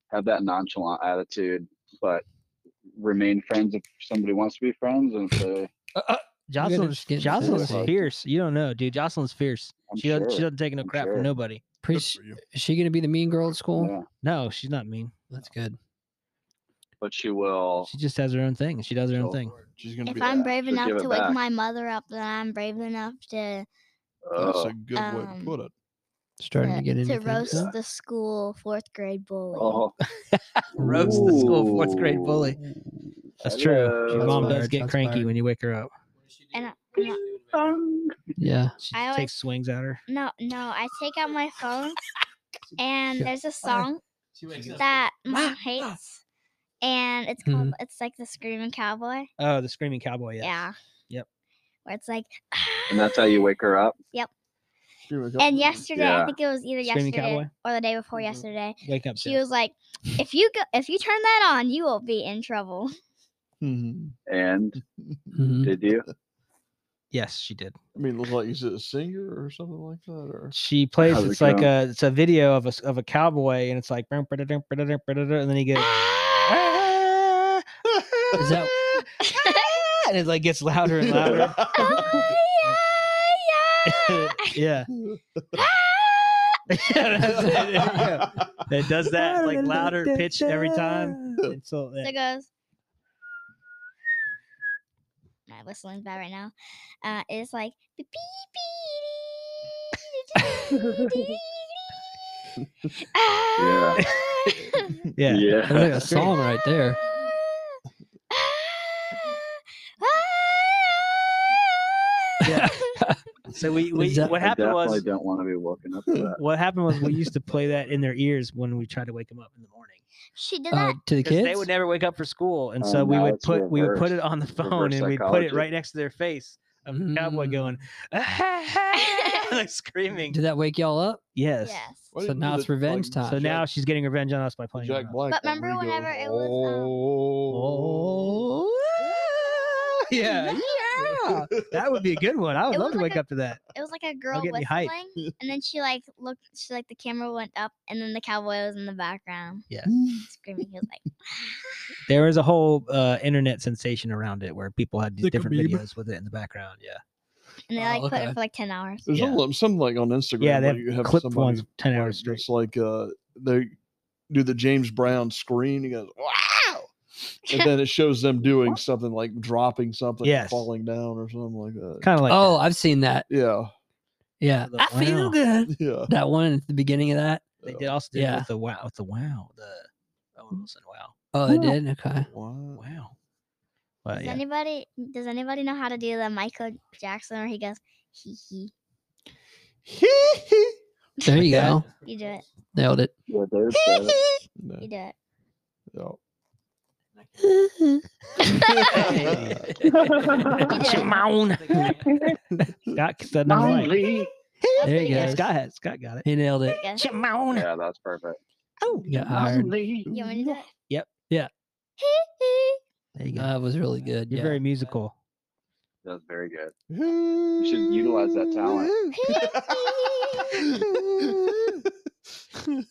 Speaker 4: have that nonchalant attitude, but remain friends if somebody wants to be friends. And if they,
Speaker 3: Jocelyn's
Speaker 2: getting
Speaker 3: Jocelyn's
Speaker 2: satisfied.
Speaker 3: fierce. You don't know, dude. Jocelyn's fierce.
Speaker 4: I'm
Speaker 3: she
Speaker 4: sure.
Speaker 3: doesn't, she doesn't take no
Speaker 4: I'm
Speaker 3: crap
Speaker 4: sure.
Speaker 3: from nobody.
Speaker 2: Pretty,
Speaker 5: Good
Speaker 2: s-
Speaker 5: for you.
Speaker 2: is she gonna be the mean girl at school?
Speaker 4: yeah,
Speaker 3: No, she's not mean.
Speaker 2: That's good.
Speaker 4: but she will.
Speaker 3: She just has her own thing. She does her own
Speaker 4: She'll-
Speaker 3: thing.
Speaker 5: She's gonna
Speaker 7: If
Speaker 5: be.
Speaker 7: I'm
Speaker 4: that.
Speaker 7: brave
Speaker 4: So
Speaker 7: enough
Speaker 4: give it
Speaker 7: to wake
Speaker 4: back.
Speaker 7: my mother up, then I'm brave enough to
Speaker 5: That's
Speaker 4: *laughs* Oh,
Speaker 5: a good way to
Speaker 7: um,
Speaker 5: put it.
Speaker 2: Starting
Speaker 7: to,
Speaker 2: to get
Speaker 7: to
Speaker 2: into
Speaker 7: roast
Speaker 3: Uh,
Speaker 2: things.
Speaker 7: the school fourth grade bully.
Speaker 4: oh,
Speaker 3: Roast the school fourth grade bully.
Speaker 4: Ooh,
Speaker 3: That's true.
Speaker 4: hello.
Speaker 3: Your
Speaker 2: That's
Speaker 3: mom
Speaker 2: fired.
Speaker 3: does get
Speaker 2: That's
Speaker 3: cranky
Speaker 2: fired.
Speaker 3: when you wake her up.
Speaker 7: And I, I'm not-
Speaker 2: Yeah.
Speaker 3: She
Speaker 7: I always-
Speaker 3: takes swings at her.
Speaker 7: no, no, I take out my phone, and
Speaker 2: Shut
Speaker 7: there's a song that mom
Speaker 4: Ah,
Speaker 7: hates, and it's called it's like the Screaming Cowboy.
Speaker 3: Oh, the screaming cowboy. Yes.
Speaker 7: Yeah.
Speaker 3: Yep.
Speaker 7: Where it's like,
Speaker 4: And that's how you wake her up.
Speaker 7: *gasps* and yesterday I
Speaker 4: Yeah. Mm-hmm.
Speaker 7: think it was either
Speaker 3: Screaming
Speaker 7: yesterday
Speaker 3: cowboy?
Speaker 7: or the day before yesterday.
Speaker 3: Wake up.
Speaker 7: She
Speaker 3: sis.
Speaker 7: was like, if you go, if you turn that on, you will be in
Speaker 4: *laughs*
Speaker 7: trouble. *laughs*
Speaker 5: Mhm.
Speaker 3: *laughs*
Speaker 4: And
Speaker 2: Mhm.
Speaker 4: did you?
Speaker 3: yes, she did.
Speaker 5: I mean, it looks like is it a singer or something like
Speaker 3: *laughs*
Speaker 5: that, or
Speaker 3: She plays.
Speaker 4: How's it
Speaker 3: It's like
Speaker 4: go?
Speaker 3: a. It's a video of a s- of a cowboy, and it's like, "Brum, brum, brum, brum, brum, brum," and then he goes. "Ah,
Speaker 2: Is that-
Speaker 3: ah, ah," and it like gets louder and
Speaker 2: *laughs*
Speaker 3: louder. *laughs*
Speaker 5: *laughs*
Speaker 7: *laughs*
Speaker 4: *laughs*
Speaker 7: Oh,
Speaker 3: yeah.
Speaker 7: yeah,
Speaker 2: *laughs*
Speaker 4: *laughs*
Speaker 3: yeah. It does *laughs* that like louder pitch every time. And so
Speaker 7: yeah. so
Speaker 3: yeah.
Speaker 7: it goes. My whistling's bad right now. Uh, it's like beep beep. beep, dee, dee, dee, dee.
Speaker 4: Yeah.
Speaker 7: Ah.
Speaker 3: yeah.
Speaker 2: That's like a
Speaker 4: Yeah.
Speaker 2: song right there.
Speaker 3: Yeah. So we, we
Speaker 2: that-
Speaker 3: what
Speaker 4: *laughs* I
Speaker 3: happened
Speaker 4: definitely
Speaker 3: was
Speaker 4: don't want to be woken up to
Speaker 3: *laughs*
Speaker 4: that.
Speaker 3: what happened was we used to play that in their ears when we tried to wake them up in the morning.
Speaker 7: she did
Speaker 2: Uh,
Speaker 7: that.
Speaker 2: to the
Speaker 3: 'Cause
Speaker 2: kids.
Speaker 3: they would never wake up for school, and
Speaker 4: Oh,
Speaker 3: so we
Speaker 4: now
Speaker 3: would
Speaker 4: it's
Speaker 3: put we would put it
Speaker 4: reverse-
Speaker 3: on the phone
Speaker 4: reverse
Speaker 3: and we'd put it
Speaker 4: psychology.
Speaker 3: right next to their face of the cowboy
Speaker 2: Mm.
Speaker 3: going "Ah, *laughs* like screaming.
Speaker 2: Did that wake y'all up?
Speaker 3: Yes.
Speaker 7: Yes.
Speaker 5: Why
Speaker 2: So
Speaker 5: didn't
Speaker 2: now
Speaker 5: you
Speaker 2: it's
Speaker 5: do the-
Speaker 2: revenge time.
Speaker 3: So now she's getting revenge on us by playing.
Speaker 5: Jack
Speaker 3: Ah, Jack
Speaker 5: Black.
Speaker 7: But
Speaker 5: one where
Speaker 7: remember
Speaker 5: he goes,
Speaker 7: whenever it was,
Speaker 5: "Oh."
Speaker 3: yeah, yeah.
Speaker 7: um,
Speaker 3: That would be a good one. I would
Speaker 7: It
Speaker 3: love to
Speaker 7: was like
Speaker 3: wake
Speaker 7: a-
Speaker 3: up to that.
Speaker 7: It was like a girl
Speaker 3: get me hyped.
Speaker 7: whistling, and then she like looked. She like the camera went up, and then the cowboy was in the background.
Speaker 3: Yeah.
Speaker 7: screaming. He was like,
Speaker 3: There was a whole uh, internet sensation around it where people had these
Speaker 2: Like a
Speaker 3: different
Speaker 2: meme.
Speaker 3: videos with it in the background. Yeah.
Speaker 7: and they
Speaker 2: Oh,
Speaker 7: like put
Speaker 2: okay.
Speaker 7: it for like ten hours.
Speaker 5: *laughs* There's
Speaker 3: Yeah.
Speaker 5: all- something like on Instagram.
Speaker 3: Yeah, they
Speaker 5: where
Speaker 3: have
Speaker 5: you have
Speaker 3: clipped
Speaker 5: somebody
Speaker 3: ones 10 hours
Speaker 5: like,
Speaker 3: straight.
Speaker 5: It's like uh, they do the James Brown screen. He goes, wow. And then it shows them doing something like dropping something,
Speaker 3: Yes.
Speaker 5: falling down or something like that.
Speaker 3: Kind of like
Speaker 2: oh, I've seen that.
Speaker 5: yeah. *laughs*
Speaker 2: Yeah.
Speaker 3: The
Speaker 2: I feel
Speaker 3: wow.
Speaker 2: good.
Speaker 5: Yeah.
Speaker 2: *laughs* That one at the beginning of that.
Speaker 3: that. They did also did
Speaker 2: Yeah.
Speaker 3: it with the wow with the wow. The Owen Wilson wow.
Speaker 2: Oh, they
Speaker 5: Wow.
Speaker 2: did. Okay.
Speaker 5: Wow.
Speaker 3: Wow.
Speaker 2: Uh,
Speaker 3: Well,
Speaker 7: Does
Speaker 3: yeah.
Speaker 7: anybody does anybody know how to do the Michael Jackson where he goes hee hee?
Speaker 3: *laughs*
Speaker 2: There you go.
Speaker 7: You
Speaker 6: *laughs*
Speaker 7: do it.
Speaker 2: Nailed
Speaker 7: *laughs*
Speaker 2: it.
Speaker 4: Yeah, there's that.
Speaker 2: Uh.
Speaker 5: No,
Speaker 7: You do
Speaker 2: *laughs*
Speaker 7: it.
Speaker 5: yeah.
Speaker 7: *laughs*
Speaker 5: *laughs*
Speaker 3: Scott said no right.
Speaker 2: There
Speaker 7: pretty
Speaker 2: you
Speaker 7: good.
Speaker 2: go.
Speaker 3: Scott had Scott got it.
Speaker 2: He nailed it.
Speaker 7: Yes.
Speaker 4: Yeah, that's perfect.
Speaker 3: Oh,
Speaker 2: You got hired.
Speaker 7: You want me to do it?
Speaker 3: Yep.
Speaker 2: Yeah.
Speaker 7: Hee hee.
Speaker 3: There you go.
Speaker 2: That was really good.
Speaker 3: You're
Speaker 2: yeah.
Speaker 3: very musical.
Speaker 4: That was very good.
Speaker 5: You
Speaker 4: should utilize
Speaker 5: *laughs*
Speaker 4: that talent.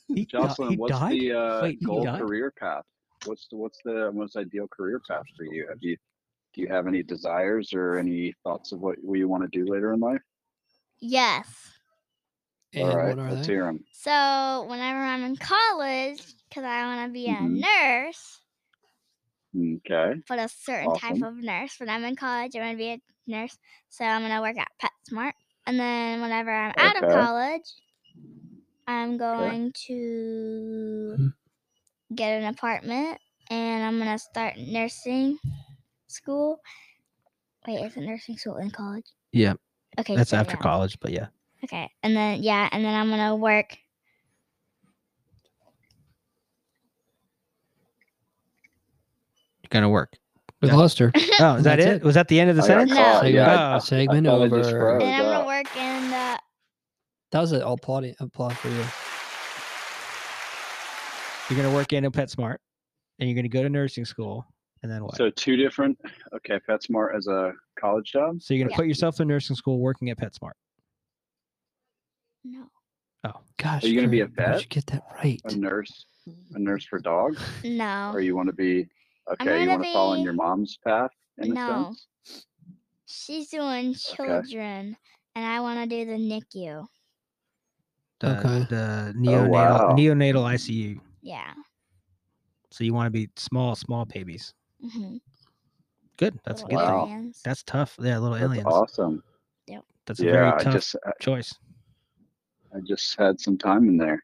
Speaker 3: He, di-
Speaker 4: Jocelyn,
Speaker 3: he
Speaker 4: what's
Speaker 3: died?
Speaker 4: the uh,
Speaker 3: Wait, he
Speaker 4: goal
Speaker 3: died?
Speaker 4: career path? What's the what's the most ideal career path for you? Have you do you have any desires or any thoughts of what, what you want to do later in life?
Speaker 7: Yes.
Speaker 2: And
Speaker 4: All right,
Speaker 2: what are
Speaker 4: let's
Speaker 2: they?
Speaker 4: hear 'em.
Speaker 7: So whenever I'm in college, because I want to be a
Speaker 2: Mm-hmm.
Speaker 4: Mhm.
Speaker 7: nurse,
Speaker 4: Okay.
Speaker 7: but a certain
Speaker 4: Awesome.
Speaker 7: type of nurse. When I'm in college, I want to be a nurse. So I'm going to work at PetSmart. And then whenever I'm out of
Speaker 4: Okay.
Speaker 7: college, I'm going to
Speaker 3: Mm-hmm.
Speaker 7: get an apartment and I'm going to start nursing school. Wait, is it nursing school in college?
Speaker 3: Yeah,
Speaker 7: Okay.
Speaker 3: that's
Speaker 7: so
Speaker 3: after
Speaker 7: yeah.
Speaker 3: college, but yeah.
Speaker 7: Okay. And then, yeah. And then I'm going to work.
Speaker 3: You're gonna work.
Speaker 2: We
Speaker 3: Yeah.
Speaker 2: lost her.
Speaker 3: Oh, is that
Speaker 2: That's
Speaker 3: it?
Speaker 2: it.
Speaker 3: Was that the end of the
Speaker 4: I got
Speaker 3: sentence?
Speaker 7: caught,
Speaker 2: Segment,
Speaker 4: yeah,
Speaker 3: I- I-
Speaker 2: segment
Speaker 4: thought it just
Speaker 2: over.
Speaker 4: froze.
Speaker 7: And I'm going
Speaker 4: that?
Speaker 7: to work in the
Speaker 2: That was an applaud, applaud for you.
Speaker 3: You're gonna work in a PetSmart, and you're gonna go to nursing school, and then what? So,
Speaker 4: *laughs* So two different. Okay, PetSmart as a college job.
Speaker 3: you're gonna
Speaker 7: Yeah.
Speaker 3: put yourself in nursing school, working at PetSmart.
Speaker 7: No,
Speaker 3: Oh,
Speaker 2: Gosh,
Speaker 4: Are you gonna be a
Speaker 2: Kurt, why don't
Speaker 4: vet?
Speaker 2: You get that right.
Speaker 3: *laughs*
Speaker 4: A nurse. A nurse for dogs.
Speaker 7: no,
Speaker 4: Or you want to be. Okay, you
Speaker 7: gonna
Speaker 4: want to follow in
Speaker 7: be-
Speaker 4: your mom's path in a
Speaker 7: No.
Speaker 4: sense.
Speaker 7: she's doing children, and I want to do the NICU.
Speaker 3: the,
Speaker 2: Okay.
Speaker 3: The neonatal
Speaker 4: Oh, wow.
Speaker 3: neonatal ICU.
Speaker 7: Yeah.
Speaker 3: So you want to be small, small babies.
Speaker 7: Mm-hmm.
Speaker 3: Good. That's a good
Speaker 4: Oh, Wow.
Speaker 3: thing. That's tough. Yeah, little
Speaker 4: That's
Speaker 3: aliens.
Speaker 4: awesome.
Speaker 3: That's a
Speaker 4: Yeah,
Speaker 3: very
Speaker 4: I
Speaker 3: tough
Speaker 4: just I-
Speaker 3: choice.
Speaker 4: I just had some time in there,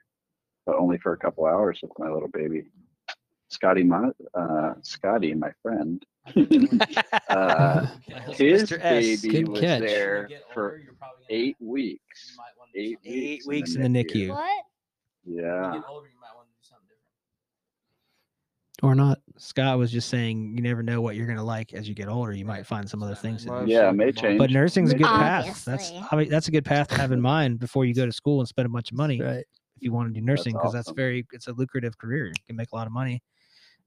Speaker 4: but only for a couple hours with my little baby. Scotty, my uh, Scotty, my friend. *laughs* uh,
Speaker 6: *laughs*
Speaker 4: his
Speaker 3: Mr. S.
Speaker 4: baby
Speaker 2: Good
Speaker 4: was
Speaker 2: catch.
Speaker 4: there for eight weeks. Eight,
Speaker 3: Eight
Speaker 4: weeks
Speaker 3: weeks in the NICU.
Speaker 7: What?
Speaker 4: Yeah.
Speaker 2: *laughs* or not.
Speaker 3: Scott was just saying you never know what you're gonna like as you get older. You might find some other things. That
Speaker 5: Might
Speaker 3: you
Speaker 5: have
Speaker 4: Yeah, it
Speaker 5: sucked
Speaker 4: may
Speaker 5: the ball.
Speaker 4: change.
Speaker 3: But nursing's a good path. That's
Speaker 7: Obviously.
Speaker 3: I mean, that's a good path to have in mind before you go to school and spend a bunch of money
Speaker 2: Right.
Speaker 3: if you want to do nursing because that's,
Speaker 4: awesome.
Speaker 3: very it's a lucrative career. You can make a lot of money,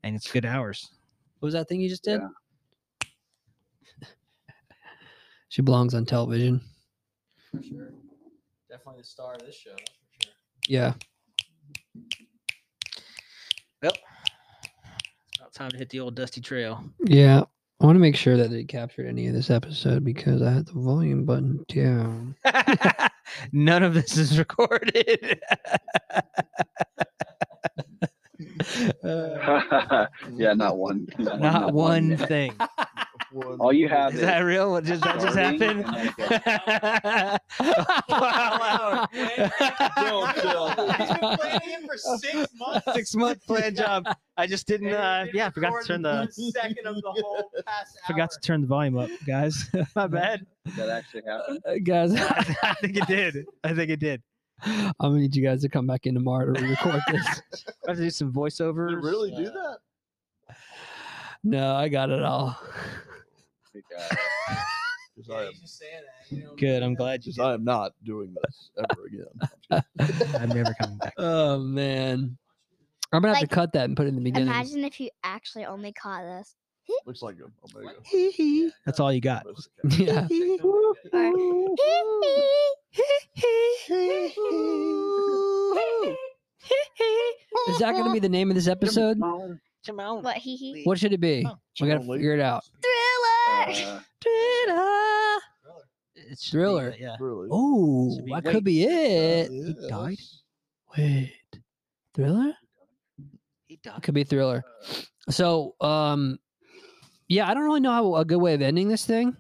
Speaker 3: and it's good hours.
Speaker 2: What was that thing you just did?
Speaker 4: Yeah.
Speaker 2: *laughs* She belongs on television.
Speaker 6: For sure. Definitely the star of this show. That's for sure.
Speaker 2: Yeah.
Speaker 3: About time to hit the old dusty trail.
Speaker 2: Yeah. I want to make sure that they captured any of this episode because I had the volume button down.
Speaker 3: *laughs* None of this is recorded. *laughs* Uh,
Speaker 4: *laughs* yeah, not one.
Speaker 3: *laughs* not *laughs* one thing.
Speaker 4: *laughs*
Speaker 5: One-
Speaker 4: All you have
Speaker 3: Is
Speaker 4: is,
Speaker 3: that real? What Did that just
Speaker 4: Starting
Speaker 3: happen?
Speaker 4: and
Speaker 3: wow, wow.
Speaker 6: him for six months.
Speaker 3: *laughs* Six month plan job. I just didn't. Uh, yeah, forgot to turn the
Speaker 6: second of the whole past
Speaker 3: forgot to turn the volume up, guys. My bad.
Speaker 4: that actually happened.
Speaker 2: Uh, guys,
Speaker 3: *laughs*
Speaker 2: *laughs*
Speaker 3: I think it did. I think it did.
Speaker 2: I'm gonna need you guys to come back in tomorrow to record this.
Speaker 3: I have to do some voiceovers.
Speaker 5: Did it really do that?
Speaker 2: *laughs* no, I got it all.
Speaker 4: Big guy.
Speaker 5: 'Cause I, am,
Speaker 3: Good. I'm glad you.
Speaker 5: 'cause I am not doing this ever again. *laughs*
Speaker 3: I'm never coming back.
Speaker 2: Oh man, I'm gonna have
Speaker 7: Like,
Speaker 2: to cut that and put it in the beginning.
Speaker 7: Imagine if you actually only caught this.
Speaker 5: Looks like a omega.
Speaker 3: That's all you *laughs* got.
Speaker 2: *laughs* yeah.
Speaker 7: Or,
Speaker 2: *laughs* Is that gonna be the name of this episode?
Speaker 7: *laughs* what?
Speaker 3: *laughs*
Speaker 7: Hee hee.
Speaker 2: What should it be? We gotta
Speaker 5: Totally.
Speaker 2: figure it out.
Speaker 7: Thriller.
Speaker 4: Uh,
Speaker 3: It's
Speaker 2: Thriller.
Speaker 3: Yeah.
Speaker 5: Really? Uh,
Speaker 2: Oh,
Speaker 3: be
Speaker 2: that could be it. He died.
Speaker 5: Yes.
Speaker 2: Wait, thriller?
Speaker 3: He
Speaker 2: It could be
Speaker 5: uh,
Speaker 2: thriller. So, um, yeah, I don't really know how a good way of ending this thing.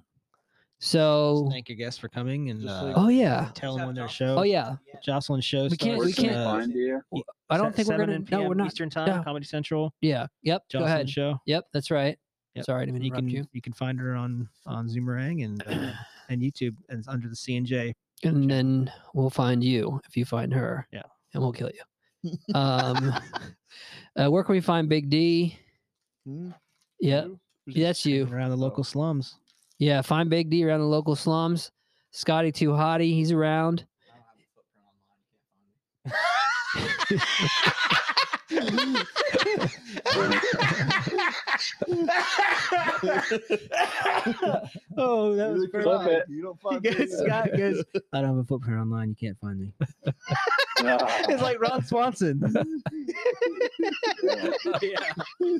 Speaker 2: So,
Speaker 3: Thank your guests for coming and
Speaker 5: Just
Speaker 3: uh,
Speaker 5: like-
Speaker 2: oh yeah,
Speaker 3: tell them when their show.
Speaker 2: oh yeah.
Speaker 3: Jocelyn's show.
Speaker 2: We can't-
Speaker 4: where
Speaker 2: we
Speaker 4: can
Speaker 3: starts,
Speaker 2: can't-
Speaker 3: uh,
Speaker 4: they find you?
Speaker 2: I don't
Speaker 3: se-
Speaker 2: think we're
Speaker 3: 7
Speaker 2: gonna.
Speaker 3: and
Speaker 2: No, we're
Speaker 3: PM
Speaker 2: not.
Speaker 3: Eastern Time,
Speaker 2: no.
Speaker 3: Comedy Central.
Speaker 2: Yeah. Yep. go
Speaker 3: Jocelyn's
Speaker 2: ahead.
Speaker 3: show.
Speaker 2: Yep. That's right.
Speaker 3: Yep.
Speaker 2: Sorry, I didn't
Speaker 3: And you
Speaker 2: interrupt
Speaker 3: can
Speaker 2: you.
Speaker 3: you. can find her on on Zoomerang
Speaker 2: *clears throat*
Speaker 3: and uh, and YouTube and it's under the C and J.
Speaker 2: and then we'll find you if you find her.
Speaker 3: Yeah.
Speaker 2: and we'll kill you.
Speaker 3: *laughs*
Speaker 2: Um, uh, where can we find Big D?
Speaker 5: Hmm?
Speaker 2: Yeah,
Speaker 5: You? Who's
Speaker 2: yeah,
Speaker 5: it? *laughs*
Speaker 2: that's you.
Speaker 3: around the local slums.
Speaker 2: Yeah, find Big D around the local slums. Scotty Too Hottie, he's around. *laughs*
Speaker 3: oh, that was
Speaker 5: You
Speaker 3: perfect.
Speaker 5: cry.
Speaker 2: *laughs*
Speaker 4: it.
Speaker 5: You
Speaker 4: *laughs*
Speaker 5: don't find
Speaker 3: Yes,
Speaker 5: me there.
Speaker 3: Scott goes, *laughs* I don't have a footprint online. You can't find me.
Speaker 4: Ah,
Speaker 3: *laughs* It's
Speaker 4: *laughs*
Speaker 3: like Ron *laughs* Swanson.
Speaker 4: yeah.
Speaker 3: *laughs*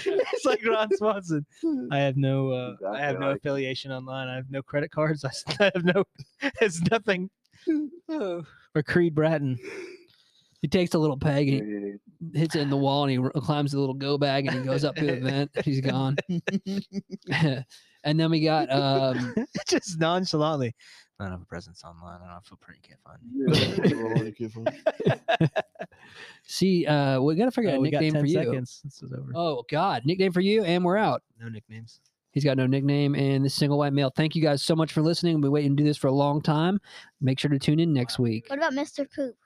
Speaker 3: it's like Ron Swanson.
Speaker 2: Hmm.
Speaker 3: I have no, uh, I have
Speaker 4: Exactly
Speaker 3: no
Speaker 4: like-
Speaker 3: affiliation online. I have no credit cards. *laughs* I s- I have no, it's nothing.
Speaker 2: Hmm.
Speaker 3: Oh. Or Creed Bratton.
Speaker 2: He takes a little peg *laughs* and
Speaker 4: Dude,
Speaker 2: he hits it in the wall and he r- climbs the little go bag and he goes up to the
Speaker 3: *laughs*
Speaker 2: vent. He's gone. *laughs* and then we got *laughs* um,
Speaker 3: *laughs* Just nonchalantly. I don't have a presence online. I don't have a footprint. You can't find me.
Speaker 4: *laughs*
Speaker 5: Oh, you can't find-
Speaker 2: see. Uh, we gotta figure out
Speaker 3: Oh,
Speaker 2: a
Speaker 3: we got
Speaker 2: nickname
Speaker 3: 10
Speaker 2: for you.
Speaker 3: seconds. This is over.
Speaker 2: Oh God, nickname for you, and we're out.
Speaker 3: No nicknames.
Speaker 2: He's got no nickname and the single white male. Thank you guys so much for listening. We've been waiting to do this for a long time. Make sure to tune in next week.
Speaker 7: What about Mr. Poop?